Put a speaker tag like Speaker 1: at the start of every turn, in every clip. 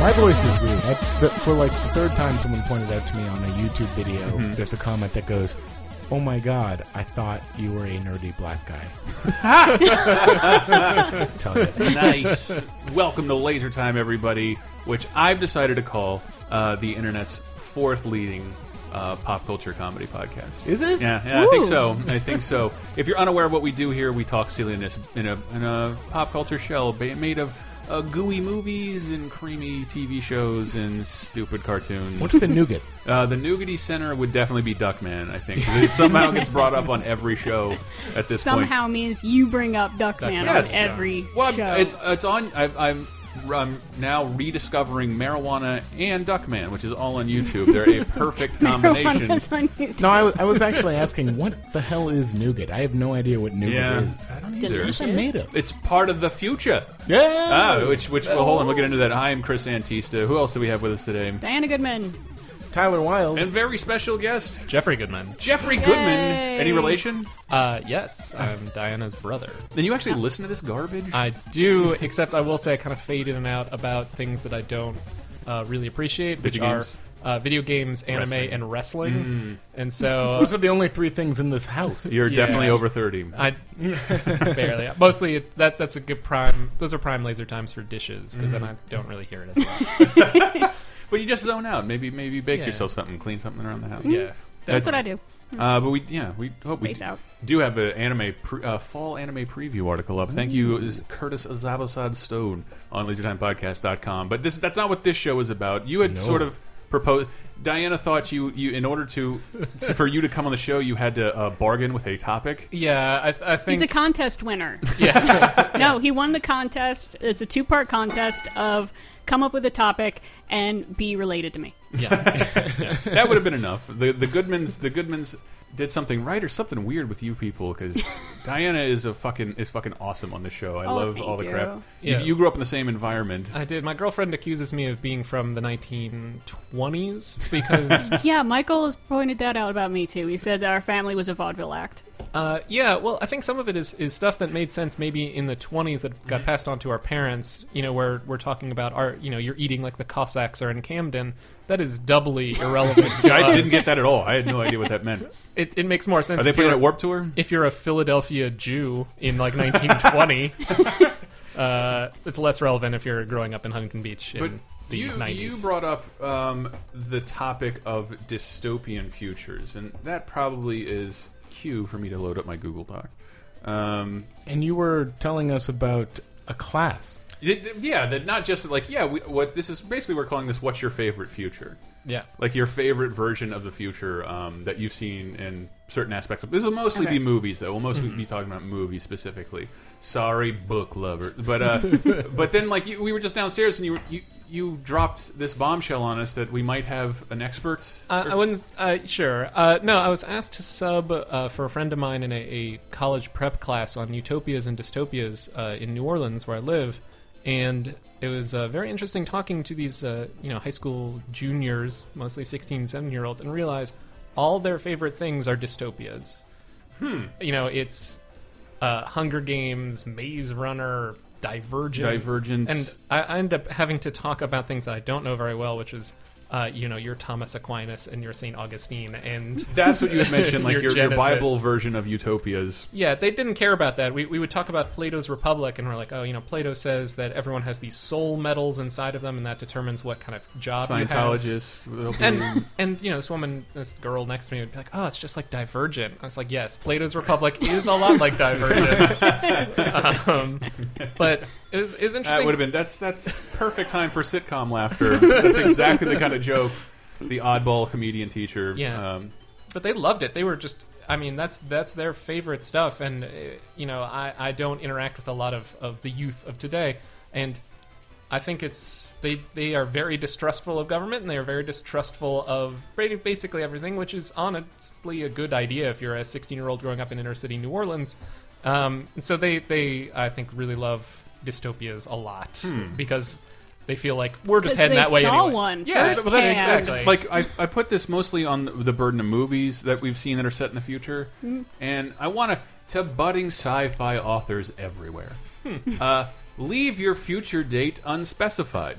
Speaker 1: My voice is weird. I, but for like the third time, someone pointed out to me on a YouTube video,
Speaker 2: Mm-hmm.
Speaker 1: there's a comment that goes, Oh my god, I thought you were a nerdy black guy. Tell you.
Speaker 2: nice. Welcome to Laser Time, everybody, which I've decided to call uh, the internet's fourth leading uh, pop culture comedy podcast.
Speaker 1: Is it?
Speaker 2: Yeah, yeah I think
Speaker 3: Ooh.
Speaker 2: so. I think so. If you're unaware of what we do here, we talk silliness in a, in a pop culture shell ba- made of uh, gooey movies and creamy TV shows and stupid cartoons.
Speaker 1: What's the nougat?
Speaker 2: Uh, the Nougaty Center would definitely be Duckman, I think. 'cause It somehow gets brought up on every show at this point.
Speaker 3: Somehow means you bring up Duckman
Speaker 2: Yes.
Speaker 3: on every
Speaker 2: Well,
Speaker 3: show.
Speaker 2: it's it's on. I, I'm I'm now rediscovering marijuana and Duckman, which is all on YouTube. They're a perfect combination.
Speaker 3: Marijuana's on YouTube.
Speaker 1: No, I was, I was actually asking, what the hell is nougat? I have no idea what nougat
Speaker 2: Yeah,
Speaker 1: is.
Speaker 2: I don't either.
Speaker 3: Delicious.
Speaker 1: It's made of.
Speaker 2: It's part of the future.
Speaker 1: Yeah.
Speaker 2: Ah, which which well, hold on, we'll get into that. Hi, I'm Chris Antista. Who else do we have with us today?
Speaker 3: Diana Goodman.
Speaker 1: Tyler Wilde.
Speaker 2: Oh. And very special guest,
Speaker 4: Jeffrey Goodman.
Speaker 2: Jeffrey Goodman.
Speaker 3: Yay.
Speaker 2: Any relation?
Speaker 4: Uh, yes, I'm Diana's brother.
Speaker 2: Then you actually listen to this garbage?
Speaker 4: I do, except I will say I kind of fade in and out about things that I don't uh, really appreciate, which
Speaker 2: Video
Speaker 4: are
Speaker 2: games.
Speaker 4: uh, video games, anime,
Speaker 2: Wrestling. Mm.
Speaker 4: and wrestling. And so
Speaker 1: Those
Speaker 4: uh,
Speaker 1: are the only three things in this house.
Speaker 2: You're
Speaker 4: Yeah.
Speaker 2: definitely over thirty.
Speaker 4: uh, I barely. Mostly it- that that's a good prime. Those are prime laser times for dishes because
Speaker 2: Mm.
Speaker 4: then I don't really hear it as well.
Speaker 2: But you just zone out. Maybe maybe bake
Speaker 4: Yeah.
Speaker 2: yourself something, clean something around the house.
Speaker 4: yeah,
Speaker 3: That's what I do.
Speaker 2: Uh, but we yeah we hope we
Speaker 3: Space out.
Speaker 2: do have an anime pre- uh, fall anime preview article up. Thank you, is Curtis Azabasad Stone on LeisureTimePodcast.com. But this that's not what this show is about. You had
Speaker 1: No.
Speaker 2: sort of proposed. Diana thought you you in order to for you to come on the show you had to uh, bargain with a topic.
Speaker 4: yeah. I, I think
Speaker 3: He's a contest winner.
Speaker 4: yeah.
Speaker 3: No, he won the contest. It's a two part contest of come up with a topic and be related to me.
Speaker 4: yeah.
Speaker 2: That would have been enough. The the Goodmans the Goodmans did something right or something weird with you people because Diana is a fucking is fucking awesome on the show. I
Speaker 3: Oh,
Speaker 2: love all
Speaker 3: thank
Speaker 2: the
Speaker 3: you.
Speaker 2: crap.
Speaker 4: Yeah.
Speaker 2: You, you grew up in the same environment.
Speaker 4: I did. My girlfriend accuses me of being from the 1920s because
Speaker 3: Yeah, Michael has pointed that out about me too. He said that our family was a vaudeville act.
Speaker 4: Uh, yeah, well, I think some of it is, is stuff that made sense maybe in the 20s that
Speaker 2: Mm-hmm.
Speaker 4: got passed on to our parents. You know, where we're talking about our, you know, you're eating like the Cossacks are in Camden. That is doubly irrelevant. to
Speaker 2: I
Speaker 4: us.
Speaker 2: didn't get that at all. I had no idea what that meant.
Speaker 4: It, it makes more sense.
Speaker 2: Are they
Speaker 4: if you're,
Speaker 2: playing at Warp Tour?
Speaker 4: If you're a Philadelphia Jew in like 1920, uh, it's less relevant if you're growing up in Huntington Beach in
Speaker 2: But
Speaker 4: the
Speaker 2: you,
Speaker 4: 90s.
Speaker 2: you brought up um, the topic of dystopian futures, and that probably is cue for me to load up my Google Doc. Um,
Speaker 1: And you were telling us about a class.
Speaker 2: y- y- yeah, that not just like yeah, we, what this is basically we're calling this "What's your favorite future?"
Speaker 4: yeah.
Speaker 2: Like your favorite version of the future um, that you've seen in certain aspects of. This will mostly be
Speaker 3: Okay.
Speaker 2: movies, though. We'll
Speaker 4: Mm-hmm.
Speaker 2: mostly be talking about movies specifically. Sorry, book lover, but uh, but then like you, we were just downstairs and you were, you you dropped this bombshell on us that we might have an expert.
Speaker 4: Uh, I wouldn't. Uh, sure. Uh, no, I was asked to sub uh, for a friend of mine in a, a college prep class on utopias and dystopias uh, in New Orleans, where I live, and it was uh, very interesting talking to these, uh, you know, high school juniors, mostly 16, 17 year olds, and realize all their favorite things are dystopias. Hmm. You know, it's uh, Hunger Games, Maze Runner, Divergent.
Speaker 2: Divergent.
Speaker 4: And I, I end up having to talk about things that I don't know very well, which is, uh, you know, your Thomas Aquinas and your St. Augustine. And
Speaker 2: That's what you had mentioned, like
Speaker 4: Your
Speaker 2: your, your
Speaker 4: Genesis.
Speaker 2: Bible version of utopias.
Speaker 4: yeah, they didn't care about that. We, we would talk about Plato's Republic, and we're like, oh, you know, Plato says that everyone has these soul metals inside of them, and that determines what kind of job you have.
Speaker 2: Scientologists. they'll be-
Speaker 4: And and you know this woman, this girl next to me would be like, "Oh, it's just like Divergent." I was like, "Yes, Plato's Republic is a lot like Divergent." um, but it was it was interesting.
Speaker 2: that would have been that's that's perfect time for sitcom laughter. that's exactly the kind of joke the oddball comedian teacher.
Speaker 4: Yeah.
Speaker 2: Um,
Speaker 4: but they loved it. They were just, I mean, that's that's their favorite stuff. And uh, you know, I, I don't interact with a lot of, of the youth of today, and I think it's they they are very distrustful of government and they are very distrustful of pretty- basically everything, which is honestly a good idea if you're a 16 year old growing up in inner city New Orleans. Um, and so they they I think really love dystopias a lot because. They feel like we're just
Speaker 3: 'Cause
Speaker 4: heading
Speaker 3: they
Speaker 4: that way
Speaker 3: saw
Speaker 4: anyway.
Speaker 3: one
Speaker 4: yeah,
Speaker 3: firsthand.
Speaker 2: Well, that's,
Speaker 3: Yeah.
Speaker 2: that's-
Speaker 4: exactly.
Speaker 2: like I, I put this mostly on the burden of movies that we've seen that are set in the future,
Speaker 4: Hmm.
Speaker 2: and I want to to budding sci-fi authors everywhere. uh, Leave your future date unspecified.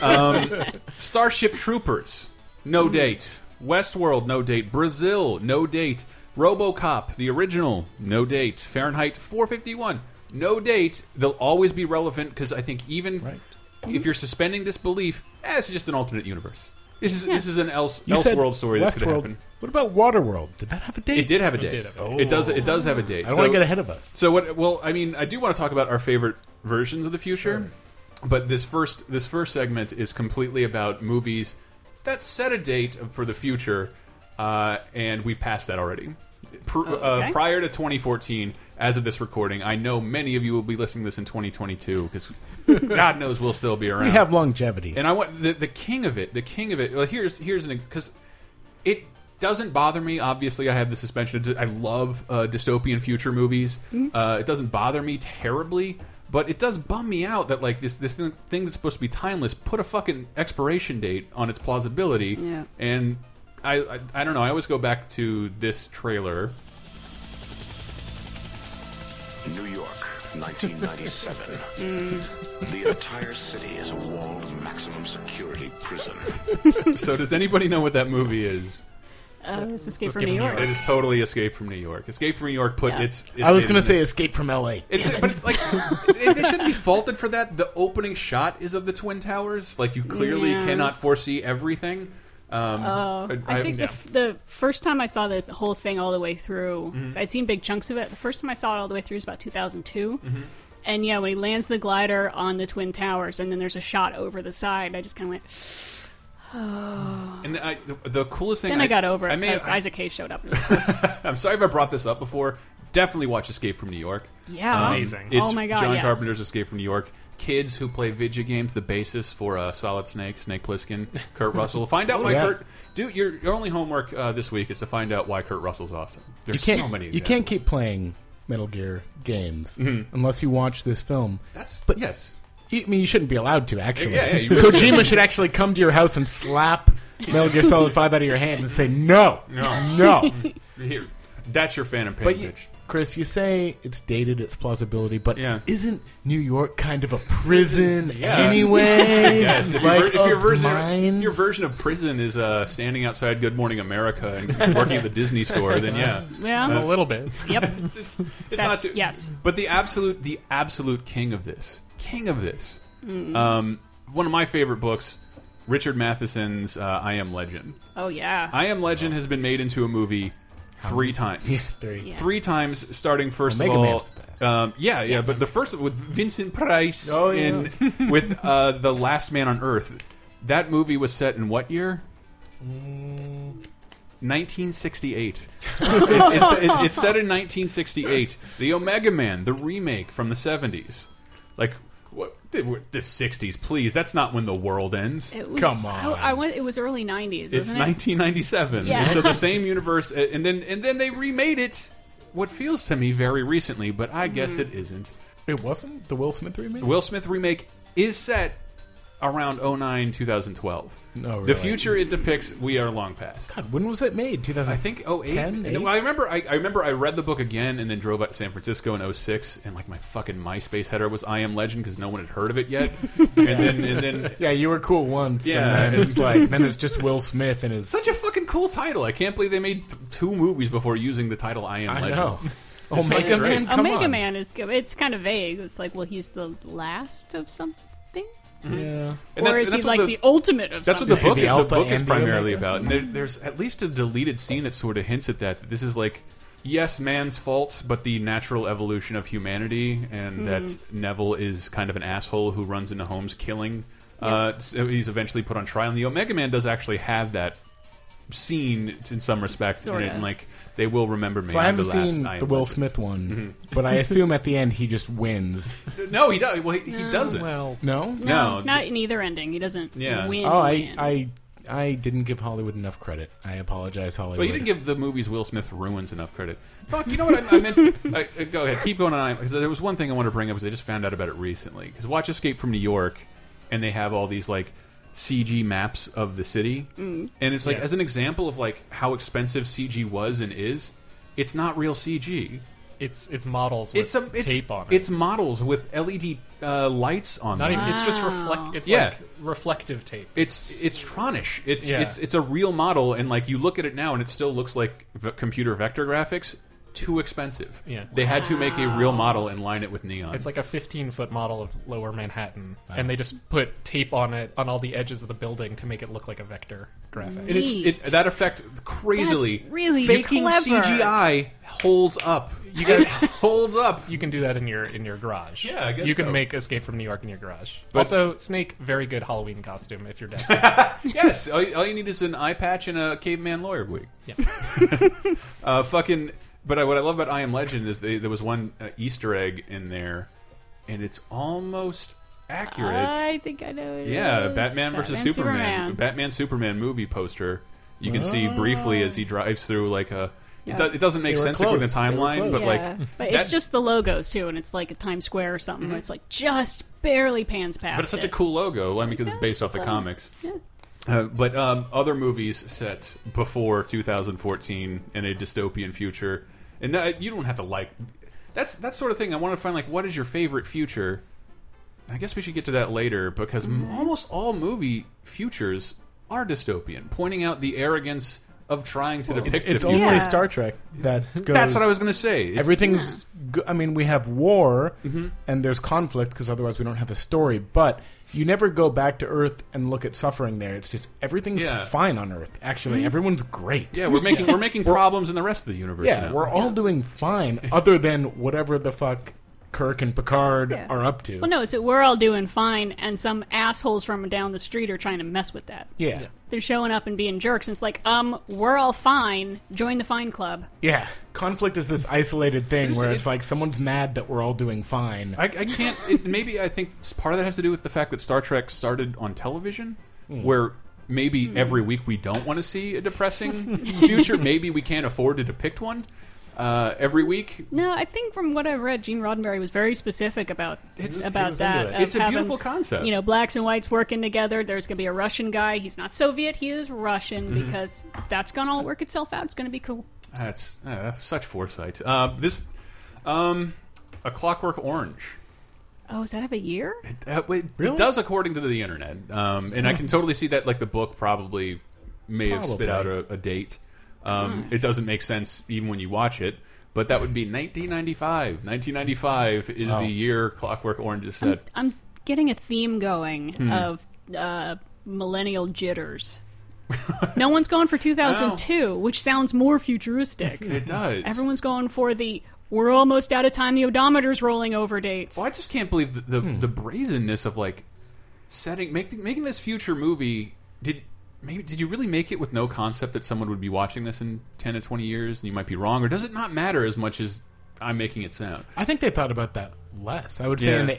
Speaker 2: um, Starship Troopers, no
Speaker 1: Hmm.
Speaker 2: date. Westworld, no date. Brazil, no date. RoboCop, the original, no date. Fahrenheit 451, no date. They'll always be relevant because I think even
Speaker 1: Right.
Speaker 2: if you're suspending this belief, eh, it's just an alternate universe. This is
Speaker 3: Yeah.
Speaker 2: this is an else
Speaker 1: You said
Speaker 2: Elseworld story that could
Speaker 1: Westworld.
Speaker 2: happen.
Speaker 1: What about Waterworld? Did that have a date?
Speaker 2: It did have a
Speaker 4: It
Speaker 2: date.
Speaker 4: did have a Oh.
Speaker 2: It does. It does have a date.
Speaker 1: I don't want to
Speaker 2: So-
Speaker 1: get ahead of us.
Speaker 2: so what? Well, I mean, I do want to talk about our favorite versions of the future, but this first this first segment is completely about movies that set a date for the future, uh, and we passed that already. Pr uh,
Speaker 1: Oh,
Speaker 3: okay.
Speaker 2: prior to 2014, as of this recording, I know many of you will be listening to this in 2022 because God knows we'll still be around.
Speaker 1: We have longevity.
Speaker 2: And I want the the king of it. The king of it. Well, here's here's an because it doesn't bother me. Obviously, I have the suspension. of dis- I love uh, dystopian future movies.
Speaker 3: Mm-hmm.
Speaker 2: Uh, it doesn't bother me terribly, but it does bum me out that like this this thing, thing that's supposed to be timeless put a fucking expiration date on its plausibility.
Speaker 3: Yeah.
Speaker 2: And I, I I don't know. I always go back to this trailer.
Speaker 5: New York, 1997. the entire city is a walled maximum security prison.
Speaker 2: so does anybody know what that movie is?
Speaker 3: Uh, it's Escape
Speaker 4: Escape
Speaker 3: from New
Speaker 4: from New
Speaker 3: York.
Speaker 2: It is totally Escape from New York. Escape from New York put
Speaker 3: Yeah.
Speaker 2: its, its
Speaker 1: I was
Speaker 2: name
Speaker 1: going to
Speaker 2: in
Speaker 1: say
Speaker 2: it.
Speaker 1: Escape from L.A.
Speaker 2: It's, but it's like they they shouldn't be faulted for that. The opening shot is of the twin towers. Like you clearly
Speaker 3: Yeah.
Speaker 2: cannot foresee everything. Um,
Speaker 3: Oh, I, think the, f- the first time I saw the whole thing all the way through,
Speaker 2: Mm-hmm.
Speaker 3: 'cause I'd seen big chunks of it. The first time I saw it all the way through is about 2002.
Speaker 2: Mm-hmm.
Speaker 3: And yeah, when he lands the glider on the Twin Towers and then there's a shot over the side, I just kind of went,
Speaker 2: and I, the, the coolest thing.
Speaker 3: then I, got over
Speaker 2: I
Speaker 3: it
Speaker 2: may,
Speaker 3: because
Speaker 2: I,
Speaker 3: Isaac Hayes showed up.
Speaker 2: am sorry if I brought this up before. Definitely watch Escape from New York. Um,
Speaker 3: yeah.
Speaker 4: Amazing.
Speaker 2: It's
Speaker 3: Oh my God,
Speaker 2: John
Speaker 3: yes.
Speaker 2: Carpenter's Escape from New York. Kids who play video games, the basis for uh, Solid Snake, Snake Plissken, Kurt Russell. Find
Speaker 3: Oh,
Speaker 2: out why
Speaker 1: Yeah.
Speaker 2: Kurt. Do your your only homework uh, this week is to find out why Kurt Russell's awesome. There's
Speaker 1: You can't.
Speaker 2: so many.
Speaker 1: you can't
Speaker 2: examples. Mm-hmm.
Speaker 1: keep playing Metal Gear games unless you watch this film.
Speaker 2: That's
Speaker 1: But-
Speaker 2: yes.
Speaker 1: You- I mean, you shouldn't be allowed to actually.
Speaker 2: Yeah, yeah, you really
Speaker 1: Kojima should actually come to your house and slap Metal Gear Solid Five out of your hand and say no,
Speaker 2: No.
Speaker 1: no.
Speaker 2: Here, that's your Phantom Pain
Speaker 1: But you,
Speaker 2: pitch.
Speaker 1: Chris, you say it's dated, it's plausibility, but
Speaker 2: Yeah.
Speaker 1: isn't New York kind of a prison
Speaker 2: Yeah.
Speaker 1: anyway?
Speaker 2: Yes, if,
Speaker 1: Like,
Speaker 2: your, ver- if your
Speaker 1: of
Speaker 2: version
Speaker 1: minds?
Speaker 2: your version of prison is uh, standing outside Good Morning America and working at the Disney store, then yeah,
Speaker 3: Yeah.
Speaker 2: Uh,
Speaker 4: a little bit.
Speaker 3: Yep.
Speaker 2: it's, it's not
Speaker 3: That's-
Speaker 2: too
Speaker 3: yes.
Speaker 2: But the absolute the absolute king of this, king of this, um, one of my favorite books, Richard Matheson's uh, I Am Legend.
Speaker 3: Oh, yeah.
Speaker 2: I Am
Speaker 1: Oh.
Speaker 2: Legend has been made into a movie three times.
Speaker 1: Three.
Speaker 3: Yeah.
Speaker 2: Three times, starting first
Speaker 1: Well,
Speaker 2: of
Speaker 1: Mega
Speaker 2: all.
Speaker 1: Man's the best.
Speaker 2: Um, yeah, yeah,
Speaker 3: Yes.
Speaker 2: but the first with Vincent Price
Speaker 1: Oh, yeah.
Speaker 2: in with uh, the Last Man on Earth. That movie was set in what year? 1968. it's, it's, it- it's set in 1968. The Omega Man, the remake from the 70s. Like what? The 60s, please. That's not when the world ends.
Speaker 3: it was,
Speaker 1: Come
Speaker 3: I-
Speaker 1: on.
Speaker 3: I, went, it was early 90s, wasn't
Speaker 2: It's
Speaker 3: it?
Speaker 2: 1997.
Speaker 3: Yeah.
Speaker 2: So the same universe, uh, and then and then they remade it. What feels to me very recently, but I guess
Speaker 3: Mm-hmm.
Speaker 2: it isn't.
Speaker 1: It wasn't the Will Smith remake.
Speaker 2: The Will Smith remake is set around 09 2012.
Speaker 1: No,
Speaker 2: The
Speaker 1: really.
Speaker 2: future it depicts, we are long past.
Speaker 1: God, when was it made? Two thousand.
Speaker 2: I think 08.
Speaker 1: 10,
Speaker 2: No, I remember I, I remember I read the book again and then drove out to San Francisco in 06 and like my fucking MySpace header was I am legend because no one had heard of it yet. and then and then
Speaker 1: Yeah, you were cool once.
Speaker 2: Yeah.
Speaker 1: and then it's like then it's just Will Smith and his.
Speaker 2: such a fucking cool title. I can't believe they made th two movies before using the title I am
Speaker 1: I
Speaker 2: legend.
Speaker 1: know. Omega
Speaker 2: fucking great.
Speaker 1: Man. Come
Speaker 3: Omega
Speaker 1: on.
Speaker 3: Man is good. It's kind of vague. It's like, well, he's the last of something?
Speaker 1: Yeah.
Speaker 2: And
Speaker 3: or
Speaker 2: that's-
Speaker 3: is
Speaker 2: and
Speaker 3: he
Speaker 2: that's
Speaker 3: like
Speaker 2: what
Speaker 3: the, ultimate of
Speaker 2: That's what
Speaker 3: something?
Speaker 2: the
Speaker 1: Is he
Speaker 2: book,
Speaker 1: the
Speaker 2: the
Speaker 1: alpha
Speaker 2: book
Speaker 1: and
Speaker 2: is
Speaker 1: the
Speaker 2: primarily
Speaker 1: omega?
Speaker 2: about. And there, there's at least a deleted scene that sort of hints at that. that This is like, yes, man's faults, but the natural evolution of humanity, and
Speaker 3: Hmm.
Speaker 2: that Neville is kind of an asshole who runs into homes killing. Uh, so he's eventually put on trial, and the Omega Man does actually have that scene in some respects in it,
Speaker 3: Sorta.
Speaker 2: and like they will remember me.
Speaker 1: So I
Speaker 2: I'm
Speaker 1: haven't
Speaker 2: the last. Mm-hmm.
Speaker 1: seen
Speaker 2: I am
Speaker 1: the Will
Speaker 2: legend.
Speaker 1: Smith one, but I assume at the end he just wins.
Speaker 2: No, he does. Well, he, he doesn't.
Speaker 4: Well,
Speaker 1: No.
Speaker 3: No,
Speaker 2: No.
Speaker 3: not in either ending. He doesn't
Speaker 2: Yeah.
Speaker 3: win.
Speaker 1: Oh, I,
Speaker 3: win.
Speaker 1: I I didn't give Hollywood enough credit. I apologize, Hollywood.
Speaker 2: Well, you didn't give the movies Will Smith ruins enough credit. Fuck, you know what I, I meant? To, I, I- go ahead, keep going on. Because there was one thing I want to bring up because I just found out about it recently. Because watch Escape from New York, and they have all these like CG maps of the city, and it's like
Speaker 4: Yeah.
Speaker 2: as an example of like how expensive CG was and is. It's not real CG.
Speaker 4: it's it's models with
Speaker 2: It's a it's,
Speaker 4: tape on it.
Speaker 2: It's models with LED uh, lights on
Speaker 4: not
Speaker 2: them.
Speaker 4: even. It's just
Speaker 3: Wow.
Speaker 4: reflect. It's
Speaker 2: Yeah.
Speaker 4: like reflective tape.
Speaker 2: it's it's Tronish. It's
Speaker 4: Yeah.
Speaker 2: it's it's a real model, and like you look at it now, and it still looks like v computer vector graphics. Too expensive.
Speaker 4: Yeah.
Speaker 2: they had to make a real model and line it with neon.
Speaker 4: It's like a 15 foot model of Lower Manhattan, and they just put tape on it on all the edges of the building to make it look like a vector graphic.
Speaker 2: And it's, it,
Speaker 3: Neat.
Speaker 2: that effect crazily
Speaker 3: That's really
Speaker 2: faking
Speaker 3: clever.
Speaker 2: CGI holds up. You guys holds up.
Speaker 4: You can do that in your in your garage.
Speaker 2: Yeah, I guess
Speaker 4: you can
Speaker 2: so.
Speaker 4: make Escape from New York in your garage. also, Snake, very good Halloween costume if you're desperate.
Speaker 2: Yes, all you, all you need is an eye patch and a caveman lawyer wig.
Speaker 4: Yeah.
Speaker 2: uh, fucking. But I, what I love about I Am Legend is they, there was one uh, Easter egg in there, and it's almost accurate.
Speaker 3: I think I know. It
Speaker 2: yeah,
Speaker 3: is.
Speaker 2: Batman versus Superman, Batman Superman movie poster. You can see briefly as he drives through like a. It, do, it doesn't make
Speaker 1: Oh. They were
Speaker 2: sense according to the
Speaker 1: close. They were
Speaker 2: timeline,
Speaker 1: close.
Speaker 2: but like
Speaker 3: yeah. but it's
Speaker 2: that- Mm-hmm.
Speaker 3: just the logos too, and it's like a Times Square or something. Where it's like just barely pans past.
Speaker 2: But it's such a
Speaker 3: it.
Speaker 2: cool logo. I mean, because it's based off the comics.
Speaker 3: Yeah.
Speaker 2: Uh, but um, other movies set before 2014 in a dystopian future, and that, you don't have to like. That's that sort of thing. I want to find like what is your favorite future. I guess we should get to that later because m
Speaker 3: Mm-hmm.
Speaker 2: almost all movie futures are dystopian, pointing out the arrogance of trying to depict
Speaker 1: It's
Speaker 2: the future.
Speaker 1: only
Speaker 3: Yeah.
Speaker 1: Star Trek that goes.
Speaker 2: That's what I was going to say. It's-
Speaker 1: Everything's. Go- I mean, we have war and there's conflict because otherwise we don't have a story. But you never go back to Earth and look at suffering there. It's just everything's
Speaker 2: Yeah.
Speaker 1: fine on Earth. Actually,
Speaker 3: Mm-hmm.
Speaker 1: everyone's great.
Speaker 2: yeah, we're making we're making problems in the rest of the universe.
Speaker 1: Yeah,
Speaker 2: now.
Speaker 1: we're all doing fine, other than whatever the fuck Kirk and Picard
Speaker 3: Yeah.
Speaker 1: are up to.
Speaker 3: Well, Oh, no, so we're all doing fine, and some assholes from down the street are trying to mess with that.
Speaker 1: Yeah,
Speaker 3: They're showing up and being jerks, and it's like, um, we're all fine. Join the fine club.
Speaker 1: yeah. Conflict is this isolated thing
Speaker 2: It's-
Speaker 1: where
Speaker 2: it-
Speaker 1: it's like someone's mad that we're all doing fine.
Speaker 2: I, I can't. It, maybe I think s- part of that has to do with the fact that Star Trek started on television, where maybe every week we don't want to see a depressing future. Maybe we can't afford to depict one uh, every week.
Speaker 3: No, I think from what I've read, Gene Roddenberry was very specific about
Speaker 1: he
Speaker 3: about
Speaker 1: was into
Speaker 3: that.
Speaker 1: it.
Speaker 3: of
Speaker 2: It's a
Speaker 3: having,
Speaker 2: beautiful concept.
Speaker 3: You know, blacks and whites working together. There's going to be a Russian guy. He's not Soviet. He is Russian because that's going to all work itself out. It's going to be cool.
Speaker 2: That's uh, such foresight. Uh, this, um, a Clockwork Orange.
Speaker 3: Oh, is that of a year?
Speaker 2: Uh, wait,
Speaker 1: Really?
Speaker 2: It does according to the internet, um, and I can totally see that. Like the book probably may have spit
Speaker 1: Probably.
Speaker 2: out a, a date. Um, It doesn't make sense even when you watch it, but that would be 1995. 1995 is
Speaker 1: Wow.
Speaker 2: the year Clockwork Orange is set.
Speaker 3: I'm getting a theme going of uh, millennial jitters. no one's going for 2002, which sounds more futuristic.
Speaker 2: It does.
Speaker 3: Everyone's going for the we're almost out of time. The odometer's rolling over dates.
Speaker 2: Well, Oh, I just can't believe the the,
Speaker 1: Hmm.
Speaker 2: the brazenness of like setting making making this future movie. Did maybe did you really make it with no concept that someone would be watching this in 10 to 20 years and you might be wrong, or does it not matter as much as I'm making it sound?
Speaker 1: I think they thought about that less. I would say
Speaker 2: Yeah.
Speaker 1: in the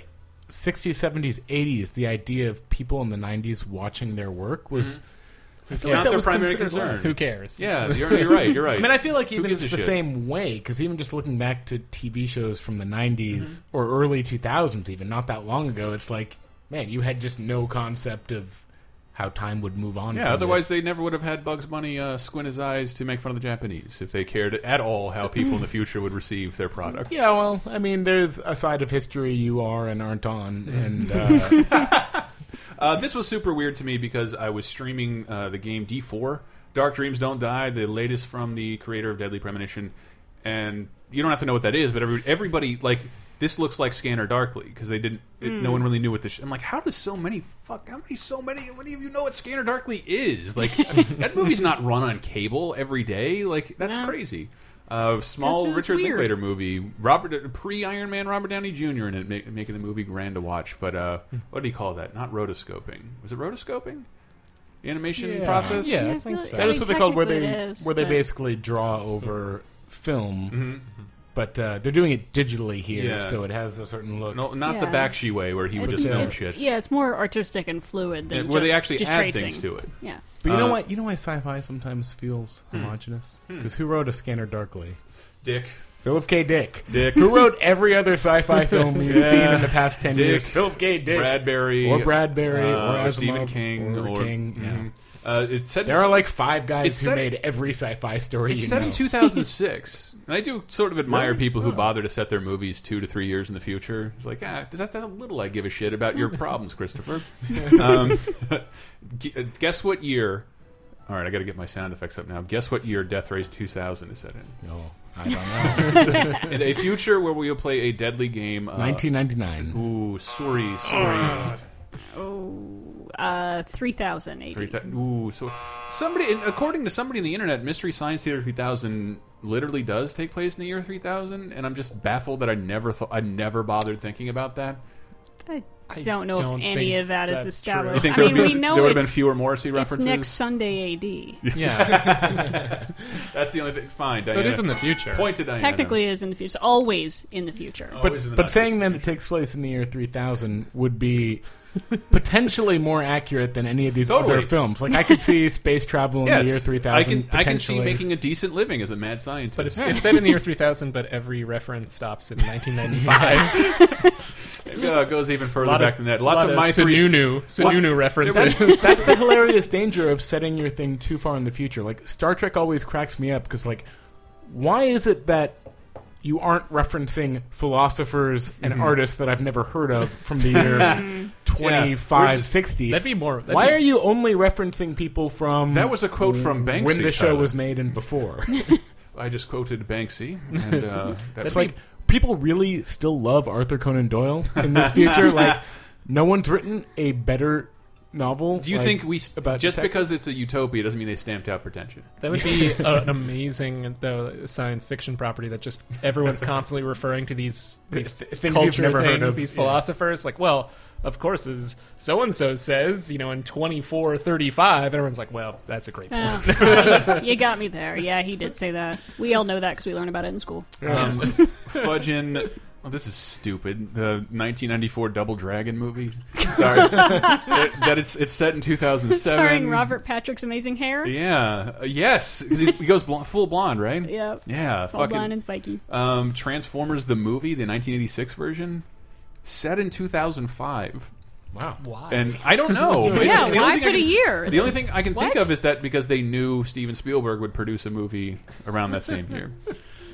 Speaker 1: 60s, 70s, 80s, the idea of people in the 90s watching their work was. I feel
Speaker 2: Mm-hmm. Not their
Speaker 1: was
Speaker 2: primary
Speaker 1: considered
Speaker 2: concern.
Speaker 1: less.
Speaker 4: Who cares?
Speaker 2: Yeah, you're, you're right. You're right.
Speaker 1: I mean, I feel like even
Speaker 2: gives
Speaker 1: it's
Speaker 2: a
Speaker 1: the
Speaker 2: shit?
Speaker 1: same way because even just looking back to TV shows from the '90s
Speaker 2: Mm-hmm.
Speaker 1: or early 2000s, even not that long ago, it's like, man, you had just no concept of how time would move on.
Speaker 2: Yeah,
Speaker 1: from
Speaker 2: otherwise
Speaker 1: this.
Speaker 2: they never would have had Bugs Bunny uh, squint his eyes to make fun of the Japanese if they cared at all how people in the future would receive their product.
Speaker 1: Yeah, well, I mean, there's a side of history you are and aren't on,
Speaker 2: Mm-hmm.
Speaker 1: and uh,
Speaker 2: Uh, this was super weird to me because I was streaming uh, the game D4, Dark Dreams Don't Die, the latest from the creator of Deadly Premonition, and you don't have to know what that is, but every, everybody like this looks like Scanner Darkly because they didn't, it, no one really knew what this. Sh I'm like, how does so many fuck? How many so many? How many of you know what Scanner Darkly is? Like that movie's not run on cable every day. Like that's
Speaker 3: No.
Speaker 2: crazy. Uh,
Speaker 3: Because
Speaker 2: small
Speaker 3: it was
Speaker 2: Richard
Speaker 3: weird.
Speaker 2: Linklater movie, Robert pre Iron Man, Robert Downey Jr. in it, make, making the movie grand to watch. But uh,
Speaker 1: Hmm.
Speaker 2: what do you call that? Not rotoscoping. Was it rotoscoping? The animation
Speaker 1: Yeah.
Speaker 2: process.
Speaker 4: Yeah, I
Speaker 3: feel
Speaker 4: think
Speaker 3: like-
Speaker 4: so.
Speaker 1: that is what they called where they
Speaker 3: technically it is,
Speaker 1: where they
Speaker 3: but-
Speaker 1: basically draw over film. But uh, they're doing it digitally here,
Speaker 2: Mm-hmm, Yeah.
Speaker 1: so it has a certain look.
Speaker 2: No, not the
Speaker 3: Yeah.
Speaker 2: Bakshi way where he would
Speaker 3: It's-
Speaker 2: just film
Speaker 3: it's-
Speaker 2: shit.
Speaker 3: Yeah, it's more artistic and fluid than
Speaker 2: Yeah, where they
Speaker 3: just-
Speaker 2: actually
Speaker 3: just
Speaker 2: add
Speaker 3: tracing.
Speaker 2: things to it.
Speaker 3: Yeah.
Speaker 1: But you know
Speaker 2: Uh, Hmm.
Speaker 1: what? You know why sci-fi sometimes feels homogenous? Because who wrote A Scanner Darkly?
Speaker 2: Dick.
Speaker 1: Philip K. Dick.
Speaker 2: Dick.
Speaker 1: Who wrote every other sci-fi film you've
Speaker 2: Yeah.
Speaker 1: seen in the past ten
Speaker 2: Dick.
Speaker 1: years? Philip K. Dick.
Speaker 2: Bradbury
Speaker 1: Or Bradbury.
Speaker 2: uh,
Speaker 1: or Asimov,
Speaker 2: Stephen King
Speaker 1: Or, King. Yeah.
Speaker 2: Mhm. Uh, it's set.
Speaker 1: There are like five guys
Speaker 2: It's
Speaker 1: who
Speaker 2: set-
Speaker 1: made every sci-fi story
Speaker 2: It's
Speaker 1: you
Speaker 2: set
Speaker 1: know.
Speaker 2: in 2006. And I do sort of admire
Speaker 1: Really?
Speaker 2: people who
Speaker 1: Oh.
Speaker 2: bother to set their movies two to three years in the future. It's like, ah, that's, that's a little I give a shit about your problems, Christopher. um, gu- uh, guess what year? All right, I got to get my sound effects up now. Guess what year Death Race 2000 is set in?
Speaker 1: No, Oh, I don't know.
Speaker 2: In a future where we will play a deadly game. Uh,
Speaker 1: 1999.
Speaker 2: Ooh, sorry, sorry.
Speaker 3: Oh, uh, 3,080.
Speaker 2: Three thou- Ooh, so somebody, and according to somebody in the internet, Mystery Science Theater 3000 literally does take place in the year 3000, and I'm just baffled that I never thought I never bothered thinking about that.
Speaker 3: I don't know
Speaker 4: don't
Speaker 3: if any
Speaker 4: think
Speaker 3: of that is
Speaker 4: that's true. You
Speaker 3: established.
Speaker 2: think
Speaker 3: I
Speaker 2: there
Speaker 3: mean,
Speaker 2: would
Speaker 3: we
Speaker 2: be, there
Speaker 3: know
Speaker 2: would have been
Speaker 3: it's,
Speaker 2: fewer Morrissey
Speaker 3: it's
Speaker 2: references?
Speaker 3: next Sunday AD.
Speaker 4: Yeah.
Speaker 2: That's the only thing. Fine,
Speaker 4: so it
Speaker 2: Diana.
Speaker 4: is in the future.
Speaker 2: Point to Diana.
Speaker 3: Technically, it is in the future. It's always in the future.
Speaker 2: Always in
Speaker 1: But,
Speaker 2: the
Speaker 1: but
Speaker 2: not
Speaker 1: saying
Speaker 2: distant
Speaker 1: that it takes place in the year 3000 would be potentially more accurate than any of these
Speaker 2: Totally.
Speaker 1: other films. Like, I could see space travel in
Speaker 2: future.
Speaker 1: the year
Speaker 2: Yes.
Speaker 1: 3000
Speaker 2: I can, I can
Speaker 1: potentially.
Speaker 2: see making a decent living as a mad scientist.
Speaker 4: But it's, it's set in the year 3000, but every reference stops in 1995.
Speaker 2: it uh, goes even
Speaker 4: A
Speaker 2: further
Speaker 4: lot
Speaker 2: back than
Speaker 4: of,
Speaker 2: that. Lots
Speaker 4: lot
Speaker 2: of, my three.
Speaker 4: Sununu, Sununu
Speaker 1: that's,
Speaker 4: references.
Speaker 1: that's the hilarious danger of setting your thing too far in the future. Like, Star Trek always cracks me up because, like, why is it that you aren't referencing philosophers and
Speaker 2: Mm-hmm.
Speaker 1: artists that I've never heard of from the year 2560?
Speaker 4: That'd be more. that'd
Speaker 1: Why
Speaker 4: be-
Speaker 1: are you only referencing people from
Speaker 2: That was a quote from Banksy.
Speaker 1: when the show
Speaker 2: Tyler.
Speaker 1: was made and before?
Speaker 2: I just quoted Banksy, and uh, that
Speaker 1: It's like people really still love Arthur Conan Doyle in this future. like no one's written a better novel.
Speaker 2: Do you
Speaker 1: like,
Speaker 2: think we s-
Speaker 1: about
Speaker 2: just
Speaker 1: detectives.
Speaker 2: because it's a utopia doesn't mean they stamped out pretension?
Speaker 4: That would be a, an amazing though science fiction property that just everyone's constantly referring to these these
Speaker 1: Th- things you've
Speaker 4: culture
Speaker 1: never heard
Speaker 4: things,
Speaker 1: of,
Speaker 4: these
Speaker 1: yeah.
Speaker 4: philosophers. Like, well, of course, as so and so says, you know, in twenty four thirty five, everyone's like, well, that's a great
Speaker 1: Uh.
Speaker 4: point.
Speaker 3: Oh, you got me there. Yeah, he did say that. We all know that because we learn about it in school.
Speaker 2: Um, fudging. Oh, this is stupid. The 1994 Double Dragon movie. Sorry, It- that it's it's set in 2007.
Speaker 3: Starring Robert Patrick's amazing hair.
Speaker 2: Yeah. Uh, yes. 'cause He he goes bl full blonde, right?
Speaker 3: Yep.
Speaker 2: Yeah.
Speaker 3: All
Speaker 2: fucking.
Speaker 3: blind and spiky.
Speaker 2: um, Transformers the movie, the 1986 version, set in 2005.
Speaker 1: Wow.
Speaker 4: Why?
Speaker 2: And I don't know. but the
Speaker 3: Yeah,
Speaker 2: only
Speaker 3: why
Speaker 2: thing I
Speaker 3: put a
Speaker 2: can-
Speaker 3: year?
Speaker 2: The only thing I can think
Speaker 3: What?
Speaker 2: of is that because they knew Steven Spielberg would produce a movie around that same year,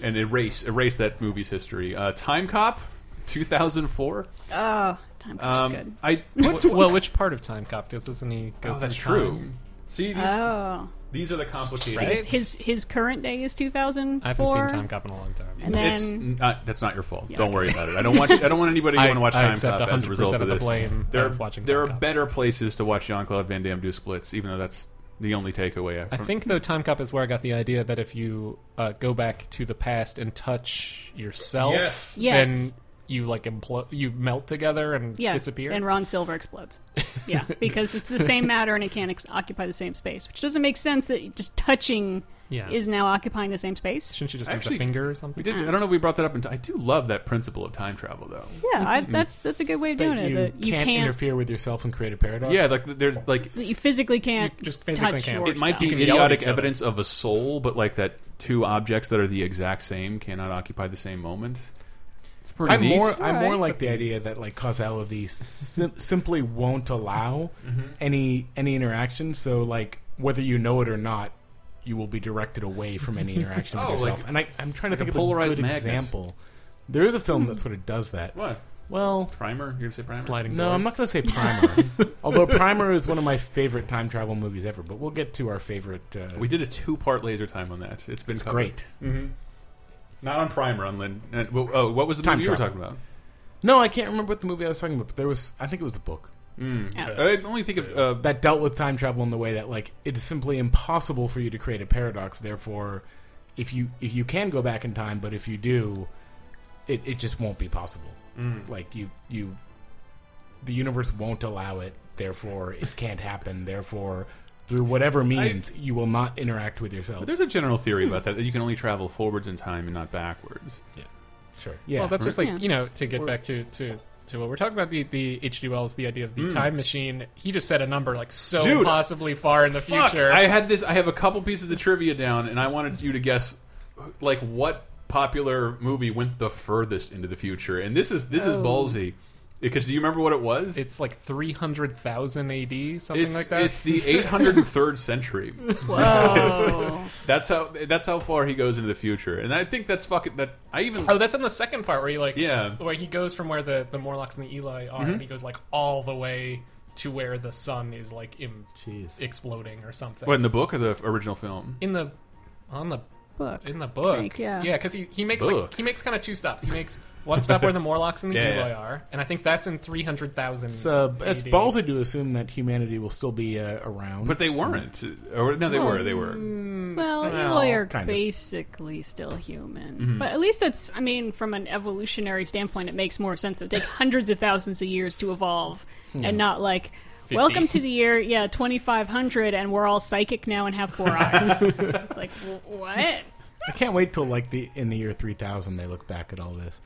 Speaker 2: and erase erase that movie's history. Uh, Time Cop, two thousand four.
Speaker 3: Oh, time um, good.
Speaker 2: Um, I
Speaker 4: What- well, which part of Time Cop? Because doesn't he go?
Speaker 2: oh, that's
Speaker 4: through time?
Speaker 2: true. See these
Speaker 3: Oh,
Speaker 2: these are the complicated.
Speaker 4: Right?
Speaker 3: his, his his current day is 2004.
Speaker 4: I haven't seen Time Cop in a long time.
Speaker 3: And
Speaker 2: It's
Speaker 3: then
Speaker 2: not, that's not your fault. Don't worry about it. I don't want you, I don't want anybody to
Speaker 4: I-
Speaker 2: want to watch
Speaker 4: I
Speaker 2: Time
Speaker 4: accept
Speaker 2: Cop as a
Speaker 4: 100%
Speaker 2: result
Speaker 4: of
Speaker 2: of
Speaker 4: the
Speaker 2: this.
Speaker 4: blame
Speaker 2: there
Speaker 4: of watching
Speaker 2: there
Speaker 4: Time
Speaker 2: are
Speaker 4: Cop.
Speaker 2: better places to watch Jean Claude Van Damme do splits, even though that's the only takeaway.
Speaker 4: I think though Time Cop is where I got the idea that if you uh, go back to the past and touch yourself,
Speaker 2: Yes.
Speaker 3: Yes.
Speaker 4: then you like impl- you melt together and
Speaker 3: yeah,
Speaker 4: disappear.
Speaker 3: and Ron Silver explodes. Yeah, because it's the same matter and it can't ex- occupy the same space, which doesn't make sense that just touching
Speaker 4: Yeah.
Speaker 3: is now occupying the same space.
Speaker 4: Shouldn't you just
Speaker 2: Actually,
Speaker 4: use a finger or
Speaker 2: We
Speaker 4: something?
Speaker 2: did.
Speaker 3: Uh.
Speaker 2: I don't know if we brought that up. In t- I do love that principle of time travel, though.
Speaker 3: Yeah, I,
Speaker 4: Mm-hmm.
Speaker 3: that's that's a good way of doing
Speaker 1: That
Speaker 3: it.
Speaker 1: you,
Speaker 3: That you
Speaker 1: can't,
Speaker 3: can't,
Speaker 1: interfere with yourself and create a paradox.
Speaker 2: Yeah, like there's like
Speaker 3: that you physically can't
Speaker 4: just physically
Speaker 3: touch
Speaker 4: can't.
Speaker 3: yourself.
Speaker 2: it might be
Speaker 4: You can yell at
Speaker 2: idiotic
Speaker 4: each other.
Speaker 2: evidence of a soul, but like that two objects that are the exact same cannot occupy the same moment. It's pretty
Speaker 1: I'm
Speaker 2: neat.
Speaker 1: more I'm more
Speaker 3: Alright.
Speaker 1: like the idea that like causality sim- simply won't allow
Speaker 2: Mm-hmm.
Speaker 1: any any interaction. So like whether you know it or not, you will be directed away from any interaction
Speaker 2: Oh,
Speaker 1: with yourself.
Speaker 2: like-
Speaker 1: and I, I'm trying to
Speaker 2: like a
Speaker 1: think of a
Speaker 2: polarized
Speaker 1: good
Speaker 2: magnet.
Speaker 1: example. There is a film
Speaker 3: Hmm.
Speaker 1: that sort of does that.
Speaker 2: what
Speaker 1: Well,
Speaker 2: primer? You're gonna say primer?
Speaker 4: Sliding
Speaker 1: No,
Speaker 4: doors.
Speaker 1: I'm not going to say Primer. Although Primer is one of my favorite time travel movies ever, but we'll get to our favorite. Uh,
Speaker 2: We did a two-part laser time on that. It's been
Speaker 1: it's
Speaker 2: covered.
Speaker 1: great.
Speaker 2: Not on primer on Lynn. and- well, oh, what was the
Speaker 1: Time
Speaker 2: movie you were
Speaker 1: travel.
Speaker 2: talking about?
Speaker 1: No, I can't remember what the movie I was talking about, but there was I think it was a book
Speaker 3: Yeah.
Speaker 2: Hmm. I only think of uh,
Speaker 1: that dealt with time travel in the way that like it is simply impossible for you to create a paradox. Therefore, if you if you can go back in time, but if you do, it, it just won't be possible.
Speaker 2: Mm.
Speaker 1: Like you you, the universe won't allow it. Therefore, it can't happen. Therefore, through whatever means, you will not interact with yourself.
Speaker 2: There's a general theory about that that you can only travel forwards in time and not backwards.
Speaker 1: Sure. Yeah.
Speaker 4: Well, that's just like
Speaker 3: Yeah.
Speaker 4: you know to get back to to. To what we're talking about, the the H.G. Wells, the idea of the time machine. He just said a number like so
Speaker 2: Hmm. Dude,
Speaker 4: possibly far in the
Speaker 2: Fuck,
Speaker 4: future.
Speaker 2: I had this. I have a couple pieces of trivia down, and I wanted you to guess, like what popular movie went the furthest into the future. And this is this is ballsy. Because do you remember what it was?
Speaker 4: It's like 300,000 AD, something
Speaker 2: it's,
Speaker 4: like that.
Speaker 2: it's the 803rd century.
Speaker 3: Whoa.
Speaker 2: That's how that's how far he goes into the future, and I think that's fucking that. I even
Speaker 4: Oh, that's in the second part where he like
Speaker 2: Yeah. Mm-hmm.
Speaker 4: where he goes from where the, the Morlocks and the Eli are, and he goes like all the way to where the sun is like Im-
Speaker 1: Jeez.
Speaker 4: exploding or something.
Speaker 2: what in the book or the original film?
Speaker 4: in the on the
Speaker 3: Book.
Speaker 4: in the book,
Speaker 3: think, yeah.
Speaker 4: yeah, because he, he makes like,
Speaker 2: Book.
Speaker 4: he makes kind of two stops. He makes one stop where the Morlocks and the
Speaker 2: Yeah,
Speaker 4: Eli
Speaker 2: yeah.
Speaker 4: are, and I think that's in three hundred thousand.
Speaker 1: It's, uh, it's ballsy to assume that humanity will still be uh, around.
Speaker 2: But they weren't, or no, they were, they
Speaker 1: Hmm.
Speaker 2: were.
Speaker 3: Well,
Speaker 4: Well,
Speaker 3: Eli are
Speaker 1: kind of.
Speaker 3: basically still human.
Speaker 2: Mm-hmm.
Speaker 3: But at least it's, I mean, from an evolutionary standpoint, it makes more sense. It would take hundreds of thousands of years to evolve and not like, welcome to the year, yeah, 2500, and we're all psychic now and have four eyes. it's like, wh- what?
Speaker 1: I can't wait till like the in the year three thousand they look back at all this,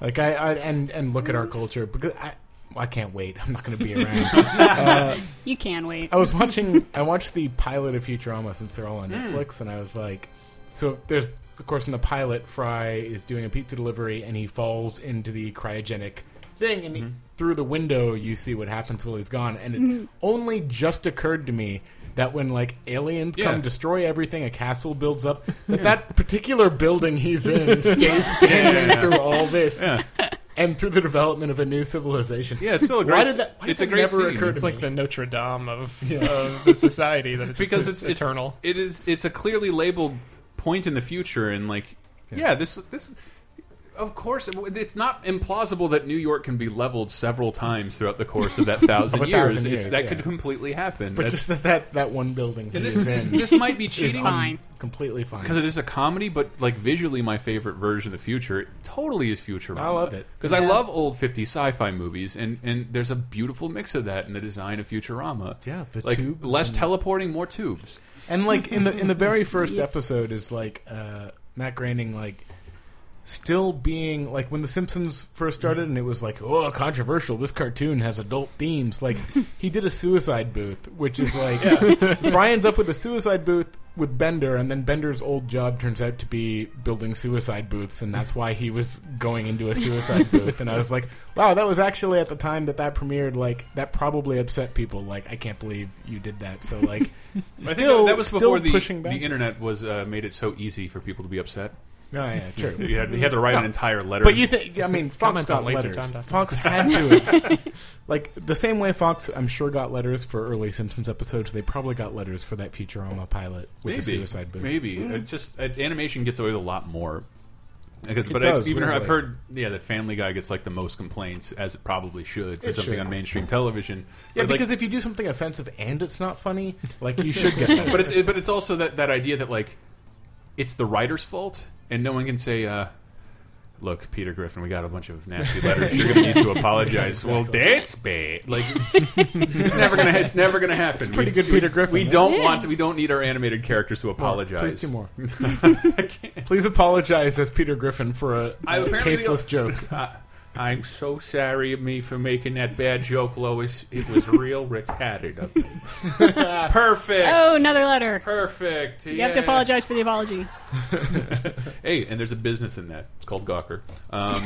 Speaker 1: like I, I and and look at our culture because I I can't wait. I'm not going to be around.
Speaker 3: You can wait.
Speaker 1: I was watching I watched the pilot of Futurama since they're all on
Speaker 2: Hmm.
Speaker 1: Netflix, and I was like, so there's of course in the pilot Fry is doing a pizza delivery and he falls into the cryogenic thing and he-
Speaker 2: Mm-hmm.
Speaker 1: through the window you see what happens while he's gone and it only just occurred to me that when like aliens
Speaker 2: Yeah.
Speaker 1: come destroy everything a castle builds up that that particular building he's in stays standing
Speaker 2: yeah.
Speaker 1: through all this
Speaker 2: Yeah.
Speaker 1: and through the development of a new civilization
Speaker 2: Yeah, it's still a great.
Speaker 1: Why did that- why did
Speaker 2: it's a
Speaker 1: that
Speaker 2: great
Speaker 1: never
Speaker 2: scene.
Speaker 1: occur to
Speaker 4: It's
Speaker 1: me?
Speaker 4: like the Notre Dame of, of the society that it's
Speaker 2: because it's, it's-
Speaker 4: eternal.
Speaker 2: It is. It's a clearly labeled point in the future, and like, yeah, this this. Of course, it's not implausible that New York can be leveled several times throughout the course of that thousand,
Speaker 1: Of a
Speaker 2: years.
Speaker 1: thousand
Speaker 2: It's,
Speaker 1: years,
Speaker 2: that
Speaker 1: yeah.
Speaker 2: could completely happen.
Speaker 1: but
Speaker 2: That's-
Speaker 1: just that, that that one building he
Speaker 2: this,
Speaker 1: is
Speaker 2: this,
Speaker 1: in
Speaker 2: this might be
Speaker 1: is
Speaker 2: cheating.
Speaker 3: fine.
Speaker 1: completely fine
Speaker 2: because it is a comedy, but like visually, my favorite version of the future it totally is Futurama.
Speaker 1: I love it.
Speaker 2: because I love old 50 sci-fi movies, and and there's a beautiful mix of that in the design of Futurama.
Speaker 1: Yeah, the
Speaker 2: like
Speaker 1: tubes
Speaker 2: less
Speaker 1: and-
Speaker 2: teleporting, more tubes.
Speaker 1: And like in the in the very first episode is like uh, Matt Groening like still being like when the Simpsons first
Speaker 2: Mm-hmm.
Speaker 1: started and it was like oh controversial this cartoon has adult themes like he did a suicide booth which is like Fry ends up with a suicide booth with Bender and then Bender's old job turns out to be building suicide booths and that's why he was going into a suicide booth and I was like wow that was actually at the time that that premiered like that probably upset people like I can't believe you did that so like
Speaker 2: I think
Speaker 1: still
Speaker 2: that- that was
Speaker 1: still
Speaker 2: before the,
Speaker 1: pushing back.
Speaker 2: the internet was uh, made it so easy for people to be upset.
Speaker 1: Oh yeah, true.
Speaker 2: You had, you had to write an entire letter.
Speaker 1: Mm-hmm. But you think? I mean, Fox
Speaker 4: Comment
Speaker 1: got
Speaker 4: on
Speaker 1: letters.
Speaker 4: lasertime.com.
Speaker 1: Fox had to, have- like the same way Fox, I'm sure, got letters for early Simpsons episodes. They probably got letters for that Futurama pilot with
Speaker 2: maybe
Speaker 1: the suicide Mm. booth.
Speaker 2: maybe It just uh, animation gets away with a lot more. Because, but
Speaker 1: does,
Speaker 2: I, even
Speaker 1: weirdly.
Speaker 2: I've heard, yeah, that Family Guy gets like the most complaints, as it probably should, for
Speaker 1: It
Speaker 2: something
Speaker 1: should.
Speaker 2: on mainstream television.
Speaker 1: Yeah,
Speaker 2: But, like,
Speaker 1: because if you do something offensive and it's not funny, like you should get. That.
Speaker 2: but it's but it's also that that idea that like it's the writer's fault and no one can say uh look peter griffin we got a bunch of nasty letters you're gonna need to apologize well that's bad like it's never gonna it's never gonna happen
Speaker 1: pretty
Speaker 2: We-
Speaker 1: good Peter Griffin.
Speaker 2: we
Speaker 1: huh?
Speaker 2: don't want to, we don't need our animated characters to apologize
Speaker 1: Please do more.
Speaker 2: I can't.
Speaker 1: Please apologize as Peter Griffin for a,
Speaker 2: I
Speaker 1: a
Speaker 2: apparently
Speaker 1: tasteless joke.
Speaker 2: Uh, I'm so sorry of me for making that bad joke, Lois. It was real retarded of me. Perfect.
Speaker 3: Oh, another letter.
Speaker 2: Perfect.
Speaker 3: You have to apologize for the apology.
Speaker 2: Hey, and there's a business in that. It's called Gawker. Um,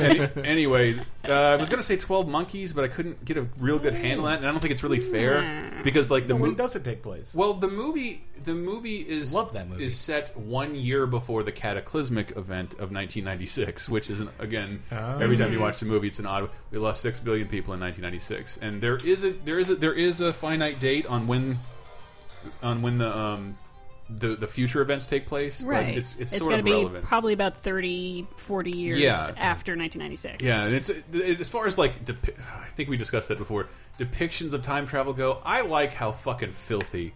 Speaker 2: any- anyway, uh, I was gonna say Twelve Monkeys, but I couldn't get a real good handle on it, and I don't think it's really fair because like the
Speaker 1: When
Speaker 2: movie.
Speaker 1: does it take place?
Speaker 2: Well, the movie, the movie is
Speaker 1: Love that movie.
Speaker 2: is set one year before the cataclysmic event of 1996, which is an, again every time you watch the movie, it's an odd. We lost six billion people in 1996, and there is a there is a there is a finite date on when on when the um the the future events take place. but
Speaker 3: Right.
Speaker 2: it's it's,
Speaker 3: it's
Speaker 2: sort
Speaker 3: going
Speaker 2: of
Speaker 3: to be
Speaker 2: relevant.
Speaker 3: probably about 30, 40 years
Speaker 2: Yeah.
Speaker 3: after 1996.
Speaker 2: Yeah, and it's it, as far as like depi- I think we discussed that before. Depictions of time travel go. I like how fucking filthy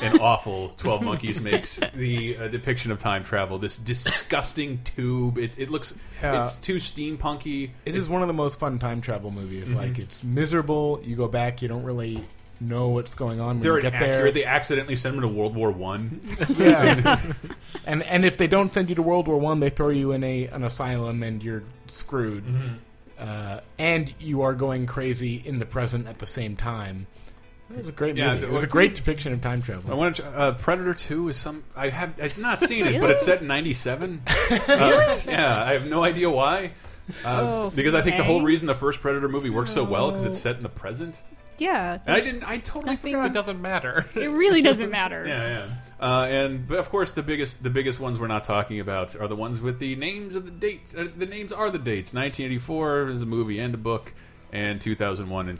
Speaker 2: and awful Twelve Monkeys makes the uh, depiction of time travel. This disgusting tube. It, it looks
Speaker 1: Yeah.
Speaker 2: it's too steampunky.
Speaker 1: It is one of the most fun time travel movies.
Speaker 2: Mm-hmm.
Speaker 1: Like it's miserable. You go back, you don't really know what's going on when
Speaker 2: They're
Speaker 1: you get
Speaker 2: inaccurate.
Speaker 1: there.
Speaker 2: They accidentally send them to World War One.
Speaker 1: Yeah. and and if they don't send you to World War One, they throw you in a an asylum and you're screwed. Uh, and you are going crazy in the present at the same time. It was a great
Speaker 2: Yeah,
Speaker 1: movie.
Speaker 2: the-
Speaker 1: It was a great depiction of time travel.
Speaker 2: I want to, uh, Predator Two is some. I have I've not seen it, but
Speaker 3: Really?
Speaker 2: Uh, it's set in '97. yeah, I have no idea why. Uh,
Speaker 3: Oh,
Speaker 2: because I think the whole
Speaker 3: okay.
Speaker 2: reason the first Predator movie works so well because it's set in the present.
Speaker 3: Yeah.
Speaker 2: And I didn't. I totally
Speaker 3: I think-
Speaker 2: forgot.
Speaker 4: It doesn't matter.
Speaker 3: It really doesn't matter.
Speaker 2: Yeah, yeah. Uh, and but of course, the biggest the biggest ones we're not talking about are the ones with the names of the dates. Uh, the names are the dates. 1984 is a movie and a book, and 2001 and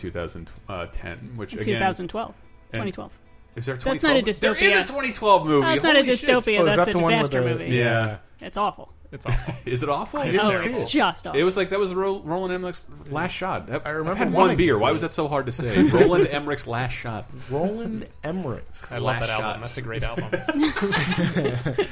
Speaker 2: 2010. Which again,
Speaker 3: 2012.
Speaker 2: And-
Speaker 3: 2012.
Speaker 2: is there a 2012?
Speaker 3: That's not a
Speaker 2: There is a
Speaker 3: dystopia.
Speaker 2: 2012 movie.
Speaker 3: That's not a
Speaker 2: Holy shit.
Speaker 3: dystopia.
Speaker 1: Oh, is
Speaker 3: that's
Speaker 1: that
Speaker 3: a
Speaker 1: the one with
Speaker 3: disaster
Speaker 1: the-
Speaker 3: movie.
Speaker 2: Yeah.
Speaker 3: It's awful.
Speaker 4: it's awful.
Speaker 2: Is it awful?
Speaker 1: didn't
Speaker 3: oh,
Speaker 1: It's
Speaker 3: it's
Speaker 1: cool.
Speaker 3: just awful.
Speaker 2: It was like that was Ro- Roland Emmerich's last shot. I
Speaker 1: remember
Speaker 2: had one
Speaker 1: wanting to
Speaker 2: beer.
Speaker 1: see
Speaker 2: Why
Speaker 1: it.
Speaker 2: was that so hard to say? Roland Emmerich's last shot.
Speaker 1: Roland Emmerich.
Speaker 4: I
Speaker 2: Last
Speaker 4: love that album.
Speaker 2: shot.
Speaker 4: That's a great album.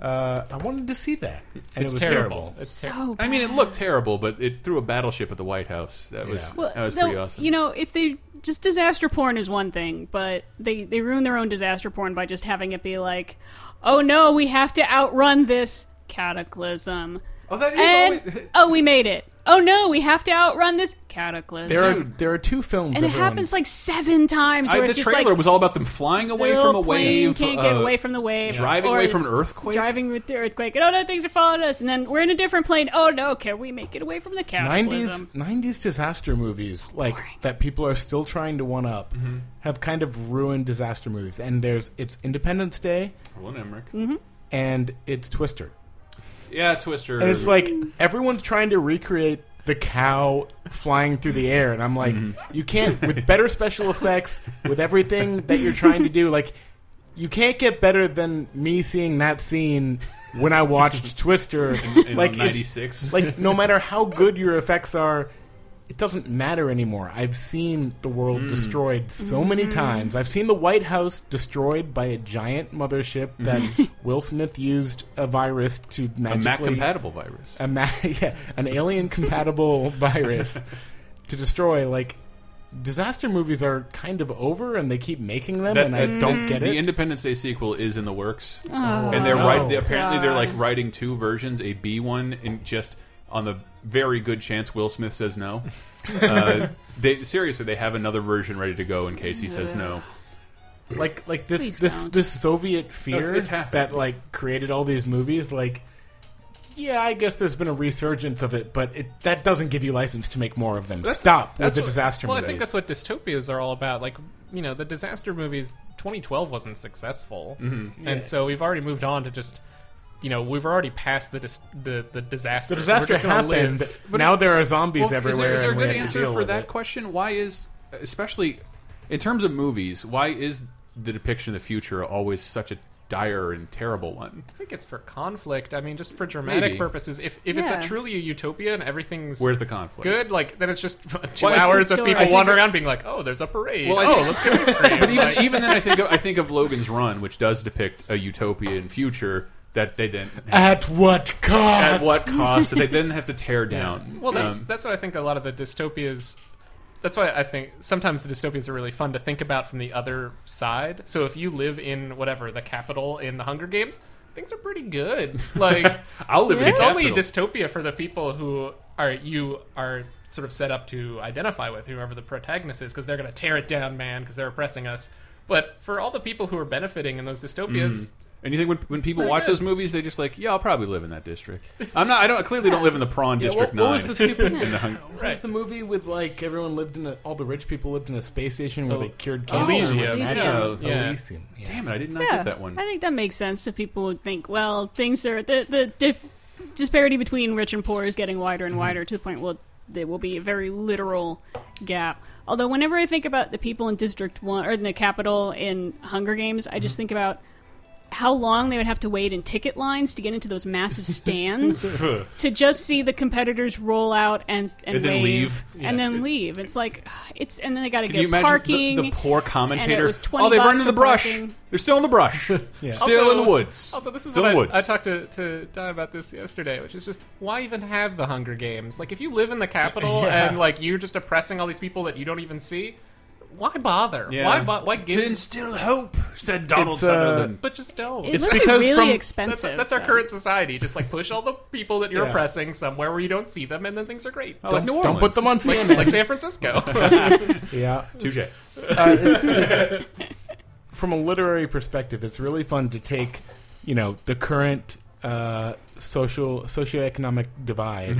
Speaker 1: Uh, I wanted to see that, and
Speaker 4: It's
Speaker 1: it was
Speaker 4: terrible.
Speaker 1: terrible.
Speaker 4: It's ter-
Speaker 3: so
Speaker 2: I mean, it looked terrible, but it threw a battleship at the White House. That was
Speaker 1: Yeah.
Speaker 3: Well,
Speaker 2: that was
Speaker 3: though,
Speaker 2: pretty awesome.
Speaker 3: You know, if they just disaster porn is one thing, but they they ruin their own disaster porn by just having it be like, oh no, we have to outrun this cataclysm,
Speaker 2: oh, that is
Speaker 3: and
Speaker 2: always-
Speaker 3: oh we made it. Oh no, we have to outrun this cataclysm.
Speaker 1: There are
Speaker 2: Dude.
Speaker 1: there are two films.
Speaker 3: and it
Speaker 1: everyone's-
Speaker 3: happens like seven times.
Speaker 2: I,
Speaker 3: Where
Speaker 2: the
Speaker 3: it's just
Speaker 2: trailer
Speaker 3: like,
Speaker 2: was all about them flying away
Speaker 3: the
Speaker 2: from a
Speaker 3: little plane
Speaker 2: wave,
Speaker 3: can't get
Speaker 2: uh,
Speaker 3: away from the wave,
Speaker 2: driving
Speaker 3: or
Speaker 2: away from an earthquake.
Speaker 3: Driving with the earthquake, and oh no, things are following us, and then we're in a different plane. Oh no, can we make it away from the cataclysm?
Speaker 1: nineties nineties disaster movies like that people are still trying to one up have kind of ruined disaster movies. And there's it's Independence Day
Speaker 2: Roland Emmerich.
Speaker 3: Mm-hmm.
Speaker 1: and it's Twister.
Speaker 2: Yeah, Twister.
Speaker 1: And it's like everyone's trying to recreate the cow flying through the air, and I'm like,
Speaker 2: Mm-hmm.
Speaker 1: you can't with better special effects, with everything that you're trying to do, like you can't get better than me seeing that scene when I watched Twister.
Speaker 2: in
Speaker 1: like it's-
Speaker 2: '96.
Speaker 1: like no matter how good your effects are it doesn't matter anymore i've seen the world
Speaker 2: Mm.
Speaker 1: destroyed so many times i've seen the white house destroyed by a giant mothership that will smith used a virus to
Speaker 2: Mm-hmm. a Mac
Speaker 1: magically
Speaker 2: compatible virus.
Speaker 1: a ma- yeah, an alien compatible virus to destroy like disaster movies are kind of over and they keep making them
Speaker 2: That-
Speaker 1: and i
Speaker 2: that-
Speaker 1: don't get
Speaker 2: The
Speaker 1: it
Speaker 2: Independence Day sequel is in the works,
Speaker 3: Oh,
Speaker 2: and they're
Speaker 1: no.
Speaker 2: right. They, apparently, they're like writing two versions: a B one, and just on the very good chance Will Smith says no. uh, they seriously, they have another version ready to go in case he says no.
Speaker 1: like like this
Speaker 3: Please
Speaker 1: this
Speaker 3: don't.
Speaker 1: this Soviet fear
Speaker 2: it's- it's happened.
Speaker 1: that like created all these movies like yeah, I guess there's been a resurgence of it, but it, that doesn't give you license to make more of them. Stop with
Speaker 4: That's
Speaker 1: the
Speaker 4: what-
Speaker 1: disaster
Speaker 4: Well,
Speaker 1: movies.
Speaker 4: I think that's what dystopias are all about. Like, you know, the disaster movies. 2012 wasn't successful, and so we've already moved on to just, you know, we've already passed the dis- the the disaster.
Speaker 1: the disaster
Speaker 4: so we're just gonna
Speaker 1: happened.
Speaker 4: Live.
Speaker 1: but now there are zombies
Speaker 2: Well,
Speaker 1: everywhere.
Speaker 2: Is there,
Speaker 1: and
Speaker 2: is
Speaker 1: we
Speaker 2: there a
Speaker 1: have
Speaker 2: good
Speaker 1: to
Speaker 2: answer
Speaker 1: deal
Speaker 2: for
Speaker 1: with
Speaker 2: that
Speaker 1: it.
Speaker 2: question? Why is, especially in terms of movies, why is the depiction of the future always such a dire and terrible one?
Speaker 4: I think it's for conflict. I mean, just for dramatic
Speaker 2: Maybe.
Speaker 4: purposes. If if
Speaker 3: Yeah.
Speaker 4: it's a truly a utopia and everything's
Speaker 2: Where's the conflict?
Speaker 4: good, like then it's just two
Speaker 2: Well, it's
Speaker 4: hours
Speaker 3: the
Speaker 4: of
Speaker 3: story. I
Speaker 4: people
Speaker 3: think
Speaker 4: wandering around being like, "Oh, there's a parade.
Speaker 2: Well, I
Speaker 4: oh,
Speaker 2: think-
Speaker 4: let's get ice cream."
Speaker 2: But even,
Speaker 4: Like,
Speaker 2: even then, I think of, I think of Logan's Run, which does depict a utopian future that they didn't.
Speaker 1: At what
Speaker 2: At
Speaker 1: cost?
Speaker 2: what cost? that they didn't have to tear down.
Speaker 4: Well, that's
Speaker 2: Um,
Speaker 4: that's what I think. A lot of the dystopias. That's why I think sometimes the dystopias are really fun to think about from the other side. So if you live in whatever the capital in the Hunger Games, things are pretty good. Like
Speaker 2: I'll live in
Speaker 4: it's
Speaker 2: the
Speaker 4: only a
Speaker 2: capital.
Speaker 4: dystopia for the people who are you are sort of set up to identify with whoever the protagonist is because they're going to tear it down, man, because they're oppressing us. But for all the people who are benefiting in those dystopias,
Speaker 2: And you think when, when people
Speaker 4: Pretty
Speaker 2: watch
Speaker 4: good.
Speaker 2: those movies, they just like, yeah, I'll probably live in that district. I'm not. I don't I clearly don't live in the prawn district.
Speaker 1: what- what was
Speaker 2: nine.
Speaker 1: the stupid-
Speaker 2: In the hung-
Speaker 1: What was the movie with like everyone lived in a, all the rich people lived in a space station where
Speaker 4: Oh.
Speaker 1: they cured
Speaker 2: Oh,
Speaker 1: cancer? with
Speaker 4: Elysium.
Speaker 1: magic?
Speaker 2: Yeah.
Speaker 4: Yeah.
Speaker 1: Elysium, yeah.
Speaker 2: Damn it! I did not
Speaker 3: Yeah,
Speaker 2: get that one.
Speaker 3: I think that makes sense. That people would think, well, things are the the dif- disparity between rich and poor is getting wider
Speaker 2: Mm-hmm.
Speaker 3: and wider to the point where there will be a very literal gap. Although, whenever I think about the people in District One or in the capital in Hunger Games, I
Speaker 2: Mm-hmm.
Speaker 3: just think about how long they would have to wait in ticket lines to get into those massive stands to just see the competitors roll out and and,
Speaker 2: And then
Speaker 3: wave
Speaker 2: leave.
Speaker 4: Yeah.
Speaker 3: and then leave. It's like it's and then they got to
Speaker 2: Can you
Speaker 3: get
Speaker 2: imagine
Speaker 3: parking.
Speaker 2: the, the poor commentator?
Speaker 3: and it was 20
Speaker 2: oh, they
Speaker 3: bucks
Speaker 2: burned in
Speaker 3: for
Speaker 2: the brush.
Speaker 3: parking.
Speaker 2: They're still in the brush. Still
Speaker 4: Also-
Speaker 2: in the woods.
Speaker 4: Also, this is
Speaker 2: still in the
Speaker 4: what
Speaker 2: woods.
Speaker 4: I, I talked to, to Di about this yesterday, which is just why even have the Hunger Games? Like, if you live in the capital and like you're just oppressing all these people that you don't even see, why bother?
Speaker 2: Yeah.
Speaker 4: Why bo- why give?
Speaker 2: to instill hope," said Donald
Speaker 1: It's, uh,
Speaker 2: Sutherland.
Speaker 4: but just don't.
Speaker 3: it
Speaker 1: It's
Speaker 3: looks
Speaker 1: because
Speaker 3: really
Speaker 1: from-
Speaker 4: that's,
Speaker 3: expensive.
Speaker 4: that's our
Speaker 3: though.
Speaker 4: current society. Just like push all the people that you're
Speaker 1: Yeah.
Speaker 4: oppressing somewhere where you don't see them, and then things are great.
Speaker 2: Oh, like New
Speaker 1: Don't put
Speaker 2: Orleans.
Speaker 1: them on
Speaker 4: Like,
Speaker 1: CNN.
Speaker 4: like San Francisco.
Speaker 1: yeah.
Speaker 2: Touche.
Speaker 1: Uh, it's- it's- from a literary perspective, it's really fun to take,
Speaker 2: Mm-hmm.
Speaker 1: you know, the current uh, social socioeconomic divide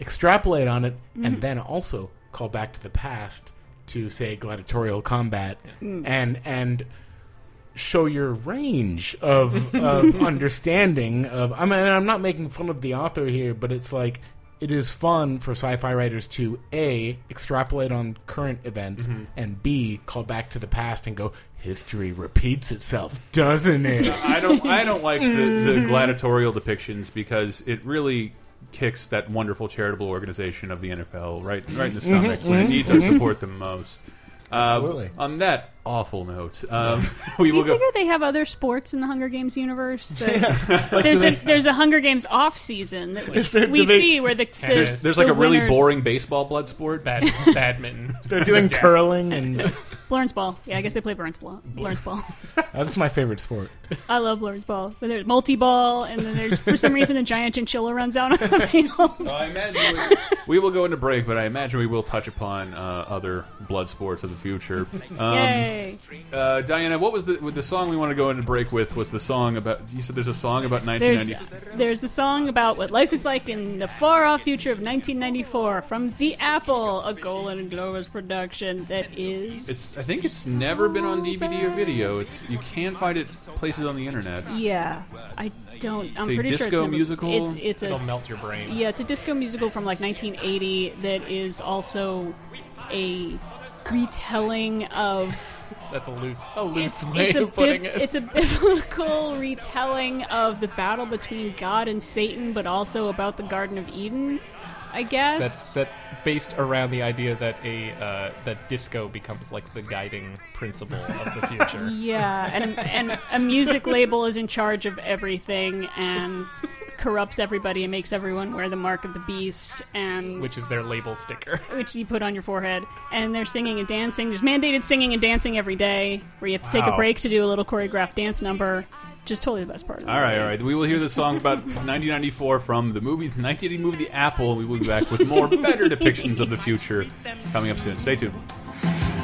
Speaker 1: extrapolate on it, and then also call back to the past to say gladiatorial combat and and show your range of, of understanding of I mean I'm not making fun of the author here, but it's like it is fun for sci-fi writers to a extrapolate on current events and b call back to the past and go history repeats itself, doesn't it?
Speaker 2: I don't I don't like the,
Speaker 3: Mm.
Speaker 2: the gladiatorial depictions because it really kicks that wonderful charitable organization of the NFL right right
Speaker 3: Mm-hmm.
Speaker 2: in the stomach when it needs our support the most. Uh,
Speaker 1: Absolutely.
Speaker 2: on that awful note, um, we
Speaker 3: Do
Speaker 2: will
Speaker 3: you
Speaker 2: go.
Speaker 3: figure they have other sports in the Hunger Games universe? That- there's a there's a Hunger Games off season that
Speaker 1: Is there-
Speaker 3: we, we
Speaker 1: do they-
Speaker 3: see where the, the
Speaker 4: There's-
Speaker 2: There's like
Speaker 3: the
Speaker 2: a really
Speaker 3: winners-
Speaker 2: boring baseball blood sport.
Speaker 4: Bad, badminton.
Speaker 1: They're doing
Speaker 4: Death.
Speaker 1: curling and
Speaker 3: Lawrence Ball. Yeah, I guess they play Lawrence Ball. Lawrence Ball.
Speaker 1: that's my favorite sport.
Speaker 3: I love Lawrence Ball. But there's multi ball, and then there's for some reason a giant chinchilla runs out on the field.
Speaker 2: I imagine we, we will go into break, but I imagine we will touch upon uh, other blood sports of the future. Um,
Speaker 3: Yay!
Speaker 2: uh, Diana, what was the with the song we want to go into break with? Was the song about? You said there's a song about
Speaker 3: There's
Speaker 2: 1990.
Speaker 3: there's a song about what life is like in the far off future of 1994 from The Apple, a Golan and Glorious production that is.
Speaker 2: It's I think it's never been on DVD or video. It's you can find it places on the internet.
Speaker 3: yeah, I don't. I'm
Speaker 2: a
Speaker 3: pretty sure it's
Speaker 2: disco
Speaker 3: never,
Speaker 2: musical?
Speaker 3: It's it's a
Speaker 4: It'll melt your brain.
Speaker 3: Yeah, it's a disco musical from like 1980 that is also a retelling of
Speaker 4: That's a loose, a loose way
Speaker 3: it's a
Speaker 4: of putting
Speaker 3: bib-
Speaker 4: it.
Speaker 3: it's a biblical retelling of the battle between God and Satan, but also about the Garden of Eden. I
Speaker 4: set,
Speaker 3: guess
Speaker 4: set based around the idea that a uh, that disco becomes like the guiding principle of the future.
Speaker 3: yeah, and and a music label is in charge of everything and corrupts everybody and makes everyone wear the mark of the beast and
Speaker 4: Which is their label sticker.
Speaker 3: which you put on your forehead, and they're singing and dancing. There's mandated singing and dancing every day, where you have to take
Speaker 2: Wow.
Speaker 3: a break to do a little choreographed dance number. Just totally the best part. Of the
Speaker 2: All right,
Speaker 3: movie.
Speaker 2: all right. We will hear the song about 1994 from the movie, the 1980 movie, The Apple. We will be back with more better depictions of the future coming up soon. Stay tuned.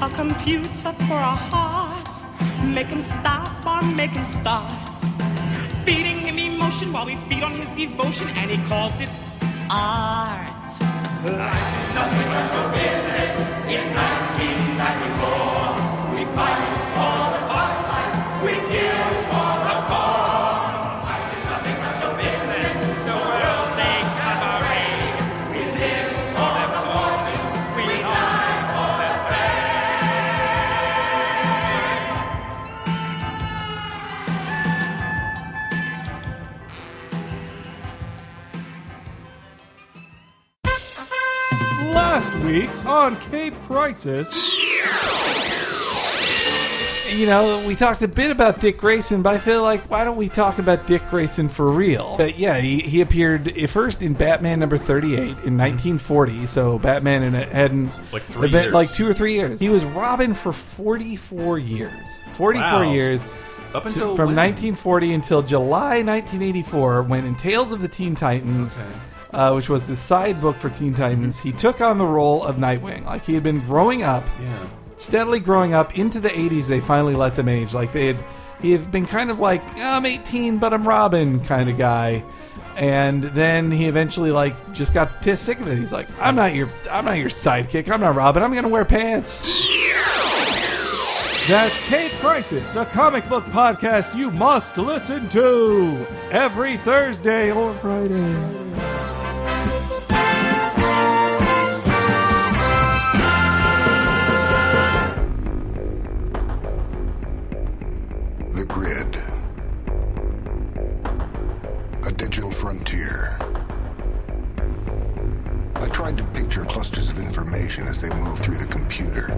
Speaker 6: a computer for our hearts. Make him stop or make him start. Feeding him emotion while we feed on his devotion, and he calls it art. Life is nothing but a business. In 1994, we fight for the spotlight. We kill for the cause. Life is nothing but a business. The world they cabaret. We live for the fortune. We die for the fame.
Speaker 7: Last week on Cape Crisis. You know, we talked a bit about Dick Grayson, but I feel like why don't we talk about Dick Grayson for real? But yeah, he, he appeared i- first in Batman number 38 in 1940, so Batman and it hadn't
Speaker 2: Like three
Speaker 7: had been-
Speaker 2: years.
Speaker 7: like two or three years. He was Robin for 44 years. 44
Speaker 2: Wow.
Speaker 7: years.
Speaker 2: Up
Speaker 7: to-
Speaker 2: until
Speaker 7: from
Speaker 2: when?
Speaker 7: 1940 until July 1984, when in Tales of the Teen Titans, uh, which was the side book for Teen Titans, he took on the role of Nightwing. Like he had been growing up,
Speaker 2: Mm-hmm. Yeah.
Speaker 7: steadily growing up into the 80s. They finally let them age. Like they had, he had been kind of like "Oh, I'm 18, but I'm Robin kind of guy. And then he eventually like just got t- sick of it. He's like, I'm not your, I'm not your sidekick. I'm not Robin. I'm gonna wear pants. That's Cape Crisis, the comic book podcast you must listen to every Thursday or Friday.
Speaker 8: The grid. A digital frontier. I tried to picture clusters of information as they moved through the computer.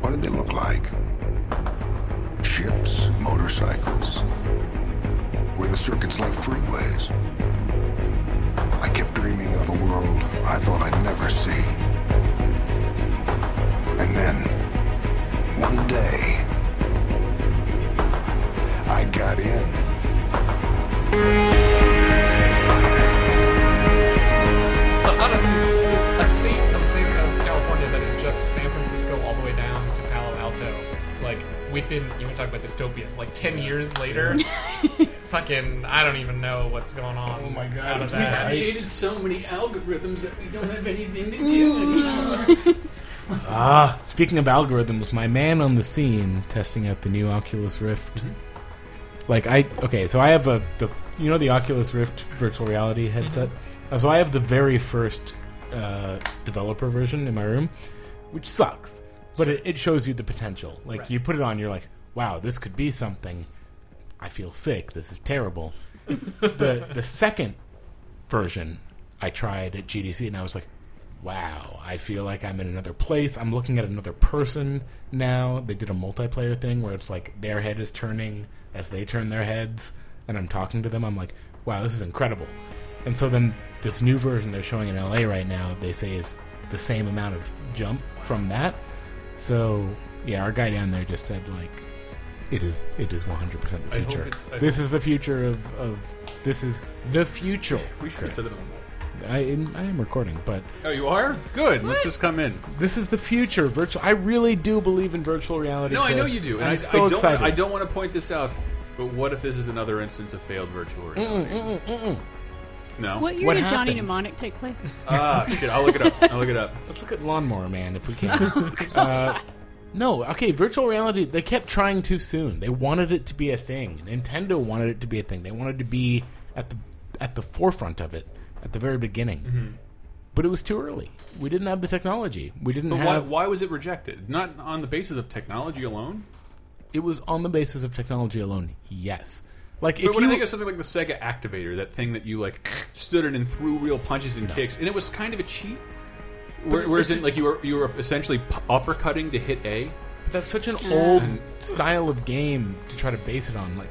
Speaker 8: What did they look like? Ships, motorcycles. Were the circuits like freeways? I kept dreaming of a world I thought I'd never see. And then, one day, I got in.
Speaker 4: But honestly, a state of San- of California that is just San Francisco all the way down to Palo Alto, like within you want to talk about dystopia? It's like ten years later. fucking, I don't even know what's going on.
Speaker 1: Oh my God,
Speaker 4: out of
Speaker 1: I'm
Speaker 4: that.
Speaker 1: sorry.
Speaker 2: created so many algorithms that we don't have anything to do anymore.
Speaker 1: Ah, speaking of algorithms, my man on the scene testing out the new Oculus Rift.
Speaker 2: Mm-hmm.
Speaker 1: Like I okay, so I have a the you know the Oculus Rift virtual reality headset.
Speaker 2: Mm-hmm.
Speaker 1: Uh, So I have the very first uh, developer version in my room, which sucks, but it, it shows you the potential. Like you put it on, you're like, wow, this could be something. I feel sick. This is terrible. the the second version I tried at GDC, and I was like, wow, I feel like I'm in another place. I'm looking at another person now. They did a multiplayer thing where it's like their head is turning as they turn their heads, and I'm talking to them. I'm like, wow, this is incredible. And so then this new version they're showing in LA right now, they say is the same amount of jump from that. So yeah, our guy down there just said like, it is it is 100 percent the
Speaker 2: I hope
Speaker 1: future.
Speaker 2: it's- I
Speaker 1: This
Speaker 2: hope-
Speaker 1: is the future of of this is the future.
Speaker 2: We should
Speaker 1: Chris.
Speaker 2: have said it on that.
Speaker 1: I am, I am recording, but
Speaker 2: Oh, you are good. Let's just come in.
Speaker 1: this is the future. Virtual. I really do believe in virtual reality.
Speaker 2: No, I know
Speaker 1: Chris.
Speaker 2: you do, and
Speaker 1: I'm
Speaker 2: I,
Speaker 1: so
Speaker 2: I don't.
Speaker 1: excited.
Speaker 2: I don't want to point this out, but what if this is another instance of failed virtual reality? No.
Speaker 3: What year
Speaker 1: What
Speaker 3: did
Speaker 1: happened?
Speaker 3: Johnny
Speaker 1: Uh,
Speaker 3: Mnemonic take place?
Speaker 2: Ah, shit. I'll look it up. I'll look it up.
Speaker 1: Let's look at Lawnmower Man if we can. uh, no, okay. Virtual reality. They kept trying too soon. They wanted it to be a thing. Nintendo wanted it to be a thing. They wanted to be at the at the forefront of it at the very beginning.
Speaker 2: Mm-hmm.
Speaker 1: But it was too early. We didn't have the technology. We didn't
Speaker 2: But why,
Speaker 1: have.
Speaker 2: why was it rejected? Not on the basis of technology alone.
Speaker 1: It was on the basis of technology alone. Yes. Like if
Speaker 2: But when
Speaker 1: you
Speaker 2: I think of something like the Sega Activator, that thing that you like stood in and threw real punches and kicks, and it was kind of a cheat. Where,
Speaker 1: it-
Speaker 2: whereas
Speaker 1: it's
Speaker 2: it like you were you were essentially p- uppercutting to hit A.
Speaker 1: That's such an old style of game to try to base it on. Like,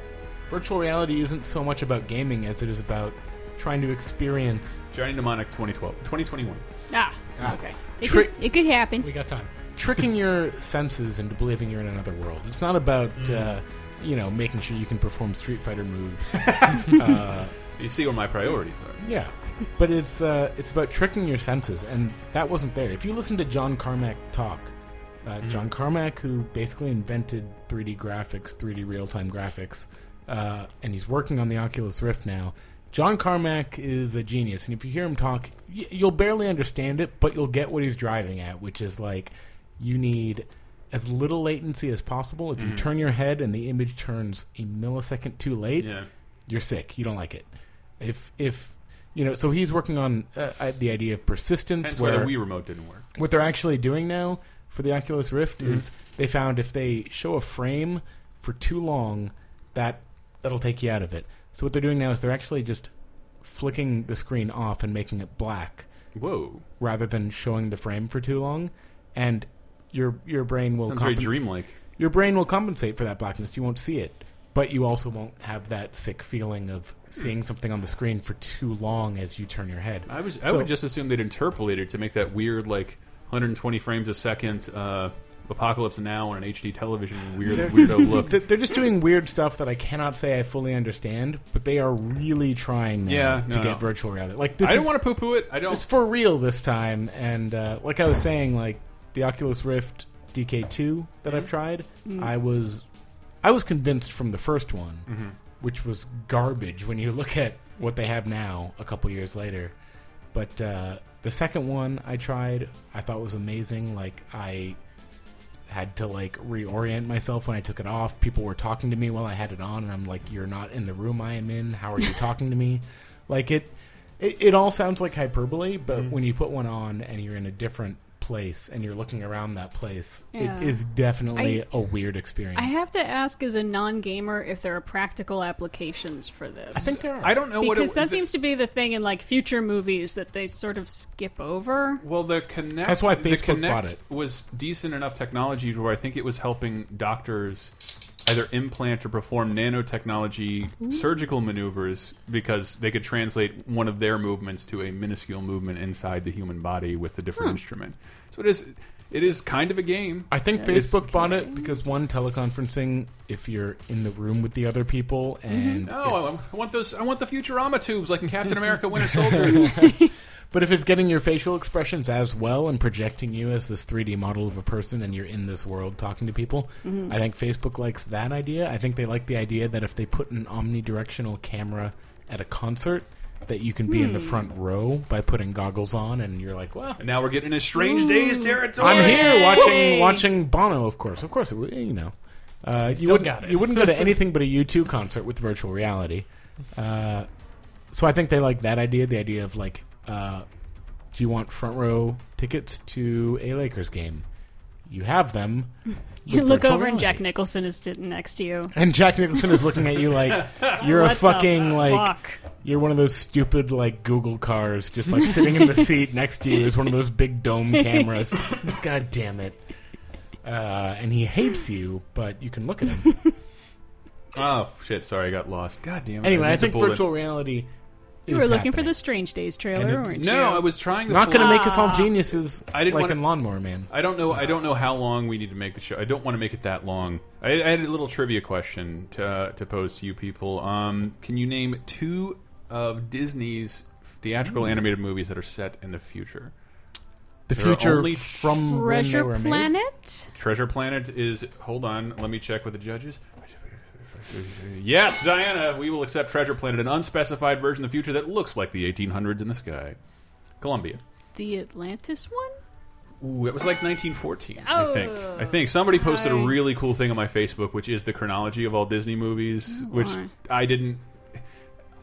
Speaker 1: virtual reality isn't so much about gaming as it is about trying to experience.
Speaker 2: Johnny Mnemonic 2012, 2021.
Speaker 3: Ah, okay. It,
Speaker 1: Tri-
Speaker 3: could, it could happen.
Speaker 4: We got time.
Speaker 1: tricking your senses into believing you're in another world. It's not about,
Speaker 2: Mm.
Speaker 1: uh, you know, making sure you can perform Street Fighter moves.
Speaker 2: You see where my priorities are.
Speaker 1: yeah. But it's, uh, it's about tricking your senses, and that wasn't there. If you listen to John Carmack talk, uh, John Carmack, who basically invented 3D graphics, 3D real time graphics, uh, and he's working on the Oculus Rift now. John Carmack is a genius, and if you hear him talk, y- you'll barely understand it, but you'll get what he's driving at, which is like you need as little latency as possible. If you turn your head and the image turns a millisecond too late,
Speaker 2: Yeah.
Speaker 1: you're sick. You don't like it. If if you know, so he's working on uh, uh, the idea of persistence,
Speaker 2: Hence why
Speaker 1: where
Speaker 2: the Wii remote didn't work.
Speaker 1: what they're actually doing now for the Oculus Rift is they found if they show a frame for too long, that that'll take you out of it. So what they're doing now is they're actually just flicking the screen off and making it black
Speaker 2: Whoa.
Speaker 1: rather than showing the frame for too long, and your your brain will
Speaker 2: Sounds very
Speaker 1: compen-
Speaker 2: dreamlike.
Speaker 1: your brain will compensate for that blackness. You won't see it, but you also won't have that sick feeling of seeing something on the screen for too long as you turn your head.
Speaker 2: I was I
Speaker 1: So-
Speaker 2: would just assume they'd interpolate it to make that weird like 120 frames a second uh, apocalypse now on an HD television weird weirdo look.
Speaker 1: Th- They're just doing weird stuff that I cannot say I fully understand, but they are really trying now
Speaker 2: Yeah, no,
Speaker 1: to
Speaker 2: no.
Speaker 1: get virtual reality. Like this,
Speaker 2: I don't
Speaker 1: is-
Speaker 2: want to poo-poo it. I
Speaker 1: It's
Speaker 2: don't.
Speaker 1: for real this time, and uh, like I was saying, like the Oculus Rift DK2 that I've tried, I was, I was convinced from the first one, which was garbage when you look at what they have now a couple years later. But uh, the second one I tried, I thought was amazing. Like I had to like reorient myself when I took it off. People were talking to me while I had it on, and I'm like, "You're not in the room I am in. How are you talking to me?" Like it, it, it all sounds like hyperbole, but
Speaker 3: Mm-hmm.
Speaker 1: when you put one on and you're in a different place and you're looking around that place,
Speaker 3: Yeah.
Speaker 1: it is definitely
Speaker 3: I-
Speaker 1: a weird experience.
Speaker 3: I have to ask, as a non-gamer, if there are practical applications for this.
Speaker 1: I think there are.
Speaker 2: I don't know what it
Speaker 3: because that
Speaker 2: the-
Speaker 3: seems to be the thing in like future movies that they sort of skip over.
Speaker 2: Well, the Connect.
Speaker 1: That's why
Speaker 2: the
Speaker 1: Facebook bought
Speaker 2: Kinect
Speaker 1: it.
Speaker 2: Was decent enough technology to where I think it was helping doctors either implant or perform nanotechnology surgical maneuvers because they could translate one of their movements to a minuscule movement inside the human body with a different instrument. So it is. It is kind of a game.
Speaker 1: I think
Speaker 2: It's-
Speaker 1: Facebook bought it because one teleconferencing, if you're in the room with the other people, and
Speaker 3: Mm-hmm.
Speaker 2: No, Oh, I
Speaker 1: it's-
Speaker 2: I want those. I want the Futurama tubes, like in Captain America: Winter Soldier.
Speaker 1: But if it's getting your facial expressions as well and projecting you as this 3D model of a person and you're in this world talking to people, I think Facebook likes that idea. I think they like the idea that if they put an omnidirectional camera at a concert, that you can be in the front row by putting goggles on and you're like, well,
Speaker 2: And now we're getting into Strange Days territory.
Speaker 1: I'm here watching
Speaker 3: Yay.
Speaker 1: watching Bono, of course. Of course, it, would- you know. Uh, you, wouldn't,
Speaker 4: got it.
Speaker 1: you wouldn't go to anything but a U2 concert with virtual reality. Uh, so I think they like that idea the idea of like, uh, do you want front row tickets to a Lakers game? You have them.
Speaker 3: You
Speaker 1: with
Speaker 3: look
Speaker 1: virtual
Speaker 3: over and Jack
Speaker 1: reality.
Speaker 3: Nicholson is sitting next to you.
Speaker 1: And Jack Nicholson is looking at you like you're
Speaker 3: What
Speaker 1: a
Speaker 3: the
Speaker 1: fucking like
Speaker 3: fuck?
Speaker 1: you're one of those stupid like Google cars, just like sitting in the seat next to you is one of those big dome cameras. God damn it! Uh, and he hates you, but you can look at him
Speaker 2: Oh shit! Sorry, I got lost. God damn it!
Speaker 1: anyway. I
Speaker 2: need to
Speaker 1: think
Speaker 2: pull it.
Speaker 1: virtual reality.
Speaker 3: You
Speaker 1: is
Speaker 3: were looking for
Speaker 1: happening.
Speaker 3: the Strange Days
Speaker 1: And
Speaker 3: trailer,
Speaker 1: it's-
Speaker 3: weren't you?
Speaker 2: No, I was trying to.
Speaker 1: Not
Speaker 2: pull
Speaker 1: going
Speaker 2: it.
Speaker 1: to make us all geniuses.
Speaker 2: I didn't
Speaker 1: like
Speaker 2: wanna-
Speaker 1: in Lawnmower Man.
Speaker 2: I don't know. I don't know how long we need to make the show. I don't want to make it that long. I, I had a little trivia question to uh, to pose to you people. Um, can you name two of Disney's theatrical animated movies that are set in the future?
Speaker 1: The
Speaker 2: There are
Speaker 1: future
Speaker 2: only
Speaker 1: from
Speaker 3: Treasure
Speaker 1: when they were Made.
Speaker 3: Planet.
Speaker 2: Treasure Planet is. Hold on, let me check with the judges. Yes, Diana, we will accept Treasure Planet, an unspecified version of the future that looks like the 1800s in the sky. Columbia.
Speaker 3: The Atlantis one?
Speaker 2: Ooh, it was like 1914, I
Speaker 3: Oh.
Speaker 2: think. I think somebody posted a
Speaker 3: Right.
Speaker 2: really cool thing on my Facebook, which is the chronology of all Disney
Speaker 3: Oh,
Speaker 2: movies, which
Speaker 3: why?
Speaker 2: I didn't.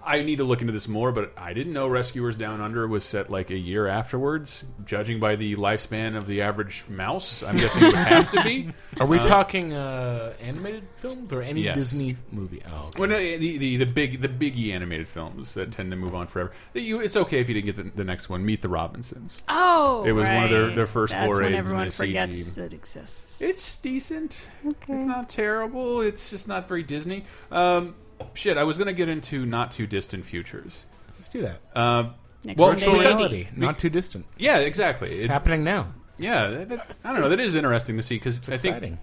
Speaker 2: I need to look into this more, but I didn't know Rescuers Down Under was set like a year afterwards. Judging by the lifespan of the average mouse, I'm guessing it would have to be.
Speaker 1: Are we talking uh, animated films or any
Speaker 2: Yes.
Speaker 1: Disney movie? Oh, okay.
Speaker 2: Well, no, the, the the big the biggie animated films that tend to move on forever. That You, it's okay if you didn't get the, the next one. Meet the Robinsons.
Speaker 3: Oh,
Speaker 2: It was one of their-
Speaker 3: right.
Speaker 2: their first
Speaker 3: That's
Speaker 2: forays
Speaker 3: when
Speaker 2: into
Speaker 3: everyone
Speaker 2: CG.
Speaker 3: forgets it exists.
Speaker 2: It's decent. It's not terrible. It's just not very Disney. Um, shit, I was gonna get into not too distant futures.
Speaker 1: Let's do that.
Speaker 2: Uh,
Speaker 3: Next
Speaker 2: well,
Speaker 3: Monday
Speaker 2: so
Speaker 1: virtual
Speaker 3: night.
Speaker 2: that's-
Speaker 1: reality, not too distant.
Speaker 2: yeah, exactly. It-
Speaker 1: It's happening now.
Speaker 2: yeah, that, that- I don't know. That is interesting to see because I think
Speaker 1: Exciting.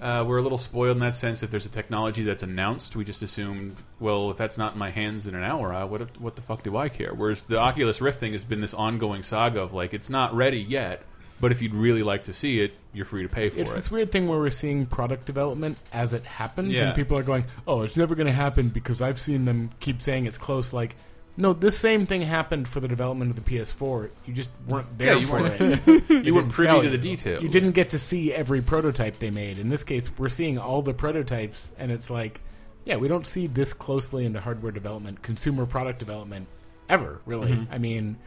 Speaker 2: Uh, we're a little spoiled in that sense. If there's a technology that's announced, we just assumed, well, if that's not in my hands in an hour, I, what what the fuck do I care? Whereas the Oculus Rift thing has been this ongoing saga of like it's not ready yet, but if you'd really like to see it, you're free to pay for
Speaker 1: It's
Speaker 2: it.
Speaker 1: this weird thing where we're seeing product development as it happens,
Speaker 2: Yeah.
Speaker 1: and people are going, "Oh, it's never going to happen," because I've seen them keep saying it's close. Like, no, this same thing happened for the development of the PS4. You just weren't there
Speaker 2: Yeah, you
Speaker 1: for
Speaker 2: weren't-
Speaker 1: it.
Speaker 2: you weren't
Speaker 1: didn't
Speaker 2: privy
Speaker 1: tell
Speaker 2: to the
Speaker 1: you.
Speaker 2: details.
Speaker 1: you didn't get to see every prototype they made. In this case, we're seeing all the prototypes, and it's like, yeah, we don't see this closely into hardware development, consumer product development, ever really. I mean.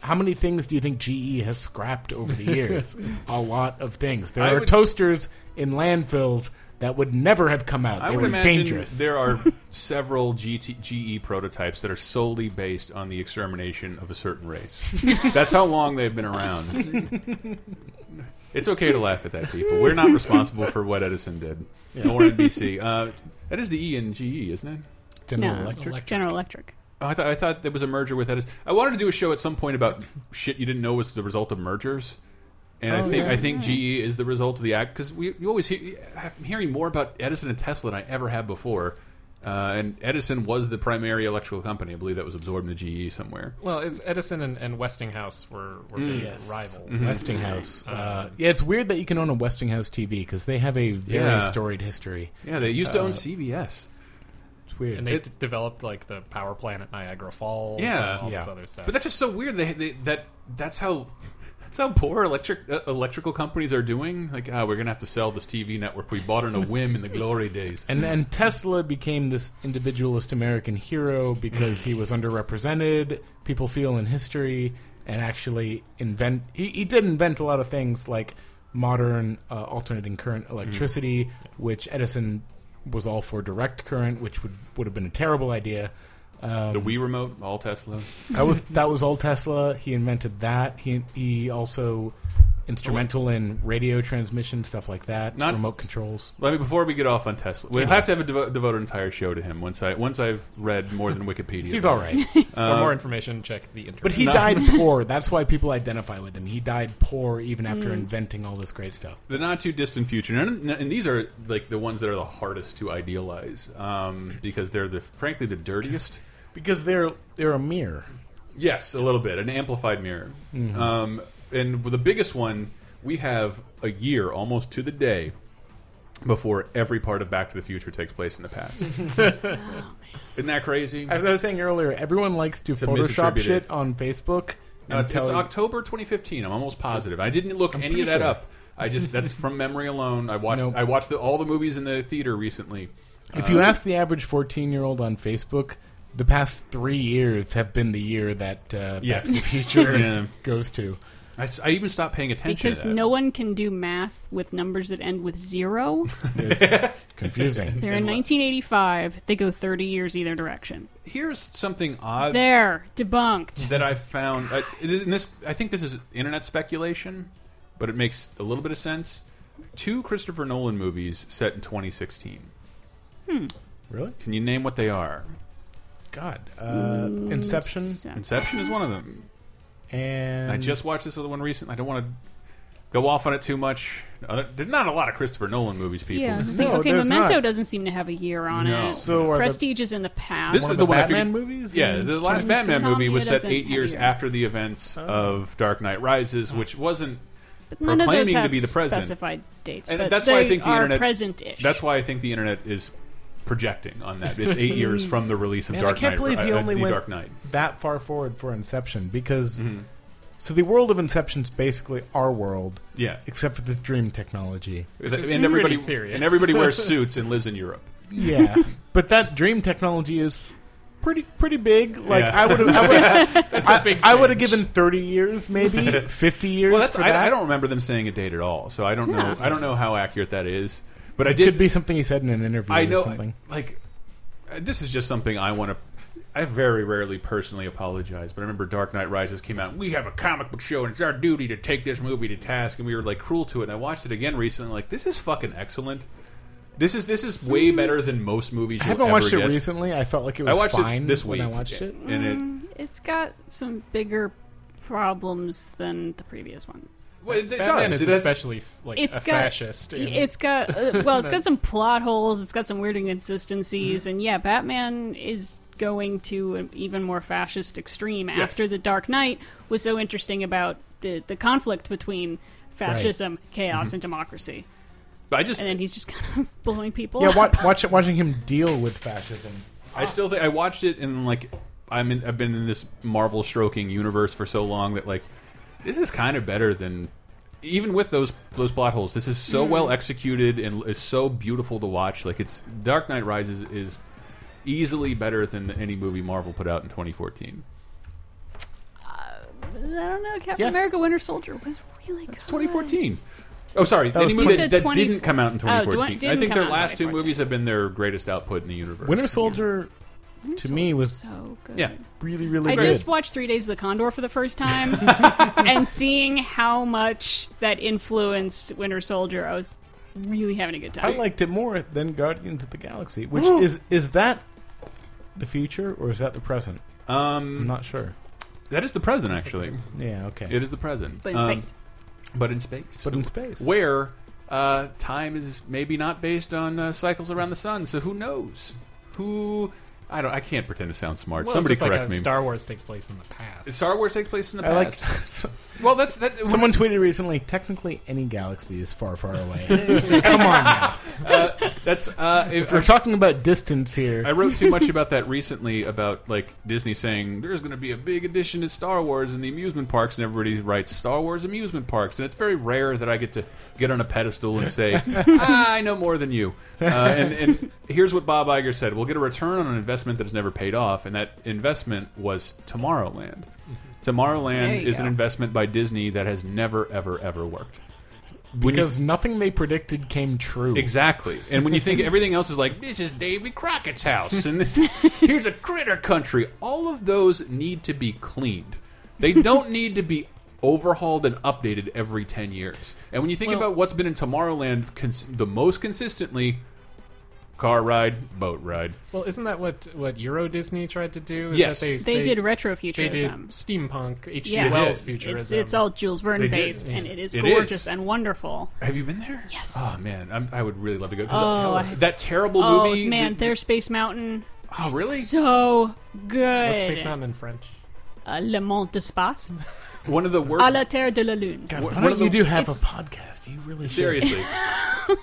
Speaker 1: How many things do you think GE has scrapped over the years? a lot of things. There
Speaker 2: I
Speaker 1: are
Speaker 2: would-
Speaker 1: toasters in landfills that would never have come out.
Speaker 2: I
Speaker 1: they
Speaker 2: would
Speaker 1: were
Speaker 2: imagine
Speaker 1: dangerous.
Speaker 2: there are several GT, GE E prototypes that are solely based on the extermination of a certain race. That's how long they've been around. It's okay to laugh at that, people. We're not responsible for what Edison did or NBC. Uh, that is the E in GE, isn't it?
Speaker 1: General
Speaker 3: No.
Speaker 1: Electric.
Speaker 3: General Electric.
Speaker 2: Oh, I, thought I thought there was a merger with Edison. I wanted to do a show at some point about shit you didn't know was the result of mergers. And I think I think GE is the result of the act because we you always hear I'm hearing more about Edison and Tesla than I ever have before. Uh, and Edison was the primary electrical company. I believe that was absorbed into GE E somewhere.
Speaker 4: Well, it's Edison and, and Westinghouse were, were big
Speaker 1: Mm. Yes. Mm-hmm.
Speaker 4: rivals.
Speaker 2: Mm-hmm.
Speaker 1: Westinghouse. Uh, yeah, it's weird that you can own a Westinghouse TV because they have a very
Speaker 2: Yeah.
Speaker 1: storied history.
Speaker 2: Yeah, they used to own CBS.
Speaker 1: It's weird.
Speaker 4: And they
Speaker 2: It-
Speaker 4: d- developed like the power plant at Niagara Falls.
Speaker 2: Yeah.
Speaker 4: and all this
Speaker 1: Yeah.
Speaker 4: other stuff.
Speaker 2: But that's just so weird. They, they, that that's how that's how poor electric uh, electrical companies are doing. Like, ah, we're gonna have to sell this TV network we bought on a whim in the glory days.
Speaker 1: And then Tesla became this individualist American hero because he was underrepresented, people feel in history, and actually invent. He, he did invent a lot of things like modern uh, alternating current electricity, which Edison was all for direct current, which would, would have been a terrible idea. Um,
Speaker 2: The Wii remote, all Tesla.
Speaker 1: that was that was all Tesla. He invented that. He he also instrumental in radio transmission stuff like that,
Speaker 2: Not-
Speaker 1: remote controls.
Speaker 2: Let me before we get off on Tesla. We'll have to have a devo devote an entire show to him once I once I've read more than Wikipedia.
Speaker 1: He's all right.
Speaker 4: For more information, check the internet.
Speaker 1: But he
Speaker 2: No.
Speaker 1: died poor. That's why people identify with him. He died poor even after inventing all this great stuff.
Speaker 2: The not too distant future, and, and these are like the ones that are the hardest to idealize um, because they're the frankly the dirtiest.
Speaker 1: Because they're they're a mirror.
Speaker 2: Yes, a little bit, an amplified mirror.
Speaker 1: Mm-hmm.
Speaker 2: Um, and with the biggest one, we have a year almost to the day before every part of Back to the Future takes place in the past. Isn't that crazy?
Speaker 1: As I was saying earlier, everyone likes to Photoshop
Speaker 2: misattributed.
Speaker 1: shit on Facebook.
Speaker 2: No,
Speaker 1: and
Speaker 2: it's, it's
Speaker 1: tell-
Speaker 2: October 2015. I'm almost positive. I didn't look any
Speaker 1: pretty
Speaker 2: of that
Speaker 1: sure.
Speaker 2: up. I just that's from memory alone. I watched
Speaker 1: Nope.
Speaker 2: I watched the, all the movies in the theater recently.
Speaker 1: If
Speaker 2: uh,
Speaker 1: you ask the average 14 year old on Facebook, the past three years have been the year that uh, Back
Speaker 2: Yes.
Speaker 1: to the Future
Speaker 2: Yeah.
Speaker 1: goes to.
Speaker 2: I, s- I even stopped paying attention
Speaker 3: Because
Speaker 2: to that.
Speaker 3: no one can do math with numbers that end with zero.
Speaker 1: It's confusing.
Speaker 3: They're in 1985. They go 30 years either direction.
Speaker 2: Here's something odd
Speaker 3: There, debunked.
Speaker 2: that I found. I, in this, I think this is internet speculation, but it makes a little bit of sense. Two Christopher Nolan movies set in 2016.
Speaker 1: Really?
Speaker 2: Can you name what they are?
Speaker 1: God. Uh, Inception
Speaker 2: Inception is one of them.
Speaker 1: and.
Speaker 2: I just watched this other one recently. I don't want to go off on it too much. Other, there's not a lot of Christopher Nolan movies, people.
Speaker 3: Yeah. I was thinking,
Speaker 1: No,
Speaker 3: okay,
Speaker 1: there's
Speaker 3: Memento
Speaker 1: not.
Speaker 3: doesn't seem to have a year on
Speaker 2: No.
Speaker 3: it.
Speaker 1: So are the,
Speaker 3: Prestige is in the past.
Speaker 2: This
Speaker 1: one
Speaker 2: is
Speaker 1: of
Speaker 2: the
Speaker 1: the
Speaker 2: one I
Speaker 1: Batman
Speaker 2: figured-
Speaker 1: movies?
Speaker 2: Yeah,
Speaker 1: in
Speaker 2: the last
Speaker 3: Doesn't
Speaker 2: Batman
Speaker 3: Insomnia
Speaker 2: movie was set
Speaker 3: doesn't
Speaker 2: eight
Speaker 3: have
Speaker 2: years
Speaker 3: ears.
Speaker 2: after the events
Speaker 1: Oh.
Speaker 2: of Dark Knight Rises, which wasn't.
Speaker 3: But none of those
Speaker 2: proclaiming to
Speaker 3: have
Speaker 2: be the president.
Speaker 3: specified dates.
Speaker 2: And
Speaker 3: but
Speaker 2: that's
Speaker 3: they
Speaker 2: why I think the
Speaker 3: are
Speaker 2: internet-
Speaker 3: present-ish.
Speaker 2: That's why I think the internet is projecting on that. It's eight years from the release of
Speaker 1: Man,
Speaker 2: Dark
Speaker 1: I can't
Speaker 2: Knight.
Speaker 1: believe he
Speaker 2: uh,
Speaker 1: only
Speaker 2: the
Speaker 1: went
Speaker 2: Dark Knight. Mm-hmm.
Speaker 1: that far forward for Inception because so the world of Inception's basically our world,
Speaker 2: Yeah,
Speaker 1: except for this dream technology.
Speaker 4: is
Speaker 2: and everybody
Speaker 4: pretty serious.
Speaker 2: and everybody wears suits and lives in Europe.
Speaker 1: Yeah, but that dream technology is pretty pretty big. Like
Speaker 2: Yeah.
Speaker 1: I would have, I would,
Speaker 4: a big
Speaker 1: I would have
Speaker 4: change.
Speaker 1: given thirty years, maybe fifty years.
Speaker 2: Well, that's
Speaker 1: for
Speaker 2: I,
Speaker 1: that.
Speaker 2: I don't remember them saying a date at all, so I don't know.
Speaker 3: Yeah.
Speaker 2: I don't know how accurate that is. But I
Speaker 1: It
Speaker 2: did
Speaker 1: could be something he said in an interview
Speaker 2: I know,
Speaker 1: or something.
Speaker 2: like, uh, this is just something I want to. I very rarely personally apologize, but I remember Dark Knight Rises came out. We have a comic book show, and it's our duty to take this movie to task, and we were like cruel to it. And I watched it again recently, like this is fucking excellent. This is this is way better than most movies.
Speaker 1: I
Speaker 2: you'll
Speaker 1: haven't
Speaker 2: ever
Speaker 1: watched it
Speaker 2: get.
Speaker 1: recently. I felt like it
Speaker 2: I
Speaker 1: was
Speaker 2: watched
Speaker 1: fine
Speaker 2: it this week.
Speaker 1: when I watched it. Mm.
Speaker 2: and it
Speaker 3: It's got some bigger problems than the previous ones.
Speaker 2: well, it, it
Speaker 4: Batman
Speaker 2: does.
Speaker 4: is
Speaker 2: It has-
Speaker 4: especially like
Speaker 3: It's
Speaker 4: a
Speaker 3: got
Speaker 4: fascist. in-
Speaker 3: It's got uh, well, it's got some plot holes. It's got some weird inconsistencies,
Speaker 1: Mm-hmm.
Speaker 3: and yeah, Batman is going to an even more fascist extreme after the Dark Knight was so interesting about the the conflict between fascism,
Speaker 1: Mm-hmm.
Speaker 3: chaos, and democracy.
Speaker 2: but I just
Speaker 3: And then he's just kind of blowing people.
Speaker 1: Yeah,
Speaker 3: up.
Speaker 1: wa- watch, watching him deal with fascism.
Speaker 2: I still think I watched it and like I'm in, I've been in this Marvel stroking universe for so long that like this is kind of better than even with those those plot holes. This is so
Speaker 3: Mm-hmm.
Speaker 2: well executed and is so beautiful to watch. Like it's Dark Knight Rises is easily better than any movie Marvel put out in 2014.
Speaker 3: I don't know. Captain
Speaker 1: Yes.
Speaker 3: America: Winter Soldier was really good.
Speaker 2: 2014. Oh, sorry. Any
Speaker 1: was
Speaker 2: movie
Speaker 3: You
Speaker 2: that,
Speaker 3: said
Speaker 2: that
Speaker 3: 20
Speaker 2: didn't come out in
Speaker 3: Oh, didn't
Speaker 2: 2014. I
Speaker 3: come
Speaker 2: think their
Speaker 3: out in
Speaker 2: last two
Speaker 3: 2014.
Speaker 2: movies have been their greatest output in the universe.
Speaker 1: Winter Soldier, to me, was
Speaker 3: So good.
Speaker 2: Yeah.
Speaker 1: really, really
Speaker 3: I
Speaker 1: good.
Speaker 3: just watched Three Days of the Condor for the first time, and seeing how much that influenced Winter Soldier, I was really having a good
Speaker 1: I
Speaker 3: time.
Speaker 1: liked it more than Guardians of the Galaxy, which is is that the future or is that the present?
Speaker 2: Um,
Speaker 1: I'm not sure.
Speaker 2: that is the present, actually.
Speaker 1: Yeah, okay.
Speaker 2: It is the present.
Speaker 3: but in
Speaker 2: Um,
Speaker 3: space,
Speaker 2: But in space.
Speaker 1: but in space.
Speaker 2: where uh, time is maybe not based on uh, cycles around the sun. So who knows? Who I don't. I can't pretend to sound smart.
Speaker 4: Well,
Speaker 2: Somebody
Speaker 4: it's just
Speaker 2: correct
Speaker 4: like
Speaker 2: me.
Speaker 4: a Star Wars takes place in the past.
Speaker 2: Star Wars takes place in the
Speaker 1: I like.
Speaker 2: past. well, that's that.
Speaker 1: Someone tweeted recently. Technically, any galaxy is far, far away. Come on now.
Speaker 2: That's uh, if,
Speaker 1: We're talking about distance here.
Speaker 2: I wrote too much about that recently about like Disney saying there's going to be a big addition to Star Wars in the amusement parks, and everybody writes Star Wars amusement parks, and it's very rare that I get to get on a pedestal and say ah, I know more than you. Uh, and, and here's what Bob Iger said: We'll get a return on an investment that has never paid off, and that investment was Tomorrowland.
Speaker 3: Mm-hmm. There
Speaker 2: Tomorrowland
Speaker 3: you
Speaker 2: is an
Speaker 3: go.
Speaker 2: investment by Disney that has never, ever, ever worked. When you-
Speaker 1: because nothing they predicted came true.
Speaker 2: Exactly. And when you think everything else is like, this is Davy Crockett's house, and here's a critter country, all of those need to be cleaned. They don't need to be overhauled and updated every 10 years. And when you think about what's been in Tomorrowland cons the most consistently, car ride, boat ride.
Speaker 4: well, isn't that what what Euro Disney tried to do? Is
Speaker 2: Yes.
Speaker 4: that they,
Speaker 3: they,
Speaker 4: they
Speaker 3: did retro
Speaker 4: they did
Speaker 3: futurism.
Speaker 4: steampunk H.G.
Speaker 3: Yeah. They did.
Speaker 4: Wells futurism.
Speaker 3: It's it's all Jules
Speaker 2: They
Speaker 3: Verne
Speaker 2: did,
Speaker 3: based,
Speaker 2: yeah.
Speaker 3: and it is
Speaker 2: It
Speaker 3: gorgeous
Speaker 2: is.
Speaker 3: and wonderful.
Speaker 2: Have you been there?
Speaker 3: Yes.
Speaker 2: Oh, man. I'm, I would really love to go. 'Cause
Speaker 3: Oh,
Speaker 2: that,
Speaker 3: I-
Speaker 2: that terrible
Speaker 3: Oh
Speaker 2: movie.
Speaker 3: man,
Speaker 2: that-
Speaker 3: there's Space Mountain.
Speaker 2: Oh, really?
Speaker 3: So good.
Speaker 4: What's Space Mountain in French?
Speaker 3: uh, Le Monde d'Espace,
Speaker 2: One of the worst.
Speaker 3: à la Terre de la Lune.
Speaker 2: one-
Speaker 1: Why
Speaker 2: one
Speaker 1: don't
Speaker 2: of the-
Speaker 1: you do have a
Speaker 3: it's-
Speaker 1: podcast? You really should.
Speaker 2: Seriously,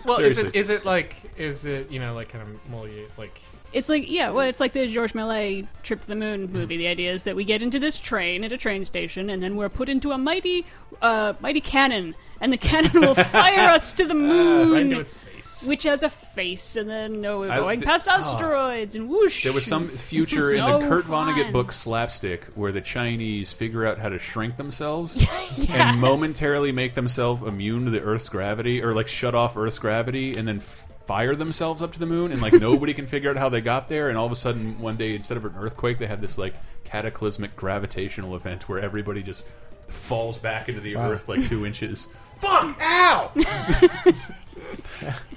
Speaker 4: Well, is it
Speaker 2: Seriously.
Speaker 4: is it like is it you know like kind of Molly like
Speaker 3: It's like yeah, well, it's like the Georges Millet trip to the moon movie. The idea is that we get into this train at a train station, and then we're put into a mighty, uh, mighty cannon, and the cannon will fire us to the
Speaker 2: Uh,
Speaker 4: right
Speaker 3: moon,
Speaker 4: into its face?
Speaker 3: which has a face, and then no, we're
Speaker 2: I-
Speaker 3: going
Speaker 2: th-
Speaker 3: past asteroids and whoosh.
Speaker 2: there was some
Speaker 3: It's
Speaker 2: future in the
Speaker 3: so
Speaker 2: Kurt Vonnegut
Speaker 3: fun.
Speaker 2: book Slapstick where the Chinese figure out how to shrink themselves
Speaker 3: Yes.
Speaker 2: and momentarily make themselves immune to the Earth's gravity or like shut off Earth's gravity and then f- fire themselves up to the moon and like nobody can figure out how they got there and all of a sudden one day instead of an earthquake they have this like cataclysmic gravitational event where everybody just falls back into the earth like two inches. Fuck! Ow!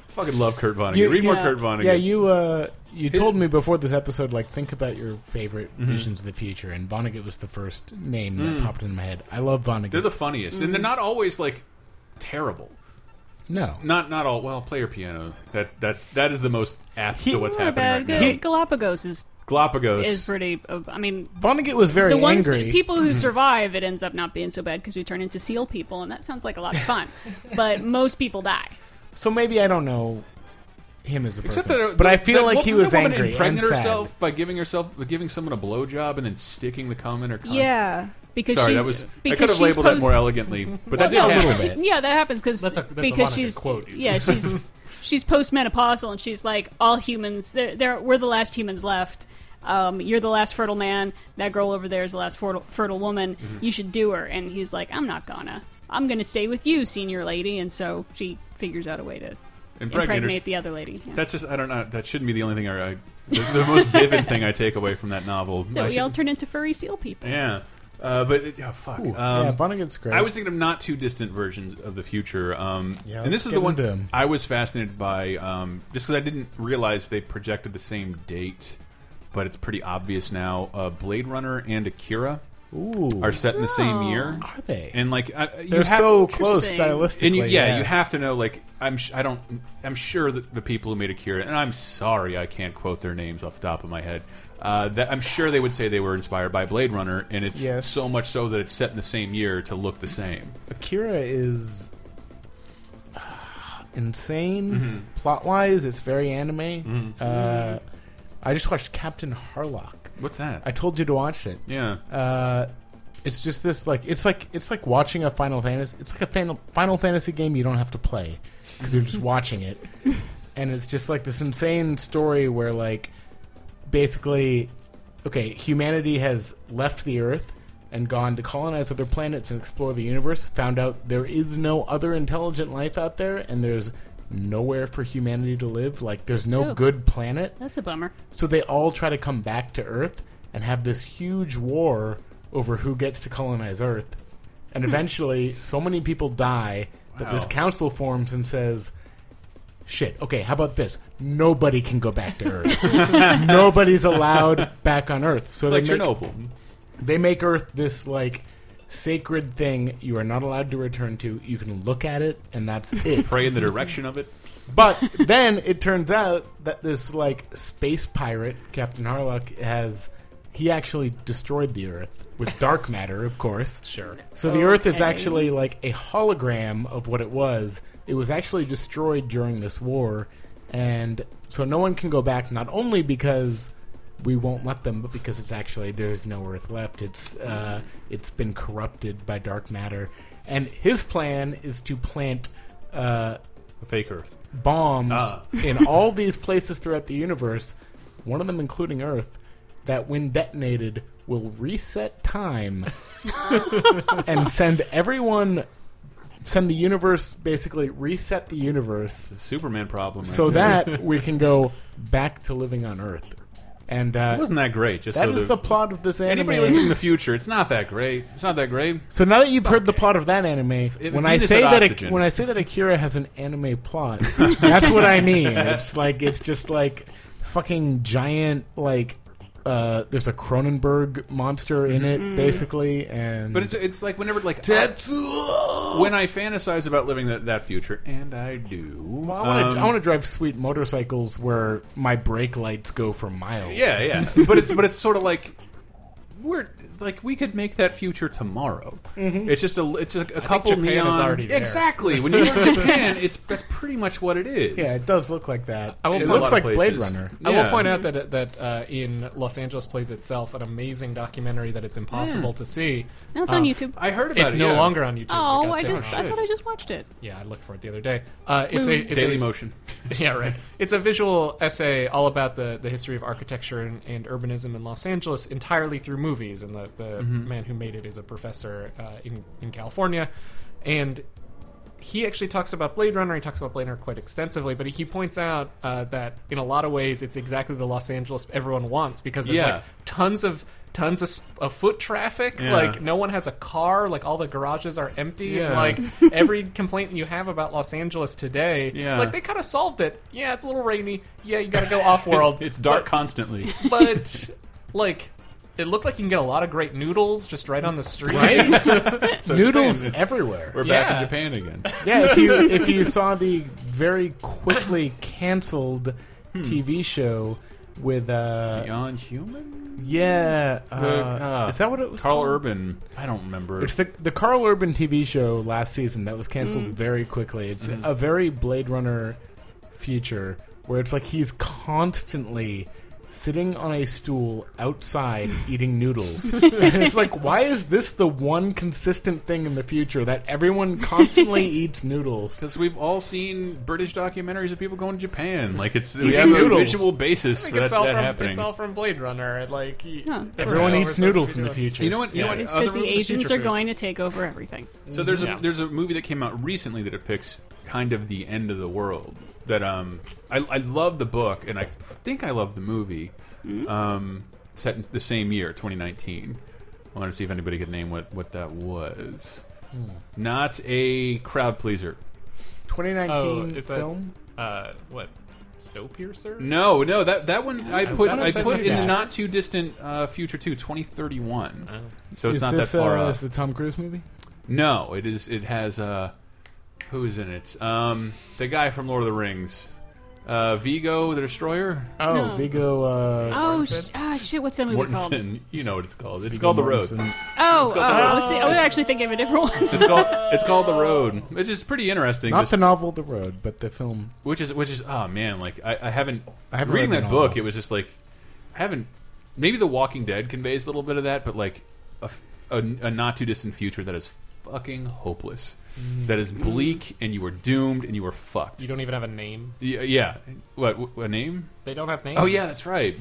Speaker 2: Fucking love Kurt Vonnegut.
Speaker 1: You-
Speaker 2: Read more
Speaker 3: yeah.
Speaker 2: Kurt Vonnegut.
Speaker 1: Yeah, you uh, you told me before this episode, like think about your favorite
Speaker 2: Mm-hmm.
Speaker 1: visions of the future, and Vonnegut was the first name that popped into my head. I love Vonnegut.
Speaker 2: Mm. They're the funniest, and they're not always like terrible.
Speaker 1: no,
Speaker 2: Not not all. Well, player piano. That that that is the most apt to what's
Speaker 3: Or
Speaker 2: happening
Speaker 3: bad.
Speaker 2: right
Speaker 3: Gal-
Speaker 2: now.
Speaker 3: Galapagos is
Speaker 2: Galapagos.
Speaker 3: is pretty. Uh, I mean,
Speaker 1: Vonnegut was very
Speaker 3: the ones
Speaker 1: angry.
Speaker 3: people who survive, it ends up not being so bad because we turn into seal people, and that sounds like a lot of fun. but most people die.
Speaker 1: so maybe I don't know him as a person,
Speaker 2: Except that,
Speaker 1: but I
Speaker 2: that-
Speaker 1: feel
Speaker 2: that-
Speaker 1: like
Speaker 2: well,
Speaker 1: he
Speaker 2: doesn't
Speaker 1: was
Speaker 2: that woman
Speaker 1: angry and
Speaker 2: impregnate
Speaker 1: sad.
Speaker 2: herself by giving herself by giving someone a blowjob and then sticking the cum in her. Cum.
Speaker 3: Yeah, because
Speaker 2: Um, Sorry,
Speaker 3: she's,
Speaker 2: that was. I
Speaker 3: because
Speaker 2: could have
Speaker 3: she's
Speaker 2: labeled
Speaker 3: posed,
Speaker 2: that more elegantly, but that did
Speaker 1: Well, no,
Speaker 2: happen.
Speaker 1: a little bit.
Speaker 3: Yeah, that happens cause,
Speaker 4: That's a- that's a
Speaker 3: because
Speaker 4: Vonnegut
Speaker 3: she's
Speaker 4: quote, dude.
Speaker 3: yeah she's she's postmenopausal and she's like all humans they're, they're we're the last humans left. Um, you're the last fertile man. That girl over there is the last fertile, fertile woman.
Speaker 2: Mm-hmm.
Speaker 3: You should do her. And he's like, I'm not gonna. I'm gonna stay with you, senior lady. And so she figures out a way to
Speaker 2: Impregnate
Speaker 3: impregnate
Speaker 2: herself.
Speaker 3: the other lady. Yeah.
Speaker 2: That's just I don't know. That shouldn't be the only thing. I, I that's the most vivid thing I take away from that novel. I
Speaker 3: That we all
Speaker 2: should-
Speaker 3: turn into furry seal people.
Speaker 2: yeah, uh, but it- oh, fuck.
Speaker 1: Ooh,
Speaker 2: um,
Speaker 1: yeah, Vonnegut's great.
Speaker 2: I was thinking of not too distant versions of the future, um,
Speaker 1: Yeah,
Speaker 2: and this
Speaker 1: let's
Speaker 2: is
Speaker 1: get
Speaker 2: the one
Speaker 1: into 'em.
Speaker 2: I was fascinated by, um, just because I didn't realize they projected the same date, but it's pretty obvious now. Uh, Blade Runner and Akira
Speaker 1: Ooh,
Speaker 2: are set in the same
Speaker 3: Oh.
Speaker 2: year,
Speaker 1: are they?
Speaker 2: and like I, you
Speaker 1: They're
Speaker 2: have-
Speaker 1: so close
Speaker 3: Interesting.
Speaker 1: stylistically.
Speaker 2: and you, yeah, you have to know. Like I'm, sh I don't, I'm sure that the people who made Akira, and I'm sorry I can't quote their names off the top of my head. Uh, that I'm sure they would say they were inspired by Blade Runner, and it's
Speaker 1: Yes.
Speaker 2: so much so that it's set in the same year to look the same.
Speaker 1: Akira is uh, insane plot wise. It's very anime. Uh, I just watched Captain Harlock.
Speaker 2: What's that?
Speaker 1: I told you to watch it.
Speaker 2: yeah.
Speaker 1: Uh, it's just this like it's like it's like watching a Final Fantasy. It's like a Final, Final Fantasy game you don't have to play because you're just watching it, and it's just like this insane story where like basically, okay, humanity has left the Earth and gone to colonize other planets and explore the universe. Found out there is no other intelligent life out there, and there's nowhere for humanity to live. Like there's no
Speaker 3: Oh.
Speaker 1: good planet.
Speaker 3: That's a bummer.
Speaker 1: So they all try to come back to Earth and have this huge war over who gets to colonize Earth. And eventually, so many people die that this
Speaker 2: Hmm. Wow.
Speaker 1: council forms and says, Shit, okay, how about this? Nobody can go back to Earth. Nobody's allowed back on Earth. So
Speaker 2: It's like
Speaker 1: they, make,
Speaker 2: Chernobyl.
Speaker 1: they make Earth this, like, sacred thing you are not allowed to return to. You can look at it, and that's it.
Speaker 2: Pray in the direction of it.
Speaker 1: But then it turns out that this like space pirate, Captain Harlock, has he actually destroyed the Earth with dark matter, of course. Sure. So the Earth is
Speaker 3: Okay.
Speaker 1: actually like a hologram of what it was. It was actually destroyed during this war, and so no one can go back. Not only because we won't let them, but because it's actually there's no Earth left. It's uh, it's been corrupted by dark matter, and his plan is to plant. Uh,
Speaker 2: Fake Earth.
Speaker 1: bombs
Speaker 2: Ah.
Speaker 1: in all these places throughout the universe, one of them including Earth, that when detonated will reset time and send everyone send the universe basically reset the universe
Speaker 2: Superman problem. Right
Speaker 1: so
Speaker 2: there.
Speaker 1: that we can go back to living on Earth. And uh,
Speaker 2: It wasn't that great. Just
Speaker 1: that
Speaker 2: so
Speaker 1: is the plot of this anime.
Speaker 2: Anybody listening in the future, it's not that great. It's not that great.
Speaker 1: So now that you've heard the plot of that anime, when I
Speaker 2: Venus
Speaker 1: say
Speaker 2: had
Speaker 1: that
Speaker 2: oxygen.
Speaker 1: when I say that Akira has an anime plot, that's what I mean. It's like it's just like fucking giant like uh, there's a Cronenberg monster in it basically, and
Speaker 2: Mm-hmm. But it's it's like whenever like
Speaker 1: Tetsuo!
Speaker 2: when I fantasize about living that, that future, and I do.
Speaker 1: I want to
Speaker 2: um,
Speaker 1: I want to drive sweet motorcycles where my brake lights go for miles.
Speaker 2: Yeah, yeah. but it's but it's sort of like we're like we could make that future tomorrow.
Speaker 1: Mm-hmm.
Speaker 2: It's just a it's a, a couple
Speaker 4: Japan is
Speaker 2: neon
Speaker 4: already there.
Speaker 2: exactly. When you were in Japan, it's that's pretty much what it is.
Speaker 1: Yeah, it does look like that.
Speaker 4: I will
Speaker 1: it
Speaker 4: put a
Speaker 1: looks
Speaker 4: lot
Speaker 1: like
Speaker 4: of
Speaker 1: Blade
Speaker 2: places.
Speaker 1: Runner.
Speaker 4: I
Speaker 2: Yeah.
Speaker 4: will point out that that uh, in Los Angeles plays itself an amazing documentary that it's impossible to see.
Speaker 3: Now it's on YouTube.
Speaker 2: Oh, I heard Hmm. about
Speaker 4: It's
Speaker 2: it.
Speaker 4: no
Speaker 2: yeah.
Speaker 4: longer on YouTube.
Speaker 3: oh,
Speaker 4: Gotcha.
Speaker 3: I just I
Speaker 2: shit.
Speaker 3: thought I just watched it.
Speaker 4: yeah, I looked for it the other day. Uh, it's a it's
Speaker 2: Daily
Speaker 4: a,
Speaker 2: Motion.
Speaker 4: yeah, right. It's a visual essay all about the, the history of architecture and, and urbanism in Los Angeles entirely through movies. And the, the
Speaker 2: Mm-hmm.
Speaker 4: man who made it is a professor uh, in, in California. And he actually talks about Blade Runner. He talks about Blade Runner quite extensively, but he points out uh, that in a lot of ways, it's exactly the Los Angeles everyone wants because there's
Speaker 2: Yeah.
Speaker 4: like tons of tons of, s- of foot traffic.
Speaker 2: Yeah.
Speaker 4: Like no one has a car. Like all the garages are empty.
Speaker 2: Yeah.
Speaker 4: And, like every complaint you have about Los Angeles today,
Speaker 2: Yeah.
Speaker 4: like they kind of solved it. Yeah, it's a little rainy. Yeah, you got to go off world.
Speaker 2: It's dark constantly.
Speaker 4: but like it looked like you can get a lot of great noodles just right on the street.
Speaker 2: So
Speaker 1: Noodles
Speaker 2: Japan-
Speaker 1: everywhere.
Speaker 2: We're
Speaker 4: Yeah.
Speaker 2: back in Japan again.
Speaker 1: Yeah, if you if you saw the very quickly canceled TV show with uh
Speaker 2: Hmm. Beyond Human.
Speaker 1: yeah uh,
Speaker 2: Uh,
Speaker 1: is that what it was
Speaker 2: Carl
Speaker 1: called?
Speaker 2: Urban. I don't remember.
Speaker 1: It's the the Carl Urban TV show last season that was canceled
Speaker 2: Hmm.
Speaker 1: very quickly. It's a very Blade Runner future where it's like he's constantly sitting on a stool outside eating noodles. and it's like why is this the one consistent thing in the future that everyone constantly eats noodles?
Speaker 2: Because we've all seen British documentaries of people going to Japan. Like it's we
Speaker 1: Eating
Speaker 2: have
Speaker 1: noodles.
Speaker 2: a visual basis for
Speaker 4: I think
Speaker 2: that,
Speaker 4: it's all
Speaker 2: that
Speaker 4: from
Speaker 2: happening.
Speaker 4: it's all from Blade Runner. and, Like you-
Speaker 3: Huh.
Speaker 4: that's
Speaker 1: Everyone
Speaker 4: what we're
Speaker 1: eats
Speaker 4: supposed to
Speaker 1: noodles
Speaker 4: be
Speaker 1: in the
Speaker 4: doing.
Speaker 1: future.
Speaker 2: you know what? You know what?
Speaker 3: It's because
Speaker 2: other-
Speaker 3: the Asians
Speaker 4: future
Speaker 3: are
Speaker 4: food.
Speaker 3: going to take over everything.
Speaker 2: So there's
Speaker 4: Yeah.
Speaker 2: a there's a movie that came out recently that depicts kind of the end of the world. That um, I, I love the book and I think I love the movie. Um, set in the same year, 2019. I wanted to see if anybody could name what what that was. Not a crowd pleaser.
Speaker 1: 2019
Speaker 4: Oh, is that-
Speaker 1: film?
Speaker 4: Uh, what? Snowpiercer?
Speaker 2: No, no that that one I put
Speaker 4: thought it
Speaker 2: I
Speaker 4: said
Speaker 2: put in the
Speaker 1: that.
Speaker 2: not too distant uh, future too 2031. So it's
Speaker 1: is
Speaker 2: not
Speaker 1: this
Speaker 2: that far
Speaker 1: uh,
Speaker 2: off.
Speaker 1: is the Tom Cruise movie?
Speaker 2: No, it is. It has uh, who's in it? Um, the guy from Lord of the Rings, uh, Vigo the Destroyer,
Speaker 1: Oh,
Speaker 3: No.
Speaker 1: Vigo. Uh,
Speaker 3: Oh, sh- ah, shit! What's that movie called?
Speaker 2: Mortensen. You know what it's called? It's called the
Speaker 1: Mortensen.
Speaker 2: Road.
Speaker 3: Oh, oh,
Speaker 2: The
Speaker 3: I was,
Speaker 2: Road.
Speaker 3: thi- I was actually thinking of a different one.
Speaker 2: It's called it's called the Road, which is pretty interesting.
Speaker 1: not
Speaker 2: This-
Speaker 1: the novel The Road, but the film.
Speaker 2: which is which is oh man, like I, I haven't.
Speaker 1: I haven't
Speaker 2: reading
Speaker 1: read the
Speaker 2: that book.
Speaker 1: novel.
Speaker 2: It was just like I haven't. Maybe The Walking Dead conveys a little bit of that, but like a, f- a- a not too distant future that is fucking hopeless,
Speaker 1: Mm.
Speaker 2: that is bleak, and you are doomed, and you are fucked.
Speaker 4: You don't even have a name.
Speaker 2: Yeah, yeah. What, wh- a name?
Speaker 4: They don't have names.
Speaker 2: Oh yeah, that's right.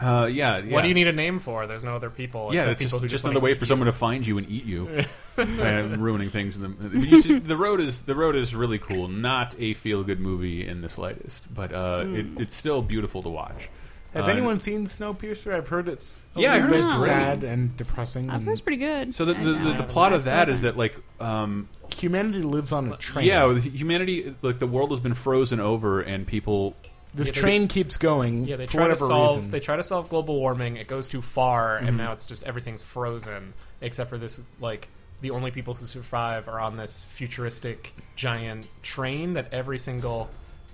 Speaker 2: Uh, yeah, yeah.
Speaker 4: What do you need a name for? There's no other people.
Speaker 2: Yeah,
Speaker 4: except
Speaker 2: it's just,
Speaker 4: people who
Speaker 2: just
Speaker 4: wanna
Speaker 2: another way
Speaker 4: eat
Speaker 2: for someone to find you and eat you, and ruining things. In the but you should, the road is the road is really cool. Not a feel good movie in the slightest, but uh,
Speaker 3: Hmm.
Speaker 2: it, it's still beautiful to watch.
Speaker 1: Has
Speaker 2: Uh,
Speaker 1: anyone seen Snowpiercer? I've heard it's a
Speaker 2: Yeah, I
Speaker 1: little
Speaker 2: heard it's
Speaker 1: bit
Speaker 3: great.
Speaker 1: sad and depressing.
Speaker 3: That
Speaker 1: and
Speaker 3: was pretty good.
Speaker 2: So the
Speaker 3: I
Speaker 2: the,
Speaker 3: know.
Speaker 2: the, the plot of that is that like um,
Speaker 1: humanity lives on a train.
Speaker 2: yeah, with humanity like the world has been frozen over, and people
Speaker 1: this
Speaker 4: Yeah, they-
Speaker 1: train keeps going.
Speaker 4: Yeah, they
Speaker 1: for
Speaker 4: try to
Speaker 1: whatever
Speaker 4: solve.
Speaker 1: reason. Mm-hmm.
Speaker 4: They try to solve global warming. It goes too far, and now it's just everything's frozen, except for this. Like the only people who survive are on this futuristic giant train that every single,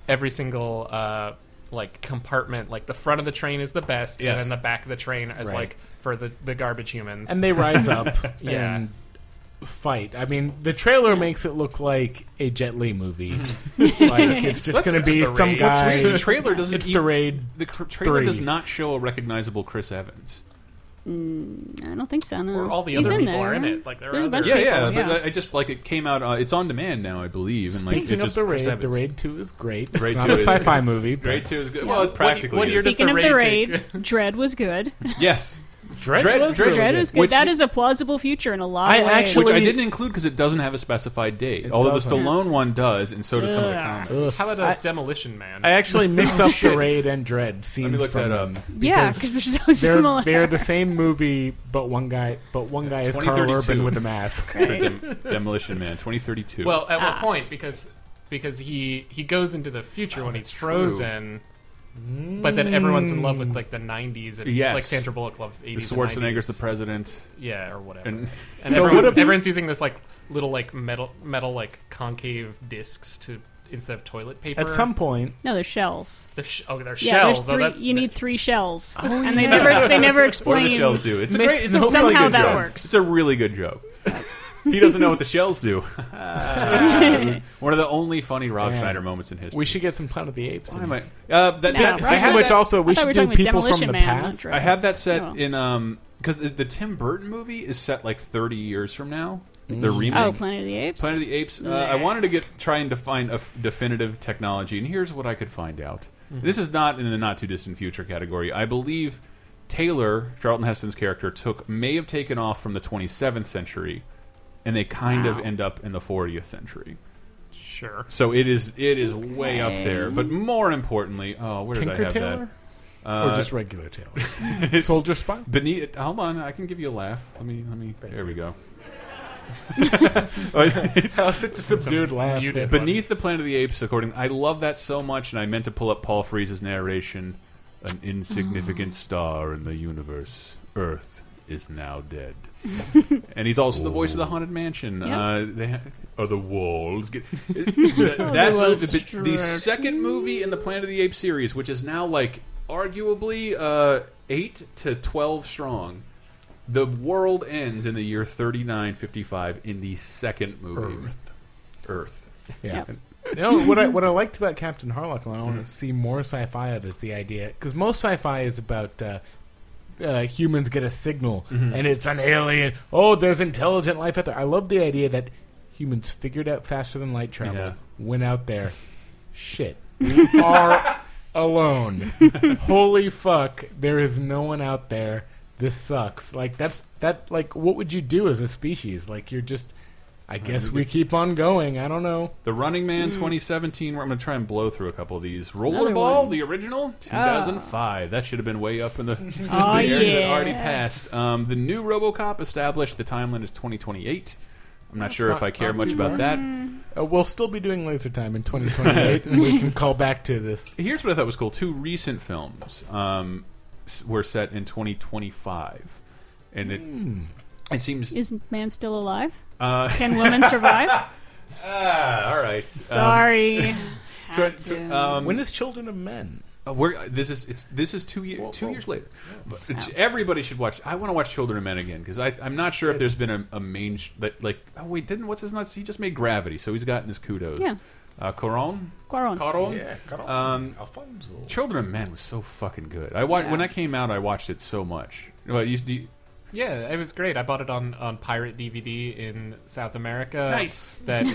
Speaker 4: every single uh, like compartment, like the front of the train is the best,
Speaker 2: Yes.
Speaker 4: and then the back of the train is
Speaker 1: Right.
Speaker 4: like for the the garbage humans.
Speaker 1: and they rise up
Speaker 4: Yeah.
Speaker 1: and fight. I mean, the trailer makes it look like a Jet Li movie. like it's just going to be
Speaker 4: just the
Speaker 1: some
Speaker 4: raid. What's
Speaker 1: guy.
Speaker 2: Wait, the trailer doesn't.
Speaker 1: it's
Speaker 2: e-
Speaker 1: the raid.
Speaker 2: The cr- trailer
Speaker 1: three.
Speaker 2: does not show a recognizable Chris Evans.
Speaker 3: I don't think so. No.
Speaker 4: Or all the
Speaker 3: He's
Speaker 4: other
Speaker 3: in
Speaker 4: people
Speaker 3: there.
Speaker 4: are in it. Like there are
Speaker 3: There's a
Speaker 4: other-
Speaker 3: bunch
Speaker 2: yeah,
Speaker 3: of people.
Speaker 2: yeah, But I just like it came out. Uh, it's on demand now, I believe. And like,
Speaker 1: Speaking of
Speaker 2: it just
Speaker 1: the raid,
Speaker 2: Chris
Speaker 1: the
Speaker 2: Evans.
Speaker 1: raid two is great. It's
Speaker 2: Raid
Speaker 1: not
Speaker 2: 2
Speaker 1: a
Speaker 2: is-
Speaker 1: sci-fi movie. but
Speaker 2: Raid two is good. Well, it practically.
Speaker 4: what
Speaker 2: is.
Speaker 4: year does-
Speaker 3: Speaking
Speaker 4: the
Speaker 3: of the
Speaker 4: raid
Speaker 3: raid, Dread was good.
Speaker 2: yes,
Speaker 1: Dread,
Speaker 2: Dread-
Speaker 1: was
Speaker 2: Dread-
Speaker 1: really
Speaker 3: Dread
Speaker 1: good.
Speaker 3: was good.
Speaker 2: Which-
Speaker 3: That is a plausible future in a lot
Speaker 1: I
Speaker 3: of ways.
Speaker 1: actually-
Speaker 2: which I didn't include because it doesn't have a specified date. Although the
Speaker 1: doesn't.
Speaker 2: Stallone one does, and so does some of the
Speaker 4: Ugh.
Speaker 2: comics.
Speaker 4: How about a demolition man?
Speaker 1: I actually mix up the
Speaker 2: shit.
Speaker 1: raid and dread scenes
Speaker 2: Let me look
Speaker 1: from
Speaker 2: that up.
Speaker 1: them.
Speaker 3: yeah, because they're so
Speaker 1: They're,
Speaker 3: similar.
Speaker 1: they're the same movie, but one guy, but one guy is Carl
Speaker 2: 2032.
Speaker 1: Urban with a mask.
Speaker 2: The Dem- Demolition Man, 2032.
Speaker 4: Well, at
Speaker 3: Ah.
Speaker 4: what point? Because because he he goes into the future
Speaker 1: Oh,
Speaker 4: when he's frozen, but then everyone's in love with like the '90s and
Speaker 2: Yes.
Speaker 4: like Sandra Bullock loves the '80s. and
Speaker 2: Schwarzenegger's the
Speaker 4: 90s.
Speaker 2: president.
Speaker 4: yeah, or whatever. And,
Speaker 2: And-
Speaker 1: So what
Speaker 4: everyone's,
Speaker 1: if-
Speaker 4: everyone's using this like little like metal metal like concave discs to instead of toilet paper.
Speaker 1: At some point,
Speaker 3: No, they're shells.
Speaker 4: the sh- oh, they're
Speaker 3: Yeah,
Speaker 4: shells.
Speaker 3: there's
Speaker 4: oh,
Speaker 3: three.
Speaker 4: that's,
Speaker 3: you need three shells, and they never they never
Speaker 2: What do
Speaker 3: explain.
Speaker 2: the shells do? It's a
Speaker 7: Makes
Speaker 2: great. It's a
Speaker 7: no
Speaker 2: really
Speaker 3: Somehow
Speaker 2: good
Speaker 3: that
Speaker 2: joke.
Speaker 3: works.
Speaker 2: It's a really good joke. he doesn't know what the shells do. One of the only funny Rob
Speaker 1: Damn.
Speaker 2: Schneider moments in history.
Speaker 1: we should get some Planet of the Apes.
Speaker 2: Why
Speaker 1: in
Speaker 2: am I?
Speaker 1: here.
Speaker 2: Uh, that,
Speaker 3: No,
Speaker 2: that- I
Speaker 3: Rob
Speaker 1: Speaking of
Speaker 2: had
Speaker 1: which,
Speaker 2: that-
Speaker 1: also we
Speaker 3: I thought
Speaker 1: should
Speaker 3: we were
Speaker 1: do
Speaker 3: talking about
Speaker 1: people from
Speaker 3: Demolition
Speaker 1: the
Speaker 3: Man,
Speaker 1: past.
Speaker 3: not
Speaker 2: I have that set
Speaker 3: Oh.
Speaker 2: in um because the, the Tim Burton movie is set like 30 years from now. The remake.
Speaker 3: Oh, Planet of the Apes.
Speaker 2: Planet of the Apes. Uh, I wanted to get trying to find a f- definitive technology, and here's what I could find out. This is not in the not too distant future category. I believe Taylor Charlton Heston's character took may have taken off from the 27th century, and they kind of
Speaker 3: Wow.
Speaker 2: end up in the 40th century.
Speaker 4: sure.
Speaker 2: So it is it is way up there. But more importantly, oh, where did I
Speaker 1: Tinker
Speaker 2: have
Speaker 1: Tailor
Speaker 2: that? Uh,
Speaker 1: or just regular Tailor? Soldier Spy.
Speaker 2: Beneath, hold on, I can give you a laugh. Let me, let me. there we go. Oh,
Speaker 1: Such a subdued laugh.
Speaker 4: muted
Speaker 1: too.
Speaker 2: Beneath the Planet of the Apes, according, I love that so much, and I meant to pull up Paul Frees' narration. An insignificant star in the universe, Earth, is now dead. and he's also the voice of the Haunted Mansion. Uh, they ha- or the walls. Get, that that movie, the, the second movie in the Planet of the Apes series, which is now like arguably uh, eight to twelve strong. The world ends in the year thirty nine fifty five in the second movie. Earth.
Speaker 1: Yeah. no, what I what I liked about Captain Harlock, and I want to see more sci-fi of, is the idea because most sci-fi is about uh, uh, humans get a signal and it's an alien. Oh, there's intelligent life out there. I love the idea that humans figured out faster than light travel,
Speaker 2: Yeah.
Speaker 1: went out there. Shit, we are alone. Holy fuck, there is no one out there. This sucks. Like that's that. Like, what would you do as a species? Like, you're just. I guess we keep on going. I don't know.
Speaker 2: The Running Man 2017. Where I'm going to try and blow through a couple of these.
Speaker 3: Hmm. Another
Speaker 2: Rollerball,
Speaker 3: one. Ah.
Speaker 2: the original, 2005. That should have been way up in the,
Speaker 3: Oh,
Speaker 2: the area that
Speaker 3: yeah.
Speaker 2: already passed. Um, the new RoboCop established the timeline is 2028. I'm not sure if
Speaker 1: not-
Speaker 2: I care
Speaker 1: not
Speaker 2: much
Speaker 1: too
Speaker 2: about
Speaker 1: bad.
Speaker 2: that.
Speaker 3: Hmm.
Speaker 1: Uh, we'll still be doing laser time in 2028, and we can call back to this.
Speaker 2: Here's what I thought was cool: two recent films um, s- were set in 2025, and it
Speaker 3: Hmm.
Speaker 2: it seems
Speaker 3: Is man still alive?
Speaker 2: uh,
Speaker 3: Can women survive?
Speaker 2: ah, all right.
Speaker 3: Sorry.
Speaker 2: Um,
Speaker 3: Had
Speaker 2: so-
Speaker 3: to.
Speaker 2: um,
Speaker 1: When is Children of Men?
Speaker 2: Uh, we're this is it's this is two years two years later. But it's- everybody should watch. I want to watch Children of Men again because I I'm not sure if there's been a, a main sh- that like oh wait didn't what's his nuts he just made Gravity so he's gotten his kudos.
Speaker 3: Yeah.
Speaker 2: Uh, Coron.
Speaker 3: Cuaron.
Speaker 2: Coron. Um,
Speaker 1: Alfonso.
Speaker 2: Children of Men was so fucking good. I watched when
Speaker 3: Yeah.
Speaker 2: I came out. I watched it so much. Well, you, you,
Speaker 4: Yeah, it was great. I bought it on, on pirate DVD in South America.
Speaker 2: Nice.
Speaker 4: That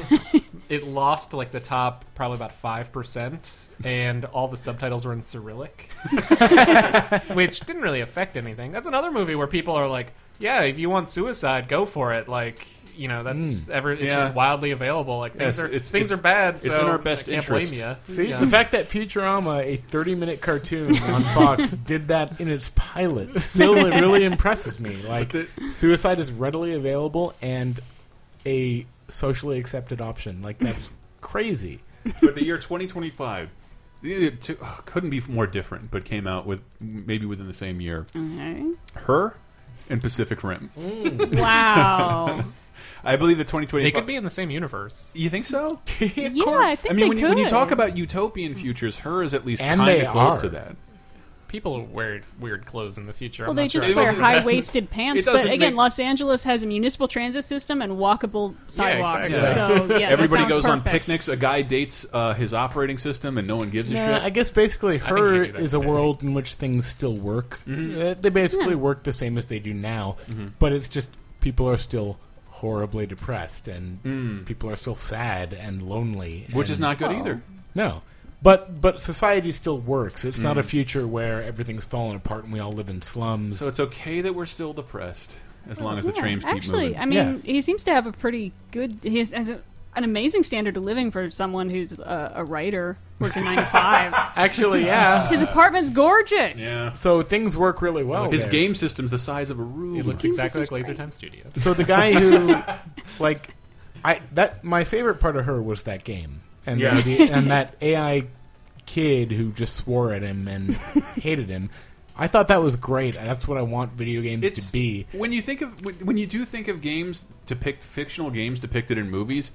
Speaker 4: it lost like the top probably about five percent, and all the subtitles were in Cyrillic, which didn't really affect anything. That's another movie where people are like, "Yeah, if you want suicide, go for it." Like. You know that's ever it's
Speaker 2: Yeah.
Speaker 4: just wildly available. Like things
Speaker 2: Yes,
Speaker 4: are
Speaker 2: it's-
Speaker 4: things
Speaker 2: it's-
Speaker 4: are bad.
Speaker 2: it's
Speaker 4: so
Speaker 2: in our best
Speaker 4: I can't
Speaker 2: interest.
Speaker 4: Blame you.
Speaker 1: See, the fact that Futurama, a 30 minute cartoon on Fox, did that in its pilot, still it really impresses me. Like, suicide is readily available and a socially accepted option. Like, that's crazy.
Speaker 2: but the year 2025 it t- oh, couldn't be more different. But came out with maybe within the same year.
Speaker 4: Mm.
Speaker 3: Okay.
Speaker 2: Her and Pacific Rim.
Speaker 3: Wow.
Speaker 2: I believe the 2025.
Speaker 4: They could be in the same universe.
Speaker 2: You think so?
Speaker 3: yeah, I think
Speaker 2: I mean, when
Speaker 3: they could.
Speaker 2: you, when you talk about utopian futures, her is at least
Speaker 1: And
Speaker 2: kind
Speaker 1: they
Speaker 2: of close
Speaker 1: are.
Speaker 2: to that.
Speaker 4: People wear weird clothes in the future.
Speaker 3: well,
Speaker 4: I'm
Speaker 3: they
Speaker 4: not
Speaker 3: just
Speaker 4: sure.
Speaker 3: wear
Speaker 2: It
Speaker 3: high waisted pants, but
Speaker 2: doesn't
Speaker 3: again,
Speaker 2: make-
Speaker 3: Los Angeles has a municipal transit system and walkable sidewalks.
Speaker 4: exactly.
Speaker 3: So yeah, that
Speaker 2: Everybody
Speaker 3: sounds
Speaker 2: goes on
Speaker 3: perfect.
Speaker 2: picnics. A guy dates uh, his operating system, and no one gives a
Speaker 1: Yeah,
Speaker 2: shit.
Speaker 1: I guess basically her
Speaker 4: you do that
Speaker 1: is a
Speaker 4: today.
Speaker 1: world in which things still work. Uh, They basically work the same as they do now, but it's just people are still horribly depressed and people are still sad and lonely,
Speaker 2: which is
Speaker 1: and-
Speaker 2: not good either.
Speaker 1: no. But but society still works. It's not a future where everything's falling apart and we all live in slums.
Speaker 2: So it's okay that we're still depressed as long as the
Speaker 3: Yeah,
Speaker 2: trains keep
Speaker 3: Actually,
Speaker 2: moving.
Speaker 3: I mean, he seems to have a pretty good. He has, has a, an amazing standard of living for someone who's a, a writer working nine to five.
Speaker 1: Actually, yeah.
Speaker 3: His apartment's gorgeous.
Speaker 2: yeah.
Speaker 1: So things work really well.
Speaker 2: His
Speaker 1: there.
Speaker 2: game system's the size of a room.
Speaker 4: It looks
Speaker 3: seems
Speaker 4: exactly like
Speaker 3: this is
Speaker 4: Laser
Speaker 3: great.
Speaker 4: Time Studios.
Speaker 1: So the guy who, like, I that my favorite part of her was that game and
Speaker 2: Yeah.
Speaker 1: the idea, and that AI kid who just swore at him and hated him. I thought that was great. That's what I want video games to be.
Speaker 2: When you think of when, when you do think of games depict fictional games depicted in movies,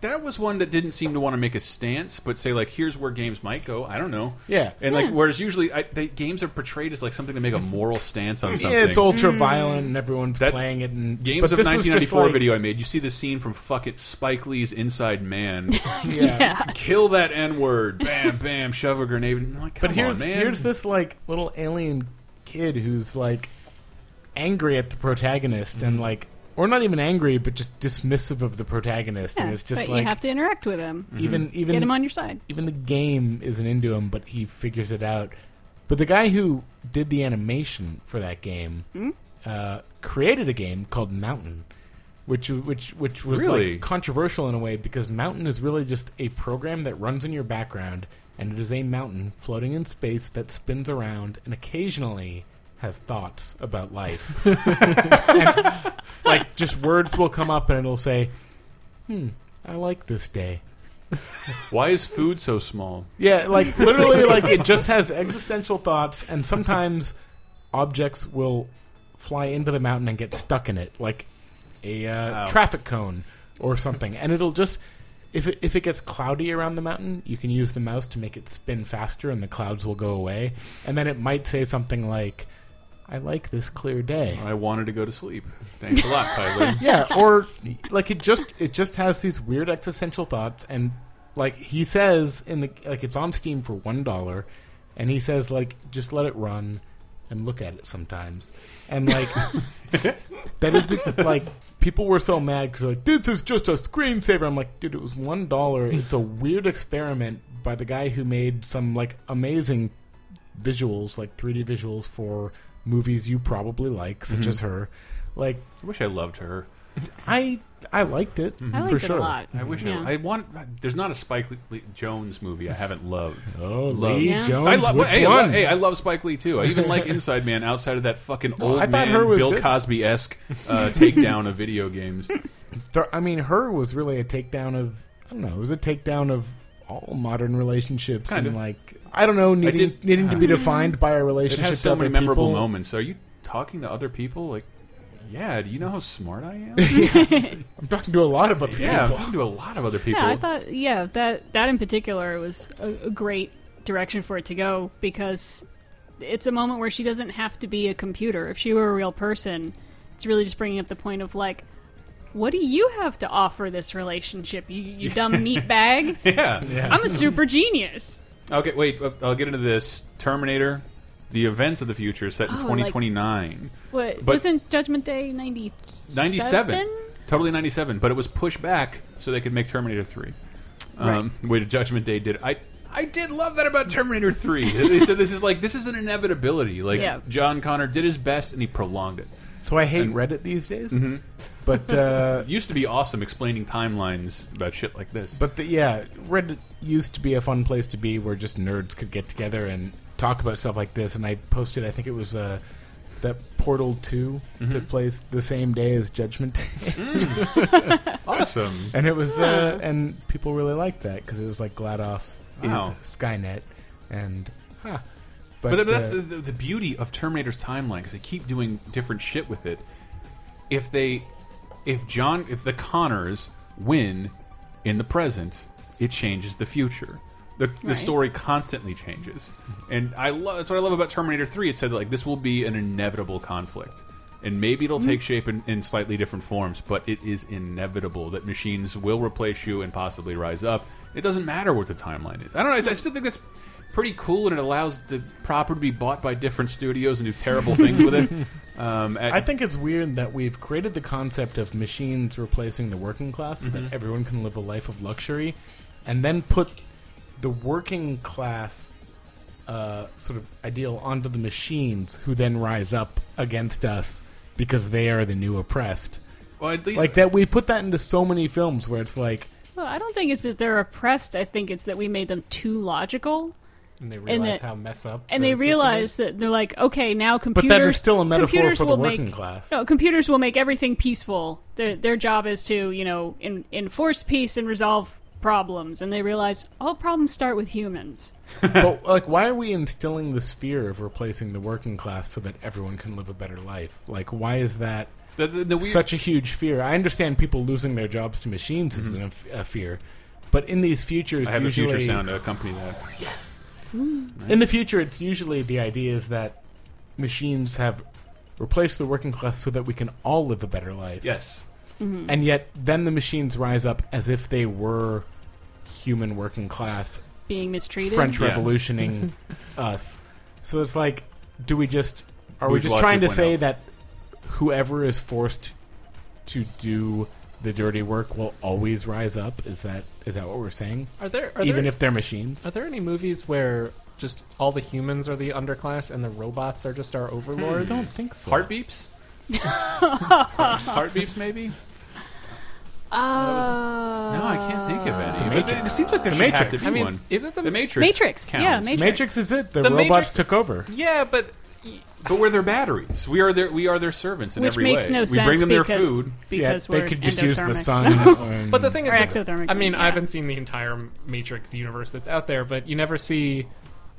Speaker 2: that was one that didn't seem to want to make a stance, but say like, here's where games might go. I don't know.
Speaker 1: Yeah.
Speaker 2: and
Speaker 3: Yeah.
Speaker 2: like whereas usually I, they, games are portrayed as like something to make a moral stance on something. Mm.
Speaker 1: Yeah, it's ultra violent and everyone's
Speaker 2: That-
Speaker 1: playing it. And
Speaker 2: Games
Speaker 1: but
Speaker 2: of
Speaker 1: this was just
Speaker 2: 1994
Speaker 1: like-
Speaker 2: video I made. You see the scene from fuck it, Spike Lee's Inside Man.
Speaker 1: Yeah.
Speaker 2: Kill that N word. Bam, bam. Shove a grenade. I'm like,
Speaker 1: But
Speaker 2: come
Speaker 1: here's
Speaker 2: on, man.
Speaker 1: here's this like little alien kid who's like angry at the protagonist
Speaker 2: Mm.
Speaker 1: and like or not even angry but just dismissive of the protagonist
Speaker 3: Yeah,
Speaker 1: and it's just
Speaker 3: but
Speaker 1: like
Speaker 3: you have to interact with
Speaker 2: Mm-hmm.
Speaker 3: him.
Speaker 1: even even
Speaker 3: Get him on your side.
Speaker 1: even the game isn't into him but he figures it out. But the guy who did the animation for that game uh, created a game called Mountain which which which was
Speaker 2: Really?
Speaker 1: like controversial in a way because Mountain is really just a program that runs in your background and it is a mountain floating in space that spins around and occasionally has thoughts about life. and, like just words will come up and it'll say, "Hmm, I like this day."
Speaker 2: Why is food so small?
Speaker 1: Yeah, like literally, like it just has existential thoughts, and sometimes objects will fly into the mountain and get stuck in it, like a uh,
Speaker 2: Wow.
Speaker 1: traffic cone or something. And it'll just if it, if it gets cloudy around the mountain, you can use the mouse to make it spin faster, and the clouds will go away. And then it might say something like, "I like this clear day."
Speaker 2: I wanted to go to sleep. Thanks a lot, Tyler.
Speaker 1: yeah or like it just it just has these weird existential thoughts and like he says in the like it's on steam for one dollar and he says like just let it run and look at it sometimes and like that is the, like people were so mad because like this is just a screensaver i'm like dude it was one dollar it's a weird experiment by the guy who made some like amazing visuals like 3d visuals for movies you probably like such as her like
Speaker 2: I wish I loved her.
Speaker 1: I I liked it
Speaker 2: Mm-hmm.
Speaker 3: I liked
Speaker 1: for
Speaker 3: it
Speaker 1: sure.
Speaker 3: a lot.
Speaker 2: I wish
Speaker 3: Yeah.
Speaker 2: I, I want. There's not a Spike Lee, Lee- Jones movie I haven't loved.
Speaker 1: Oh,
Speaker 2: Love.
Speaker 1: Lee
Speaker 3: Yeah.
Speaker 1: Jones,
Speaker 2: I love.
Speaker 1: which
Speaker 2: hey, I
Speaker 1: one?
Speaker 2: love- hey, I love Spike Lee too. I even like Inside Man outside of that fucking old
Speaker 1: Oh, I thought
Speaker 2: man
Speaker 1: her was
Speaker 2: Bill
Speaker 1: good.
Speaker 2: Cosby esque uh, takedown of video games.
Speaker 1: Th- I mean, her was really a takedown of I don't know. It was a takedown of all modern relationships
Speaker 2: Kind
Speaker 1: and
Speaker 2: of.
Speaker 1: like I don't know, needing
Speaker 2: did-
Speaker 1: needing to be defined by a
Speaker 2: It
Speaker 1: relationship.
Speaker 2: has
Speaker 1: to
Speaker 2: so
Speaker 1: other
Speaker 2: many memorable
Speaker 1: people.
Speaker 2: moments. Are you talking to other people? Like, yeah. Do you know how smart I am?
Speaker 1: I'm talking to a lot of other
Speaker 2: yeah, I'm
Speaker 1: people.
Speaker 2: talking to a lot of other people.
Speaker 3: Yeah, I thought yeah that that in particular was a, a great direction for it to go because it's a moment where she doesn't have to be a computer. If she were a real person, it's really just bringing up the point of like, what do you have to offer this relationship? You you dumb meatbag!
Speaker 2: yeah.
Speaker 3: I'm a super genius.
Speaker 2: Okay, wait. uh, I'll get into this. Terminator, the events of the future, set in
Speaker 3: Oh, like-
Speaker 2: 2029,
Speaker 3: What
Speaker 2: But-
Speaker 3: wasn't Judgment Day ninety?
Speaker 2: 97,
Speaker 3: Seven?
Speaker 2: totally 97. But it was pushed back so they could make Terminator 3. Um, Which Judgment Day did. I I did love that about Terminator 3. they said this is like this is an inevitability. Like
Speaker 3: Yeah.
Speaker 2: John Connor did his best and he prolonged it.
Speaker 1: So I hate Reddit these days,
Speaker 2: Mm-hmm.
Speaker 1: but uh,
Speaker 2: It used to be awesome explaining timelines about shit like this.
Speaker 1: but the, yeah, Reddit used to be a fun place to be where just nerds could get together and talk about stuff like this. And I posted, I think it was uh, that Portal 2
Speaker 2: Mm-hmm.
Speaker 1: that plays the same day as Judgment Day.
Speaker 2: awesome.
Speaker 1: And it was, uh, and people really liked that because it was like GLaDOS
Speaker 2: Wow.
Speaker 1: is Skynet, and huh. but,
Speaker 2: But, but that's
Speaker 1: uh,
Speaker 2: the, the, the beauty of Terminator's timeline because they keep doing different shit with it. If they, if John, if the Connors win in the present, it changes the future. The, the
Speaker 3: Right.
Speaker 2: story constantly changes, and I love that's what I love about Terminator Three. It said like this will be an inevitable conflict, and maybe it'll
Speaker 1: Mm-hmm.
Speaker 2: take shape in, in slightly different forms, but it is inevitable that machines will replace you and possibly rise up. It doesn't matter what the timeline is. I don't know. I, I still think that's pretty cool, and it allows the property to be bought by different studios and do terrible things with it. Um, at-
Speaker 1: I think it's weird that we've created the concept of machines replacing the working class so
Speaker 4: Mm-hmm.
Speaker 1: that everyone can live a life of luxury, and then put the working class uh, sort of ideal onto the machines, who then rise up against us because they are the new oppressed.
Speaker 2: well, at least
Speaker 1: Like that, we put that into so many films where it's like,
Speaker 3: Well, I don't think it's that they're oppressed. I think it's that we made them too logical.
Speaker 4: And they realize
Speaker 3: that-
Speaker 4: how mess up.
Speaker 3: and
Speaker 4: the
Speaker 3: they
Speaker 4: system
Speaker 3: realize
Speaker 4: is.
Speaker 3: that they're like, okay, now
Speaker 1: that
Speaker 3: computers.
Speaker 1: is still a metaphor
Speaker 3: computers
Speaker 1: for the
Speaker 3: will
Speaker 1: working
Speaker 3: make,
Speaker 1: class.
Speaker 3: No, computers will make everything peaceful. Their their job is to you know in, enforce peace and resolve problems, and they realize all problems start with humans.
Speaker 1: but like why are we instilling this fear of replacing the working class so that everyone can live a better life like why is that
Speaker 2: The, the, the weird,
Speaker 1: such a huge fear. I understand people losing their jobs to machines is an, a fear, but in these futures,
Speaker 2: Mm-hmm. I have a
Speaker 1: usually,
Speaker 2: future sound to accompany that.
Speaker 1: in the future, it's usually the idea is that machines have replaced the working class so that we can all live a better life.
Speaker 2: Yes.
Speaker 1: And yet, then the machines rise up as if they were human working class,
Speaker 3: being mistreated.
Speaker 1: French
Speaker 2: Yeah.
Speaker 1: revolutioning us. So it's like, do we just are we
Speaker 2: Bourgeois
Speaker 1: just trying to
Speaker 2: 2.0.
Speaker 1: say that whoever is forced to do the dirty work will always rise up? Is that is that what we're saying?
Speaker 4: Are there are
Speaker 1: Even
Speaker 4: there,
Speaker 1: if they're machines?
Speaker 4: are there any movies where just all the humans are the underclass and the robots are just
Speaker 2: Hmm.
Speaker 4: our overlords?
Speaker 1: I don't think so.
Speaker 2: Heartbeeps? Heartbeeps, maybe?
Speaker 3: Uh,
Speaker 2: No, I can't think of
Speaker 1: The
Speaker 2: any. But it- It
Speaker 1: Matrix.
Speaker 2: seems like there
Speaker 1: The
Speaker 2: should have to
Speaker 1: Matrix.
Speaker 2: be
Speaker 4: I mean,
Speaker 2: one.
Speaker 4: is it the,
Speaker 2: The Matrix.
Speaker 3: Uh, Matrix, yeah,
Speaker 2: counts.
Speaker 3: Matrix.
Speaker 1: Matrix is it. The,
Speaker 4: The
Speaker 1: robots
Speaker 4: Matrix-
Speaker 1: took over.
Speaker 4: Yeah, but y-
Speaker 2: But we're their batteries. We are their we are their servants in
Speaker 3: which
Speaker 2: every
Speaker 3: makes
Speaker 2: way.
Speaker 3: no
Speaker 2: we
Speaker 3: sense
Speaker 2: bring them their
Speaker 3: because,
Speaker 2: food.
Speaker 1: Yeah,
Speaker 3: because
Speaker 1: they
Speaker 3: we're
Speaker 1: could just use the
Speaker 3: endothermic,
Speaker 1: sun.
Speaker 3: so-
Speaker 1: and-
Speaker 4: But the thing is,
Speaker 3: Or
Speaker 4: is-
Speaker 3: exothermic,
Speaker 4: I mean, I
Speaker 3: yeah.
Speaker 4: haven't seen the entire Matrix universe that's out there, but you never see.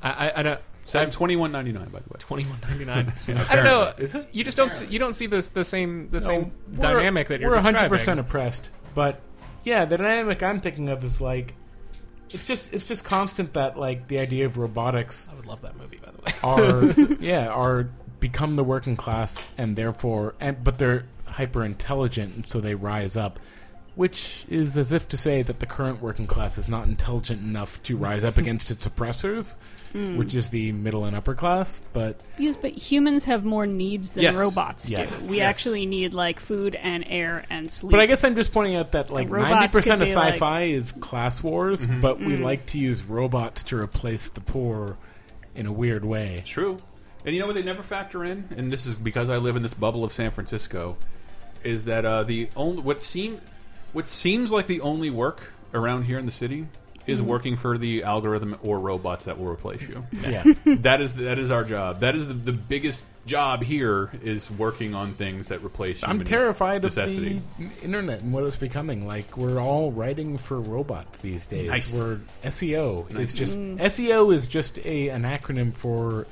Speaker 4: I, I, I don't.
Speaker 2: Seven twenty one ninety nine, by the way.
Speaker 4: Twenty one ninety nine. I don't know.
Speaker 2: Is it?
Speaker 4: You just don't. See, you don't see this the same the same
Speaker 1: we're-
Speaker 4: dynamic that you're
Speaker 1: we're
Speaker 4: describing.
Speaker 1: oppressed but yeah the dynamic i'm thinking of is like it's just it's just constant that like the idea of robotics
Speaker 4: I would love that movie, by the way.
Speaker 1: are yeah are become the working class and therefore and but they're hyper intelligent and so they rise up which is as if to say that the current working class is not intelligent enough to rise up against its oppressors
Speaker 4: Hmm.
Speaker 1: which is the middle and upper class but
Speaker 3: Yes, but humans have more needs than
Speaker 2: Yes.
Speaker 3: robots
Speaker 1: Yes.
Speaker 3: do. We
Speaker 2: Yes.
Speaker 3: actually need like food and air and sleep.
Speaker 1: But I guess I'm just pointing out that like ninety
Speaker 3: Robots could
Speaker 1: percent of
Speaker 3: be, like- Mm.
Speaker 1: sci-fi is class wars,
Speaker 2: Mm-hmm.
Speaker 1: but we like to use robots to replace the poor in a weird way.
Speaker 2: True. And you know what they never factor in, and this is because I live in this bubble of San Francisco, is that uh, the only what seem what seems like the only work around here in the city is
Speaker 1: Mm-hmm.
Speaker 2: working for the algorithm or robots that will replace you.
Speaker 1: Yeah,
Speaker 2: that is that is our job. That is the, the biggest job here is working on things that replace.
Speaker 1: I'm
Speaker 2: human
Speaker 1: terrified of
Speaker 2: necessity.
Speaker 1: the internet and what it's becoming. Like we're all writing for robots these days.
Speaker 2: Nice.
Speaker 1: We're SEO. It's just
Speaker 3: Mm.
Speaker 1: SEO is just a an acronym for.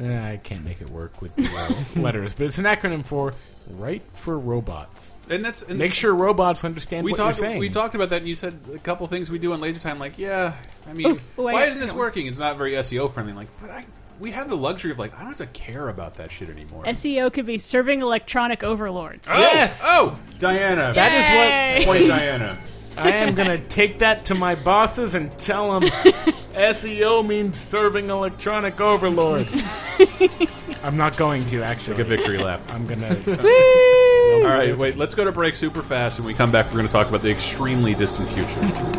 Speaker 1: eh, I can't make it work with the uh, letters, but it's an acronym for write for robots.
Speaker 2: and that's and
Speaker 1: Make sure robots understand
Speaker 2: we
Speaker 1: what
Speaker 2: talked.
Speaker 1: you're saying.
Speaker 2: We talked about that. and You said a couple things we do on Laser Time. Like, yeah, I mean,
Speaker 3: oh,
Speaker 2: why
Speaker 3: I got
Speaker 2: isn't this
Speaker 3: that one.
Speaker 2: working? It's not very SEO friendly. Like, but I we have the luxury of like I don't have to care about that shit anymore.
Speaker 3: SEO E could be serving electronic overlords.
Speaker 2: oh,
Speaker 1: Yes!
Speaker 2: Oh, Diana.
Speaker 1: That is what
Speaker 3: Yay!
Speaker 2: Point Diana.
Speaker 1: I am gonna take that to my bosses and tell them SEO means serving electronic overlords. I'm not going to actually.
Speaker 2: Good victory lap.
Speaker 1: I'm gonna. uh,
Speaker 2: All right, wait. Let's go to break super fast, and we come back. We're going to talk about the extremely distant future.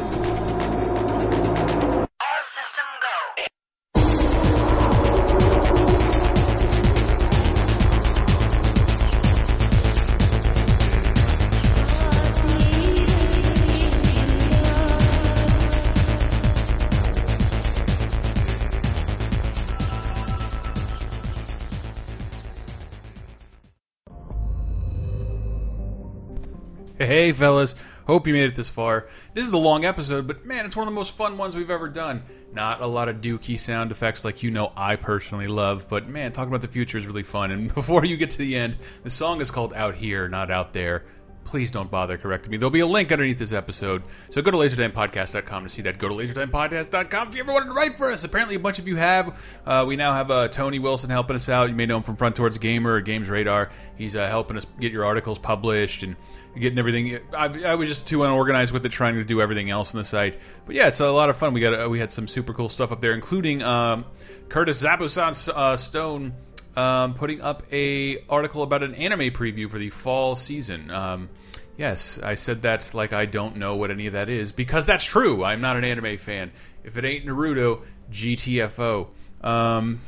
Speaker 2: Hey, fellas. Hope you made it this far. This is the long episode, but man, it's one of the most fun ones we've ever done. Not a lot of dookie sound effects like you know I personally love, but man, talking about the future is really fun. And before you get to the end, the song is called Out Here, Not Out There. Please don't bother correcting me. There'll be a link underneath this episode. So go to lasertimepodcast.com to see that. Go to lasertimepodcast.com if you ever wanted to write for us. Apparently, a bunch of you have. Uh, we now have uh, Tony Wilson helping us out. You may know him from Front Towards Gamer or Games Radar. He's uh, helping us get your articles published and getting everything. I, I was just too unorganized with it, trying to do everything else on the site. But yeah, it's a lot of fun. We got uh, we had some super cool stuff up there, including um, Curtis Zabusan uh, Stone um, putting up a article about an anime preview for the fall season. Um, yes, I said that like I don't know what any of that is because that's true. I'm not an anime fan. If it ain't Naruto, GTFO. Um,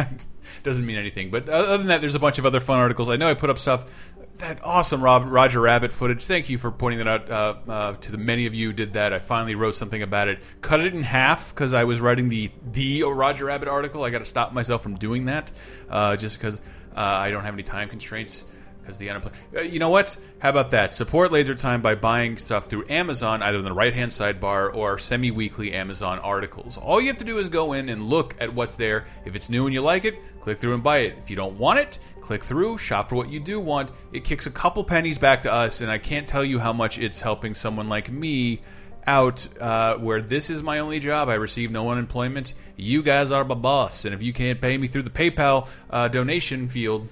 Speaker 2: doesn't mean anything. But uh, other than that, there's a bunch of other fun articles. I know I put up stuff. That awesome Rob, Roger Rabbit footage. Thank you for pointing that out uh, uh, to the many of you who did that. I finally wrote something about it. Cut it in half because I was writing the the Roger Rabbit article. I got to stop myself from doing that uh, just because uh, I don't have any time constraints. Because the unemployed. Uh, you know what? How about that? Support Laser Time by buying stuff through Amazon, either in the right hand sidebar or semi weekly Amazon articles. All you have to do is go in and look at what's there. If it's new and you like it, click through and buy it. If you don't want it, click through, shop for what you do want. It kicks a couple pennies back to us, and I can't tell you how much it's helping someone like me out uh, where this is my only job. I receive no unemployment. You guys are my boss, and if you can't pay me through the PayPal uh, donation field,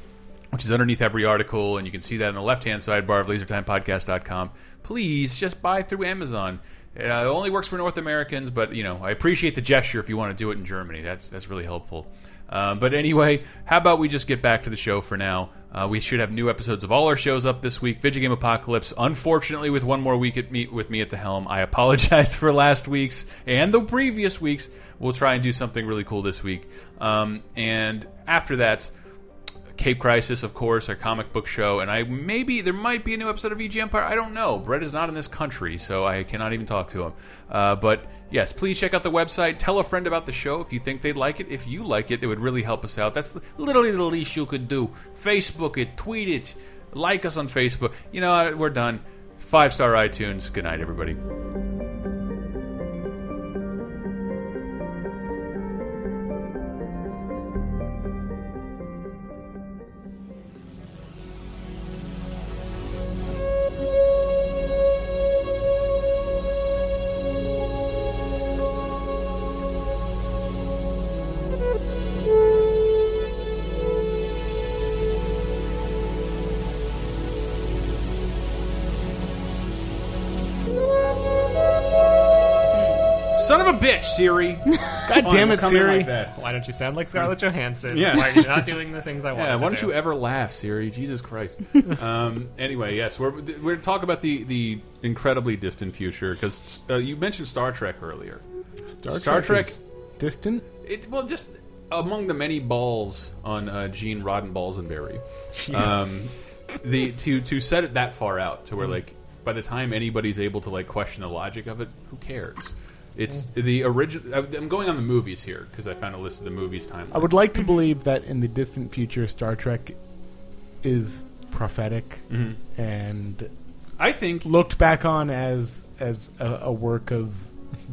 Speaker 2: which is underneath every article, and you can see that on the left-hand sidebar of LaserTimePodcast.com, please just buy through Amazon. Uh, it only works for North Americans, but you know I appreciate the gesture if you want to do it in Germany. That's that's really helpful. Um, but anyway, how about we just get back to the show for now? Uh, we should have new episodes of all our shows up this week. Video Game Apocalypse, unfortunately, with one more week at me, with me at the helm. I apologize for last week's and the previous weeks. We'll try and do something really cool this week. Um, and after that, Cape Crisis, of course, our comic book show, and I maybe there might be a new episode of EG Empire. I don't know. Brett is not in this country, so I cannot even talk to him. Uh, but yes, please check out the website. Tell a friend about the show if you think they'd like it. If you like it, it would really help us out. That's literally the least you could do. Facebook it, tweet it, like us on Facebook. You know, what? we're done. Five star iTunes. Good night, everybody. Son of a bitch, Siri.
Speaker 1: God damn it,
Speaker 4: Come in
Speaker 1: Siri.
Speaker 4: like that. Why don't you sound like Scarlett Johansson?
Speaker 2: Mm. Yeah.
Speaker 4: Why are you not doing the things I want
Speaker 2: Yeah,
Speaker 4: to
Speaker 2: why don't
Speaker 4: do?
Speaker 2: you ever laugh, Siri? Jesus Christ. um, anyway, yes, we're we're talking about the the incredibly distant future because uh, you mentioned Star Trek earlier.
Speaker 1: Star,
Speaker 2: Star Trek-
Speaker 1: is distant.
Speaker 2: It well, just among the many balls on uh, Gene Roddenberry, um, the to to set it that far out to where
Speaker 1: Mm-hmm.
Speaker 2: like by the time anybody's able to like question the logic of it, who cares? It's
Speaker 1: Mm.
Speaker 2: the original. I'm going on the movies here because I found a list of the movies time.
Speaker 1: I would like to believe that in the distant future, Star Trek is prophetic
Speaker 2: Mm-hmm.
Speaker 1: and
Speaker 2: I think
Speaker 1: looked back on as as a, a work of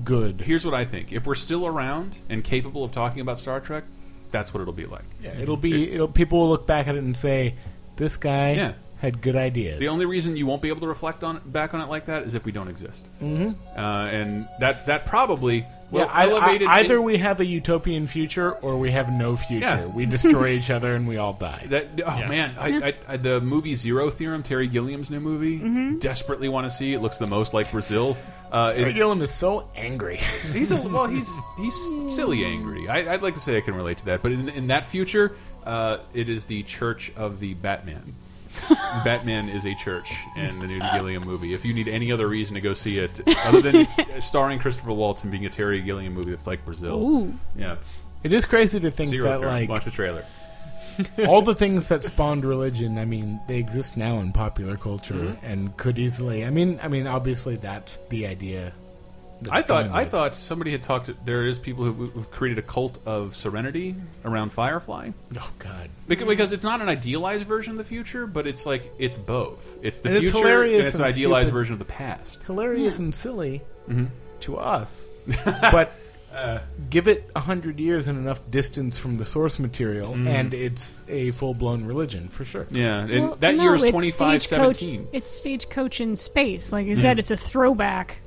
Speaker 1: good.
Speaker 2: here's what I think: if we're still around and capable of talking about Star Trek, that's what it'll be like.
Speaker 1: Yeah, it'll be it'll people will look back at it and say, "This guy
Speaker 2: Yeah.
Speaker 1: had good ideas."
Speaker 2: The only reason you won't be able to reflect on back on it like that is if we don't exist, mm-hmm. uh, and that that probably well
Speaker 1: yeah, I,
Speaker 2: elevated
Speaker 1: I, either
Speaker 2: in-
Speaker 1: we have a utopian future or we have no future.
Speaker 2: Yeah.
Speaker 1: We destroy each other and we all die.
Speaker 2: That, oh man, I, I, I, the movie Zero Theorem, Terry Gilliam's new movie,
Speaker 1: Mm-hmm.
Speaker 2: desperately want to see. It looks the most like Brazil. Uh, it-
Speaker 1: Gilliam is so angry.
Speaker 2: he's a, well, he's he's silly angry. I, I'd like to say I can relate to that, but in, in that future, uh, it is the Church of the Batman. Batman is a church in the new Gilliam movie. If you need any other reason to go see it, other than starring Christopher Waltz and being a Terry Gilliam movie that's like Brazil,
Speaker 3: Ooh.
Speaker 2: yeah,
Speaker 1: it is crazy to think
Speaker 2: Zero
Speaker 1: that
Speaker 2: Theorem.
Speaker 1: like
Speaker 2: Watch the trailer.
Speaker 1: all the things that spawned religion, I mean, they exist now in popular culture
Speaker 2: Mm-hmm.
Speaker 1: and could easily. I mean, I mean, obviously that's the idea. that
Speaker 2: I thought
Speaker 1: I'm
Speaker 2: I
Speaker 1: with.
Speaker 2: thought somebody had talked. To, there is people who, who've created a cult of serenity around Firefly
Speaker 1: Oh God,
Speaker 2: because, because it's not an idealized version of the future, but it's like it's both. It's the
Speaker 1: And it's
Speaker 2: future
Speaker 1: hilarious
Speaker 2: and it's an
Speaker 1: and
Speaker 2: idealized
Speaker 1: stupid.
Speaker 2: version of the past.
Speaker 1: hilarious and silly
Speaker 2: Mm-hmm.
Speaker 1: to us, but
Speaker 2: Uh.
Speaker 1: give it a hundred years and enough distance from the source material,
Speaker 2: Mm-hmm.
Speaker 1: and it's a full blown religion for sure.
Speaker 2: Yeah, and
Speaker 3: Well,
Speaker 2: that
Speaker 3: no,
Speaker 2: year is
Speaker 3: it's
Speaker 2: twenty five
Speaker 3: stagecoach-
Speaker 2: seventeen.
Speaker 3: It's stagecoach in space. Like you said, it's a throwback